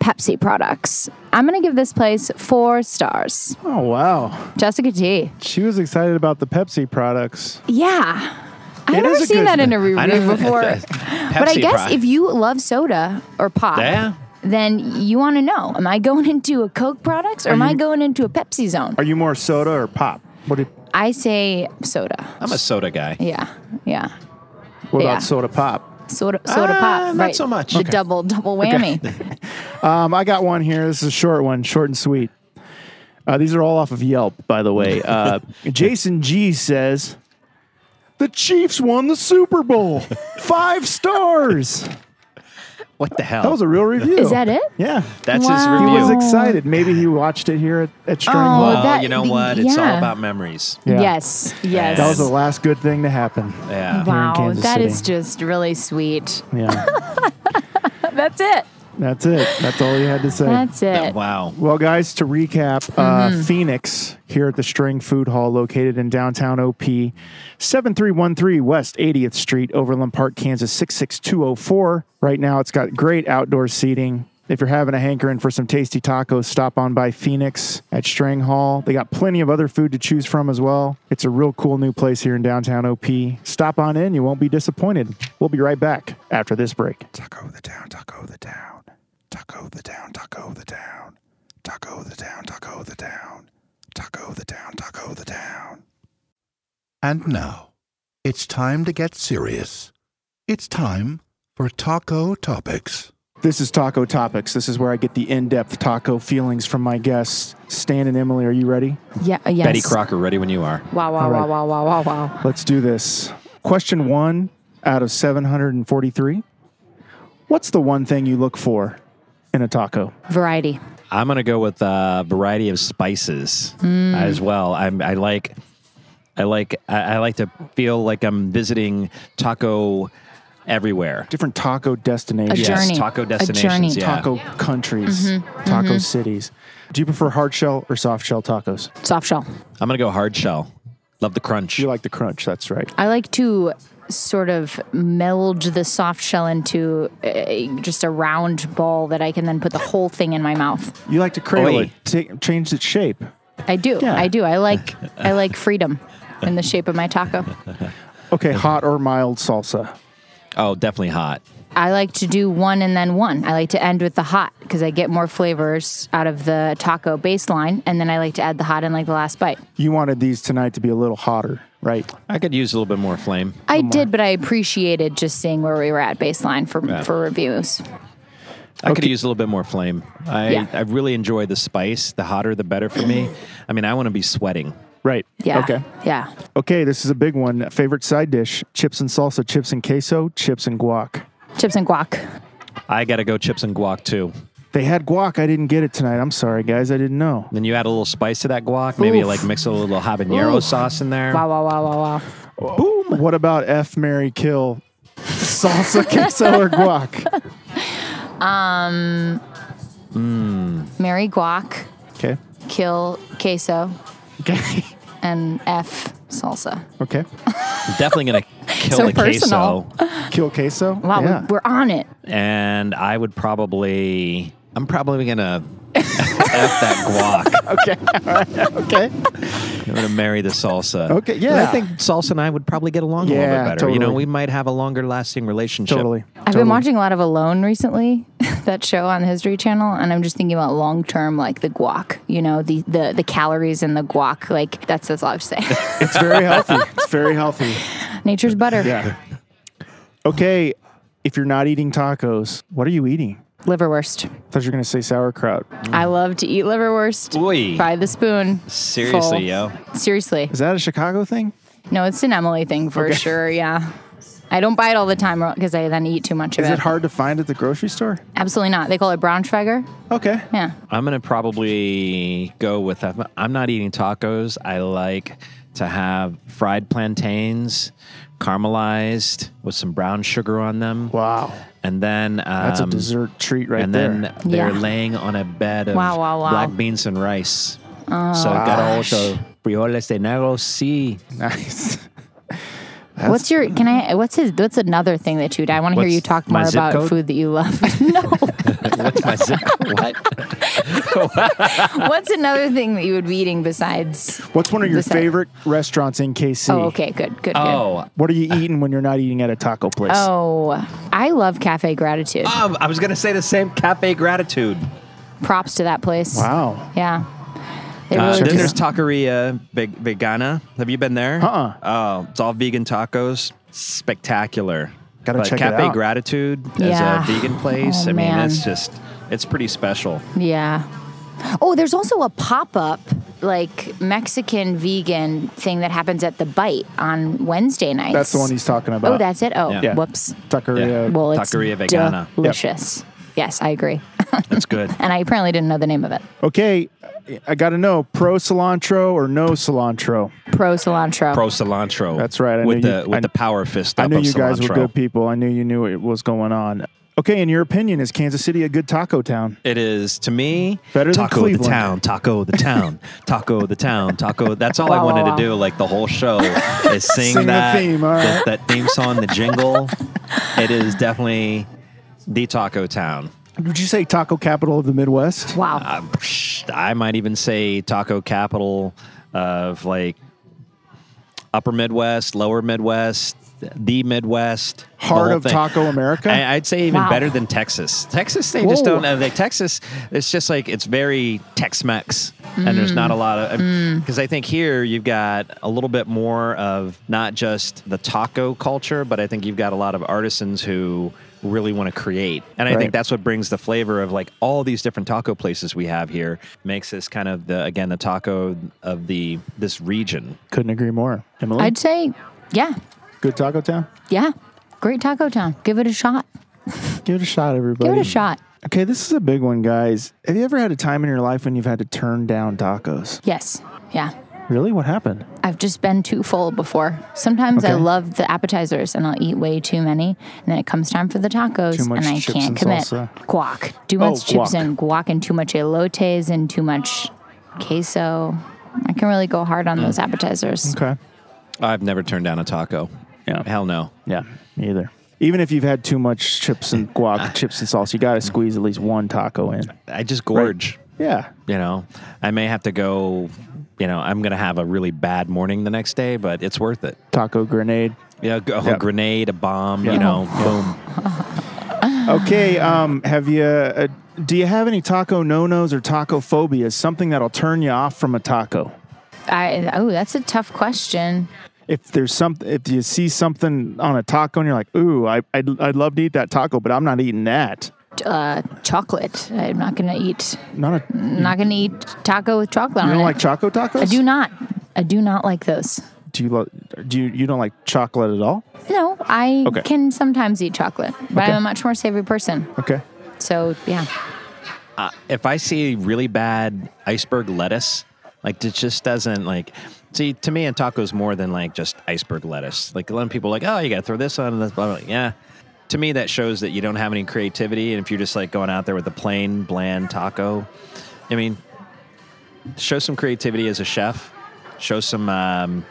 Speaker 7: Pepsi products. I'm going to give this place four stars.
Speaker 1: Oh, wow.
Speaker 2: Jessica T.
Speaker 1: She was excited about the Pepsi products.
Speaker 7: Yeah. I've
Speaker 1: It
Speaker 7: never
Speaker 1: is a
Speaker 7: seen
Speaker 1: good-
Speaker 7: that in a review
Speaker 3: I know.
Speaker 7: before.
Speaker 3: but
Speaker 7: but I guess if you love soda or pop,
Speaker 3: Yeah.
Speaker 7: then you want to know am I going into a Coke products or am I going into a Pepsi zone?
Speaker 1: Are you more soda or pop? What, do,
Speaker 7: I say soda.
Speaker 3: I'm a soda guy.
Speaker 7: Yeah. Yeah.
Speaker 1: what
Speaker 7: Yeah.
Speaker 1: about soda pop?
Speaker 7: Soda, soda
Speaker 3: Ah,
Speaker 7: pop.
Speaker 3: not
Speaker 7: right.
Speaker 3: so much.
Speaker 7: The
Speaker 3: Okay.
Speaker 7: double, double whammy.
Speaker 1: Um, I got one here. This is a short one, short and sweet. Uh, these are all off of Yelp, by the way. Uh, Jason G says, The Chiefs won the Super Bowl. Five stars.
Speaker 3: What the hell?
Speaker 1: That was a real review.
Speaker 7: Is that it?
Speaker 1: Yeah.
Speaker 3: That's
Speaker 7: Wow.
Speaker 1: He
Speaker 3: his
Speaker 1: was
Speaker 7: Oh.
Speaker 3: review.
Speaker 1: excited. Maybe he watched it here at, at String.
Speaker 7: Oh,
Speaker 1: Live.
Speaker 3: well,
Speaker 7: that-
Speaker 3: you know what? It's all
Speaker 7: yeah.
Speaker 3: about memories.
Speaker 1: Yeah.
Speaker 2: Yes. Yes.
Speaker 1: That was the last good thing to happen.
Speaker 3: Yeah.
Speaker 2: wow.
Speaker 1: Kansas
Speaker 2: That
Speaker 1: City.
Speaker 2: is just really sweet.
Speaker 1: Yeah.
Speaker 2: That's it.
Speaker 1: That's it. That's all you had to say.
Speaker 2: That's it.
Speaker 3: Wow.
Speaker 1: Well, guys, to recap, uh, Phoenix here at the String Food Hall, located in downtown OP, 7313 West 80th Street, Overland Park, Kansas, 66204. Right now, it's got great outdoor seating. If you're having a hankering for some tasty tacos, stop on by Phoenix at String Hall. They got plenty of other food to choose from as well. It's a real cool new place here in downtown OP. Stop on in, you won't be disappointed. We'll be right back after this break. Taco the town, taco the town, taco the town, taco the town. Taco the town, taco the town, taco the town, taco the town.
Speaker 8: And now, it's time to get serious. It's time for Taco Topics.
Speaker 1: This is Taco Topics. This is where I get the in-depth taco feelings from my guests. Stan and Emily, are you ready?
Speaker 2: Yeah. uh, Yes.
Speaker 3: Betty Crocker, ready when you are.
Speaker 2: Wow. Wow.
Speaker 1: All right.
Speaker 2: Wow. Wow. Wow. Wow. Wow.
Speaker 1: Let's do this. Question one out of 743. What's the one thing you look for in a taco?
Speaker 2: Variety.
Speaker 3: I'm gonna go with a variety of spices
Speaker 2: Mm.
Speaker 3: as well. I'm, I like, I like, I, I like to feel like I'm visiting taco everywhere.
Speaker 1: Different taco destinations.
Speaker 2: A
Speaker 3: Yes,
Speaker 2: journey.
Speaker 3: taco
Speaker 2: A
Speaker 3: destinations.
Speaker 2: journey.
Speaker 3: Yeah.
Speaker 1: Taco countries, taco cities. Do you prefer hard shell or soft shell tacos?
Speaker 2: Soft shell.
Speaker 3: I'm gonna go hard shell. Love the crunch.
Speaker 1: You like the crunch, that's right.
Speaker 2: I like to sort of meld the soft shell into a, just a round ball that I can then put the whole thing in my mouth.
Speaker 1: You like to cradle
Speaker 3: Oi.
Speaker 1: it, take, change its shape.
Speaker 2: I do.
Speaker 1: Yeah.
Speaker 2: I do. I like I like freedom in the shape of my taco.
Speaker 1: Okay,
Speaker 3: Mm-hmm.
Speaker 1: hot or mild salsa.
Speaker 3: oh, definitely hot.
Speaker 2: I like to do one and then one. I like to end with the hot because I get more flavors out of the taco baseline, and then I like to add the hot in like the last bite.
Speaker 1: You wanted these tonight to be a little hotter, right?
Speaker 3: I could use a little bit more flame.
Speaker 2: I did, but I appreciated just seeing where we were at baseline for for reviews.
Speaker 3: I could use a little bit more flame. I,
Speaker 2: Yeah.
Speaker 3: I really enjoy the spice. The hotter, the better for me. I mean, I want to be sweating.
Speaker 1: Right.
Speaker 2: Yeah.
Speaker 1: Okay.
Speaker 2: Yeah.
Speaker 1: Okay, this is a big one. Favorite side dish: chips and salsa, chips and queso, chips and guac.
Speaker 2: Chips and guac.
Speaker 3: I got to go chips and guac too.
Speaker 1: They had guac. I didn't get it tonight. I'm sorry, guys. I didn't know.
Speaker 3: Then you add a little spice to that guac. Maybe
Speaker 2: Oof.
Speaker 3: like mix a little habanero sauce in there.
Speaker 2: Wow. Wow. Wow. Wow. Wow.
Speaker 1: Boom. What about F Mary Kill? Salsa, queso, or guac?
Speaker 2: Mary guac.
Speaker 1: Okay.
Speaker 2: kill queso
Speaker 1: Okay.
Speaker 2: and F salsa.
Speaker 1: Okay.
Speaker 3: Definitely gonna kill
Speaker 2: So
Speaker 3: the
Speaker 2: personal.
Speaker 3: queso.
Speaker 1: Kill queso.
Speaker 2: Wow,
Speaker 1: Yeah.
Speaker 2: we, we're on it.
Speaker 3: And I would probably, I'm probably gonna f that guac.
Speaker 1: okay.
Speaker 3: I'm gonna marry the salsa.
Speaker 1: Okay,
Speaker 3: And
Speaker 1: yeah.
Speaker 3: I think salsa and I would probably get along a little
Speaker 1: Yeah,
Speaker 3: bit better. You know,
Speaker 1: totally.
Speaker 3: we might have a longer lasting relationship.
Speaker 1: Totally.
Speaker 2: I've been watching a lot of Alone recently, that show on the History Channel, and I'm just thinking about long term, like the guac. You know, the the, the calories in the guac. Like that's that's all I'm saying.
Speaker 1: It's very healthy. It's very healthy.
Speaker 2: Nature's butter.
Speaker 1: Yeah. Okay. If you're not eating tacos, what are you eating?
Speaker 2: Liverwurst.
Speaker 1: thought you were going to say sauerkraut.
Speaker 2: I love to eat liverwurst
Speaker 3: Oy.
Speaker 2: by the spoon.
Speaker 3: Seriously,
Speaker 2: Full.
Speaker 3: yo.
Speaker 2: Seriously.
Speaker 1: Is that a Chicago thing?
Speaker 2: No, it's an Emily thing for sure. Yeah. I don't buy it all the time because I then eat too much of
Speaker 1: Is
Speaker 2: it.
Speaker 1: it hard to find at the grocery store?
Speaker 2: Absolutely not. They call it Braunschweiger.
Speaker 1: Okay.
Speaker 2: Yeah.
Speaker 3: I'm gonna probably go with. I'm- I'm not eating tacos. I like to have fried plantains, caramelized with some brown sugar on them,
Speaker 1: Wow.
Speaker 3: and then um,
Speaker 1: That's a dessert treat right
Speaker 3: and
Speaker 1: there.
Speaker 3: then they're
Speaker 2: Yeah.
Speaker 3: laying on a bed of
Speaker 2: Wow, wow, wow.
Speaker 3: black beans and rice. so I've got all the frijoles de negro si.
Speaker 1: nice.
Speaker 2: what's your? Can I? What's his? What's another thing that you? eat? I want to hear
Speaker 3: What's
Speaker 2: you talk
Speaker 3: my
Speaker 2: more
Speaker 3: zip
Speaker 2: about
Speaker 3: code?
Speaker 2: food that you love. no.
Speaker 3: What's my zip? what?
Speaker 2: what's another thing that you would be eating besides?
Speaker 1: What's one of your
Speaker 2: The same.
Speaker 1: favorite restaurants in KC?
Speaker 2: Oh, okay. Good. Good. Good.
Speaker 3: Oh,
Speaker 1: What are you eating when you're not eating at a taco place?
Speaker 2: Oh, I love Cafe Gratitude.
Speaker 3: um, I was gonna say the same. Cafe gratitude.
Speaker 2: Props to that place.
Speaker 1: Wow.
Speaker 2: Yeah. They
Speaker 3: Uh,
Speaker 2: really
Speaker 3: then
Speaker 2: do.
Speaker 3: there's Taqueria Veg- Vegana. Have you been there?
Speaker 1: Uh-uh.
Speaker 3: Oh, it's all vegan tacos. Spectacular.
Speaker 1: Gotta
Speaker 3: but
Speaker 1: check it
Speaker 3: Cafe
Speaker 1: out.
Speaker 3: Gratitude
Speaker 2: Yeah.
Speaker 3: is a vegan place.
Speaker 2: Oh,
Speaker 3: I mean,
Speaker 2: man.
Speaker 3: it's just, it's pretty special.
Speaker 2: Yeah. Oh, there's also a pop up like Mexican vegan thing that happens at the Bite on Wednesday nights.
Speaker 1: That's the one he's talking about.
Speaker 2: Oh, that's it. Oh,
Speaker 3: Yeah.
Speaker 2: whoops.
Speaker 1: Taqueria.
Speaker 2: Well, it's
Speaker 3: Taqueria Vegana. Yep.
Speaker 2: delicious. Yes, I agree.
Speaker 3: That's good.
Speaker 2: and I apparently didn't know the name of it.
Speaker 1: Okay, I got to know pro cilantro or no cilantro.
Speaker 2: Pro cilantro.
Speaker 3: Pro cilantro.
Speaker 1: That's right. I
Speaker 3: with
Speaker 1: knew
Speaker 3: the
Speaker 1: you-
Speaker 3: with
Speaker 1: I-
Speaker 3: the power fist up
Speaker 1: I knew
Speaker 3: of
Speaker 1: you guys
Speaker 3: cilantro.
Speaker 1: were good people. I knew you knew what was going on. Okay, in your opinion, is Kansas City a good taco town?
Speaker 3: It is to me
Speaker 1: Better than
Speaker 3: taco the
Speaker 1: Cleveland.
Speaker 3: town, taco the town, taco the town, taco. That's all I
Speaker 2: Wow,
Speaker 3: wanted
Speaker 2: wow,
Speaker 3: to do. Like the whole show is sing,
Speaker 1: Sing the
Speaker 3: that
Speaker 1: theme, all
Speaker 3: that-
Speaker 1: right.
Speaker 3: that theme song, the jingle. it is definitely the taco town.
Speaker 1: Would you say taco capital of the Midwest?
Speaker 2: wow.
Speaker 3: Uh, psh, I might even say taco capital of like upper Midwest, lower Midwest, the Midwest, the
Speaker 1: Heart
Speaker 3: whole
Speaker 1: of Taco America?
Speaker 3: I, I'd say even
Speaker 2: Wow.
Speaker 3: better than Texas. Texas, they just
Speaker 1: Whoa.
Speaker 3: don't. Uh, like Texas, it's just like it's very Tex-Mex, and there's not a lot of because I think here you've got a little bit more of not just the taco culture, but I think you've got a lot of artisans who really want to create, and I
Speaker 1: Right.
Speaker 3: think that's what brings the flavor of like all these different taco places we have here makes this kind of the again the taco of the this region.
Speaker 1: Couldn't agree more. Emily,
Speaker 2: I'd say, yeah,
Speaker 1: good taco town.
Speaker 2: yeah. Great taco town. Give it a shot.
Speaker 1: Give it a shot, everybody.
Speaker 2: Give it a shot.
Speaker 1: Okay, this is a big one, guys. Have you ever had a time in your life when you've had to turn down tacos?
Speaker 2: Yes. Yeah.
Speaker 1: Really? What happened?
Speaker 2: I've just been too full before. Sometimes I
Speaker 1: Okay.
Speaker 2: love the appetizers and I'll eat way too many. And then it comes time for the tacos
Speaker 1: Too much
Speaker 2: and I
Speaker 1: chips
Speaker 2: can't
Speaker 1: and
Speaker 2: commit.
Speaker 1: salsa.
Speaker 2: Guac. Too
Speaker 1: Oh,
Speaker 2: much chips
Speaker 1: guac.
Speaker 2: and guac and too much elotes and too much queso. I can really go hard
Speaker 1: Mm.
Speaker 2: on those appetizers.
Speaker 1: Okay.
Speaker 3: I've never turned down a taco.
Speaker 1: Yeah.
Speaker 3: Hell no.
Speaker 1: Yeah, me either. Even if you've had too much chips and guac, chips and salsa, you got to squeeze at least one taco in.
Speaker 3: I just gorge.
Speaker 1: Yeah.
Speaker 3: you know i may have to go you know i'm gonna have a really bad morning the next day but it's worth it
Speaker 1: Taco grenade.
Speaker 3: yeah go-
Speaker 1: Yeah.
Speaker 3: a grenade a bomb
Speaker 1: Yeah.
Speaker 3: you know boom
Speaker 1: Okay. Um, have you? Uh, do you have any taco no nos or taco phobias? Something that'll turn you off from a taco?
Speaker 2: I oh, that's a tough question.
Speaker 1: If there's something, if you see something on a taco and you're like, "Ooh, I, I'd, I'd love to eat that taco, but I'm not eating that."
Speaker 2: Uh, chocolate. I'm not gonna eat.
Speaker 1: Not a. You
Speaker 2: I'm not gonna eat taco with chocolate on
Speaker 1: don't
Speaker 2: it.
Speaker 1: like choco tacos?
Speaker 2: I do not. I do not like those.
Speaker 1: Do you? Lo- do you? You don't like chocolate at all?
Speaker 2: No, I
Speaker 1: Okay.
Speaker 2: can sometimes eat chocolate, but
Speaker 1: Okay.
Speaker 2: I'm a much more savory person.
Speaker 1: Okay.
Speaker 2: So yeah,
Speaker 3: if i see really bad iceberg lettuce like it just doesn't like see to me a taco's more than like just iceberg lettuce like a lot of people are like oh you gotta throw this on and this blah, blah, blah. yeah to me that shows that you don't have any creativity and if you're just like going out there with a plain bland taco i mean show some creativity as a chef show some um,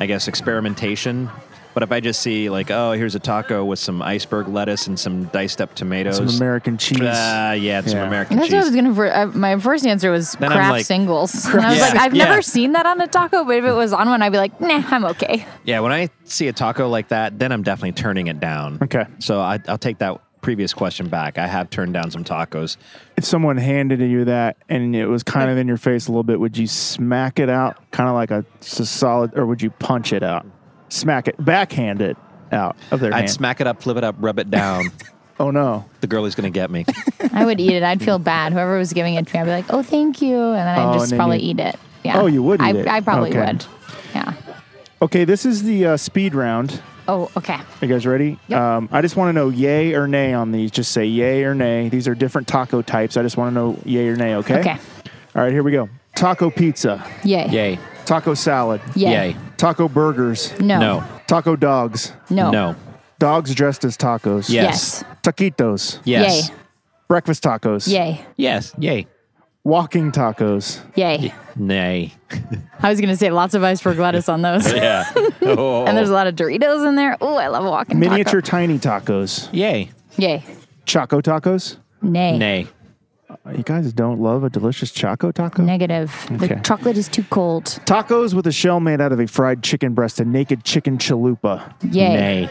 Speaker 3: I guess, experimentation. But if I just see like, oh, here's a taco with some iceberg lettuce and some diced up tomatoes,
Speaker 1: Some American cheese.
Speaker 3: uh, yeah, and some
Speaker 1: Yeah.
Speaker 3: American
Speaker 2: that's
Speaker 3: cheese.
Speaker 2: what I was gonna. For, uh, my first answer was
Speaker 3: Then I'm
Speaker 2: craft
Speaker 3: like-
Speaker 2: singles. And I was
Speaker 3: Yeah,
Speaker 2: like, I've
Speaker 3: yeah.
Speaker 2: never seen that on a taco, but if it was on one, I'd be like, nah, I'm okay.
Speaker 3: yeah, when I see a taco like that, then I'm definitely turning it down.
Speaker 1: Okay.
Speaker 3: So I, I'll take that previous question back. I have turned down some tacos.
Speaker 1: if someone handed you that and it was kind of in your face a little bit, would you smack it out, kind of like a, s- solid, or would you punch it out? Smack it, backhand it out of their
Speaker 3: I'd
Speaker 1: hand.
Speaker 3: smack it up, flip it up, rub it down.
Speaker 1: Oh no.
Speaker 3: The girlie's going to get me.
Speaker 2: I would eat it. I'd feel bad. Whoever was giving it to me, I'd be like, "Oh, thank you," and then I'd
Speaker 1: Oh, and
Speaker 2: just
Speaker 1: then
Speaker 2: probably
Speaker 1: you-
Speaker 2: eat it. Yeah.
Speaker 1: Oh, you would
Speaker 2: I,
Speaker 1: eat it.
Speaker 2: I probably
Speaker 1: Okay.
Speaker 2: would. Yeah.
Speaker 1: Okay, this is the uh, speed round.
Speaker 2: Oh, okay.
Speaker 1: You guys ready?
Speaker 2: Yep.
Speaker 1: Um, I just want to know yay or nay on these. Just say yay or nay. These are different taco types. I just want to know yay or nay, okay?
Speaker 2: Okay.
Speaker 1: All right, here we go. Taco pizza,
Speaker 2: Yay.
Speaker 3: Yay.
Speaker 1: taco salad,
Speaker 2: Yay.
Speaker 3: Yay.
Speaker 1: taco burgers,
Speaker 2: No.
Speaker 3: No.
Speaker 1: taco dogs,
Speaker 2: No.
Speaker 3: No.
Speaker 1: dogs dressed as tacos,
Speaker 2: Yes.
Speaker 3: Yes.
Speaker 1: taquitos,
Speaker 3: Yes.
Speaker 1: breakfast tacos,
Speaker 2: Yay.
Speaker 3: Yes. Yay.
Speaker 1: walking tacos,
Speaker 2: Yay. Yay.
Speaker 3: Nay.
Speaker 2: I was gonna say lots of ice for lettuce on those.
Speaker 3: Yeah. Oh.
Speaker 2: And there's a lot of Doritos in there. Oh, I love walking. taco.
Speaker 1: miniature tiny tacos,
Speaker 3: Yay.
Speaker 2: Yay.
Speaker 1: choco tacos.
Speaker 2: Nay.
Speaker 3: Nay.
Speaker 1: You guys don't love a delicious choco taco?
Speaker 2: Negative.
Speaker 1: Okay.
Speaker 2: The chocolate is too cold.
Speaker 1: Tacos with a shell made out of a fried chicken breast and naked chicken chalupa.
Speaker 2: Yay.
Speaker 3: Nay.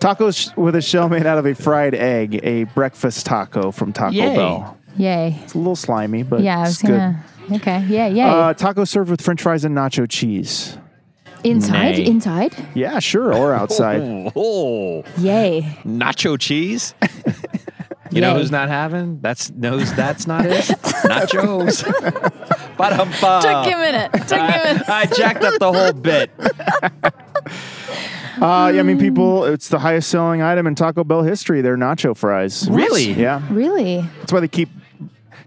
Speaker 1: Tacos with a shell made out of a fried egg, a breakfast taco from Taco
Speaker 3: Yay.
Speaker 1: Bell.
Speaker 2: Yay.
Speaker 1: It's a little slimy, but
Speaker 2: Yeah, I was
Speaker 1: it's
Speaker 2: gonna. Okay. Yeah. Yay.
Speaker 1: good. Uh, taco served with french fries and nacho cheese.
Speaker 2: inside.
Speaker 3: nay.
Speaker 2: Inside.
Speaker 1: Yeah, sure, or outside.
Speaker 3: Oh.
Speaker 2: Yay.
Speaker 3: Nacho cheese. You know
Speaker 2: Yay.
Speaker 3: who's not having? That's knows that's not it. Nachos. Ba-dum-ba.
Speaker 2: Took you a minute. Took you a minute.
Speaker 3: I jacked up the whole bit.
Speaker 1: uh, yeah, I mean, people, it's the highest selling item in Taco Bell history. They're nacho fries.
Speaker 3: Really?
Speaker 1: Yeah.
Speaker 2: Really?
Speaker 1: That's why they keep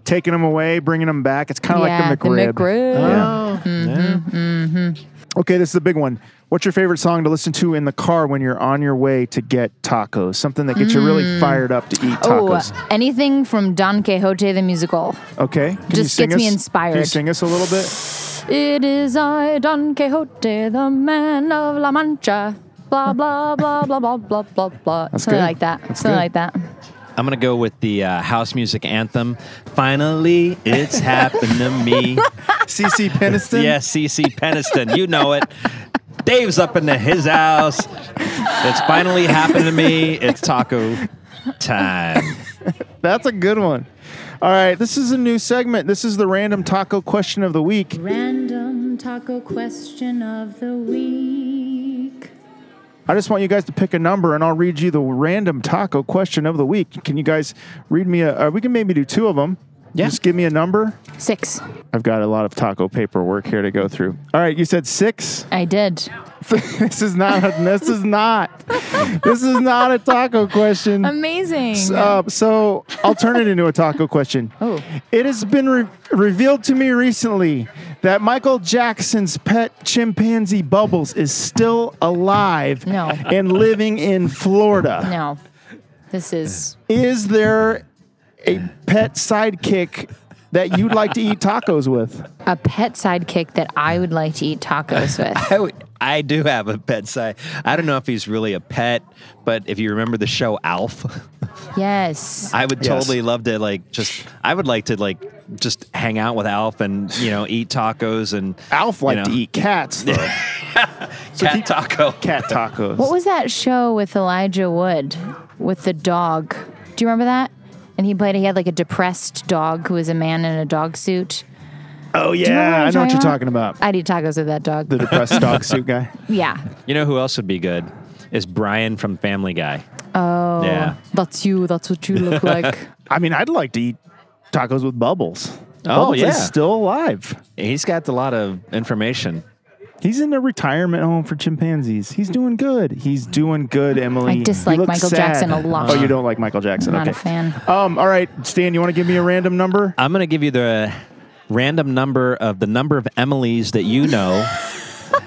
Speaker 1: taking them away, bringing them back. It's kind of
Speaker 2: yeah,
Speaker 1: like the McRib.
Speaker 2: McRib. Mm-hmm,
Speaker 1: Yeah. Okay, this is the big one. What's your favorite song to listen to in the car when you're on your way to get tacos? Something that gets you
Speaker 2: Mm.
Speaker 1: really fired up to eat tacos.
Speaker 2: Oh, anything from Don Quixote the musical.
Speaker 1: Okay, can you
Speaker 2: uh, Just
Speaker 1: sing us?
Speaker 2: gets me
Speaker 1: Can you
Speaker 2: inspired.
Speaker 1: sing us a little bit?
Speaker 2: It is I, Don Quixote, the man of La Mancha. Blah blah blah blah blah blah blah blah. Something
Speaker 1: good.
Speaker 2: like that.
Speaker 1: That's
Speaker 2: Something
Speaker 1: good.
Speaker 2: like that.
Speaker 3: I'm gonna go with the uh, house music anthem. Finally, it's happened to me.
Speaker 1: CC Peniston.
Speaker 3: Yes, CC Peniston, you know it. Dave's up into his house. It's finally happened to me. It's taco time.
Speaker 1: that's a good one. All right, this is a new segment. This is the random taco question of the week.
Speaker 2: Random taco question of the week.
Speaker 1: I just want you guys to pick a number, and I'll read you the random taco question of the week. Can you guys read me a? Uh, we can maybe do two of them.
Speaker 3: Yeah.
Speaker 1: Just give me a number.
Speaker 2: Six.
Speaker 1: I've got a lot of taco paperwork here to go through. All right, you said six.
Speaker 2: I did.
Speaker 1: this is not. A, this is not. This is not a taco question.
Speaker 2: Amazing.
Speaker 1: Uh, so I'll turn it into a taco question.
Speaker 2: Oh.
Speaker 1: It has been re- revealed to me recently that Michael Jackson's pet chimpanzee Bubbles is still alive
Speaker 2: No.
Speaker 1: and living in Florida.
Speaker 2: no. This is
Speaker 1: Is there a pet sidekick that you'd like to eat tacos with?
Speaker 2: a pet sidekick that I would like to eat tacos with.
Speaker 3: I, would- I do have a pet side. I don't know if he's really a pet, but if you remember the show Alf,
Speaker 2: Yes.
Speaker 3: I would
Speaker 1: Yes.
Speaker 3: totally love to like just. I would like to like just hang out with Alf and you know eat tacos and
Speaker 1: Alf liked to
Speaker 3: know.
Speaker 1: eat cats, though.
Speaker 3: cat taco.
Speaker 1: Cat tacos.
Speaker 2: What was that show with Elijah Wood with the dog? Do you remember that? And he played, he had like a depressed dog who was a man in a dog suit.
Speaker 1: oh,
Speaker 2: you remember
Speaker 1: yeah. I
Speaker 2: what
Speaker 1: know
Speaker 2: I'm
Speaker 1: what you're
Speaker 2: talking
Speaker 1: talking about.
Speaker 2: I'd eat tacos with that dog.
Speaker 1: The depressed dog suit guy.
Speaker 2: yeah.
Speaker 3: You know who else would be good? Is Brian from Family Guy.
Speaker 2: Oh,
Speaker 3: Yeah.
Speaker 2: that's you. That's what you look like.
Speaker 1: I mean, I'd like to eat tacos with Bubbles.
Speaker 3: Oh,
Speaker 1: Bubbles
Speaker 3: yeah.
Speaker 1: is still alive.
Speaker 3: He's got a lot of information.
Speaker 1: He's in a retirement home for chimpanzees. He's doing good. He's doing good, Emily.
Speaker 2: I
Speaker 1: You
Speaker 2: dislike
Speaker 1: look
Speaker 2: Michael
Speaker 1: sad.
Speaker 2: Jackson a lot.
Speaker 1: Oh, you don't like Michael Jackson?
Speaker 2: Not
Speaker 1: okay.
Speaker 2: a fan.
Speaker 1: Um, all right, Stan, you want to give me a random number?
Speaker 3: I'm going to give you the random number of the number of Emily's that you know.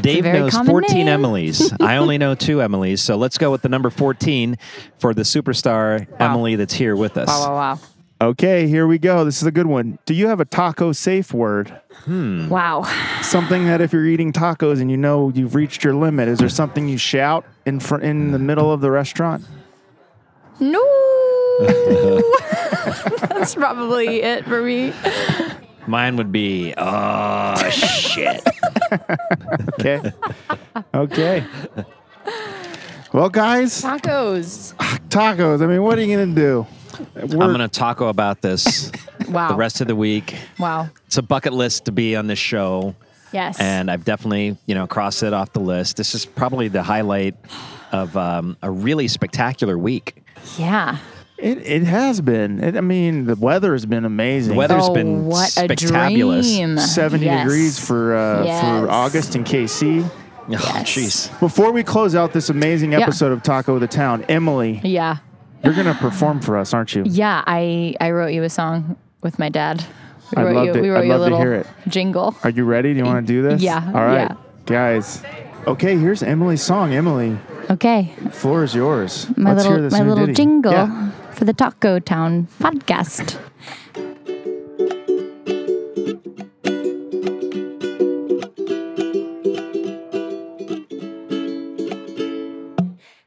Speaker 3: Dave
Speaker 2: very
Speaker 3: knows
Speaker 2: common
Speaker 3: 14
Speaker 2: name.
Speaker 3: Emily's. I only know two Emily's. So let's go with the number 14 for the superstar Emily that's here with us.
Speaker 2: Wow, wow,
Speaker 1: Okay, here we go. This is a good one. Do you have a taco safe word?
Speaker 3: Mm.
Speaker 2: wow. Wow.
Speaker 1: Something that if you're eating tacos and you know you've reached your limit, is there something you shout in front in the middle of the restaurant?
Speaker 2: No. that's probably it for me.
Speaker 3: Mine would be, oh, shit.
Speaker 1: Okay. okay. Well, guys,
Speaker 2: Tacos.
Speaker 1: tacos. I mean, what are you gonna do? We're,
Speaker 3: I'm going to taco about this
Speaker 2: Wow.
Speaker 3: the rest of the week.
Speaker 2: Wow.
Speaker 3: It's a bucket list to be on this show.
Speaker 2: Yes.
Speaker 3: And I've definitely, you know, crossed it off the list. This is probably the highlight of um, a really spectacular week.
Speaker 2: yeah.
Speaker 1: It, it has been. It, I mean, the weather has been amazing.
Speaker 3: The weather's
Speaker 2: oh,
Speaker 3: been
Speaker 2: what a
Speaker 3: spectabulous.
Speaker 2: dream.
Speaker 1: 70
Speaker 2: Um, Yes.
Speaker 1: degrees for uh,
Speaker 2: Yes.
Speaker 1: for August in KC.
Speaker 3: Oh, jeez.
Speaker 1: Before we close out this amazing
Speaker 2: Yeah.
Speaker 1: episode of Taco the Town, Emily,
Speaker 2: Yeah.
Speaker 1: you're going to perform for us, aren't you?
Speaker 2: Yeah. I, I wrote you a song with my dad. We
Speaker 1: I'd
Speaker 2: wrote
Speaker 1: love
Speaker 2: you,
Speaker 1: to-
Speaker 2: we wrote
Speaker 1: I'd
Speaker 2: you a
Speaker 1: love to
Speaker 2: little
Speaker 1: hear it.
Speaker 2: jingle.
Speaker 1: Are you ready? Do you want to do this?
Speaker 2: Yeah,
Speaker 1: All right,
Speaker 2: yeah.
Speaker 1: guys. Okay, here's Emily's song. Emily,
Speaker 2: Okay.
Speaker 1: the floor is yours.
Speaker 9: my
Speaker 1: Let's hear
Speaker 9: little
Speaker 1: this
Speaker 9: my
Speaker 1: new
Speaker 9: little
Speaker 1: ditty.
Speaker 9: jingle
Speaker 1: Yeah.
Speaker 9: for the Taco Town podcast.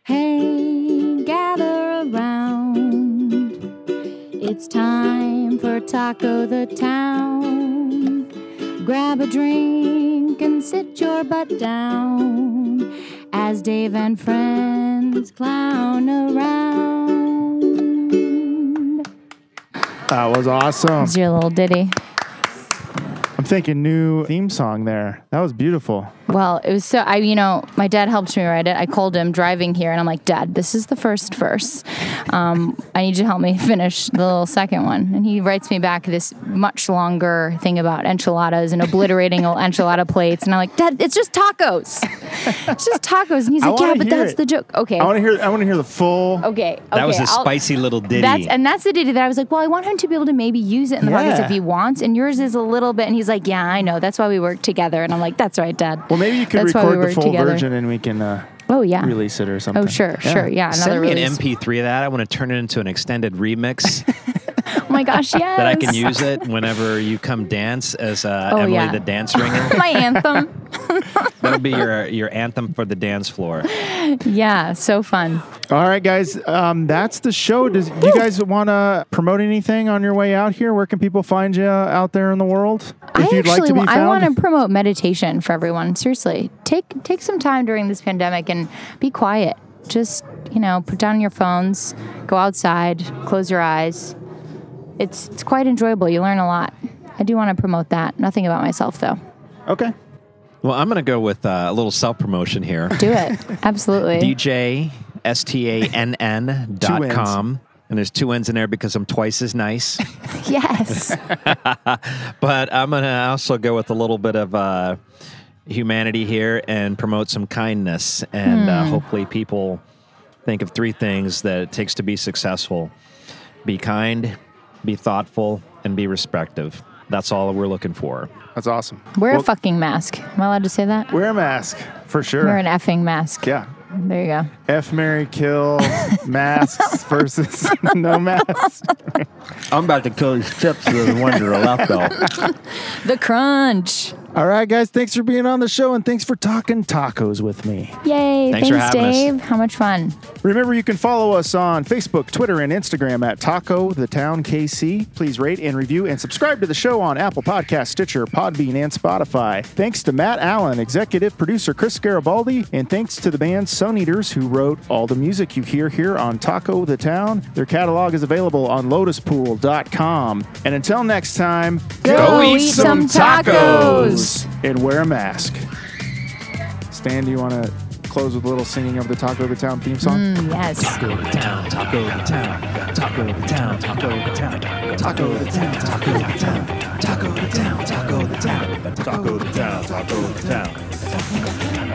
Speaker 9: Hey, gather around. It's time for Taco the Town. Grab a drink and sit your butt down as Dave and friends clown around.
Speaker 1: That was awesome.
Speaker 9: It's your little ditty.
Speaker 1: I'm thinking new theme song there. That was beautiful.
Speaker 2: Well, it was so I you know, my dad helped me write it. I called him driving here and I'm like, "Dad, this is the first verse. Um, I need you to help me finish the little second one." And he writes me back this much longer thing about enchiladas and obliterating enchilada plates and I'm like, "Dad, it's just tacos." It's just tacos. And he's
Speaker 1: I
Speaker 2: like, "Yeah,
Speaker 1: wanna
Speaker 2: but
Speaker 1: hear
Speaker 2: that's
Speaker 1: it.
Speaker 2: the joke." Okay.
Speaker 1: I want to hear. I want to hear the full.
Speaker 2: okay.
Speaker 10: That was
Speaker 2: okay,
Speaker 10: a
Speaker 2: I'll-
Speaker 10: spicy little ditty.
Speaker 2: That's and that's the ditty that I was like, well, I want him to be able to maybe use it in the podcast
Speaker 1: Yeah.
Speaker 2: if he wants. And yours is a little bit, and he's like, yeah, I know. That's why we work together. And I'm like, that's right, Dad.
Speaker 1: Well, maybe you could
Speaker 2: That's why we
Speaker 1: record the
Speaker 2: work
Speaker 1: full
Speaker 2: together.
Speaker 1: version and we can uh,
Speaker 2: Oh yeah.
Speaker 1: release it or something.
Speaker 2: Oh sure, sure, yeah. Another
Speaker 3: Send me
Speaker 2: release.
Speaker 3: an MP3 of that. I want to turn it into an extended remix
Speaker 2: Oh my gosh, yes.
Speaker 3: that I can use it whenever you come dance as uh,
Speaker 2: Oh,
Speaker 3: Emily
Speaker 2: yeah.
Speaker 3: the dance ringer.
Speaker 2: my anthem.
Speaker 3: That'll be your your anthem for the dance floor.
Speaker 2: Yeah, so fun.
Speaker 1: All right, guys. Um, that's the show. Does you guys want to promote anything on your way out here? Where can people find you out there in the world? If
Speaker 2: I
Speaker 1: you'd like
Speaker 2: actually
Speaker 1: to be
Speaker 2: wa- I
Speaker 1: found.
Speaker 2: want to promote meditation for everyone. Seriously, take take some time during this pandemic and be quiet. Just you know, put down your phones, go outside, close your eyes. It's it's quite enjoyable. You learn a lot. I do want to promote that. Nothing about myself though.
Speaker 1: okay.
Speaker 3: Well, I'm going to go with uh, a little self promotion here.
Speaker 2: Do it absolutely.
Speaker 3: DJ S-T-A-N-N dot
Speaker 1: Two
Speaker 3: com. And there's two N's in there because I'm twice as nice.
Speaker 2: yes.
Speaker 3: but I'm going to also go with a little bit of uh, humanity here and promote some kindness. And uh, hopefully, people think of three things that it takes to be successful be kind, be thoughtful, and be respectful. That's all we're looking for.
Speaker 1: That's awesome.
Speaker 2: Wear
Speaker 1: Well,
Speaker 2: a fucking mask. Am I allowed to say that?
Speaker 1: Wear a mask for sure.
Speaker 2: Wear an effing mask.
Speaker 1: yeah.
Speaker 2: There you go.
Speaker 1: F Mary Kill masks versus no masks.
Speaker 11: I'm about to kill these chips with one to the left, though.
Speaker 2: The crunch.
Speaker 1: All right, guys. Thanks for being on the show and thanks for talking tacos with me.
Speaker 2: Yay.
Speaker 3: Thanks for having us.
Speaker 2: Dave. How much fun.
Speaker 1: Remember, you can follow us on Facebook, Twitter, and Instagram at Taco the Town KC. Please rate and review and subscribe to the show on Apple Podcast, Stitcher, Podbean, and Spotify. Thanks to Matt Allen, executive producer Chris Garibaldi, and thanks to the band Sun Eaters who wrote all the music you hear here on Taco the Town. Their catalog is available on lotuspool.com. And until next time,
Speaker 2: Go eat some tacos.
Speaker 1: and wear a mask. Stan, do you want to close with a little singing of the Taco the Town theme song?
Speaker 2: Yes.
Speaker 3: Taco the town, taco the town, taco the town, taco the town, taco the town, taco the town, taco the town, taco the town.
Speaker 11: Taco the town, taco the town.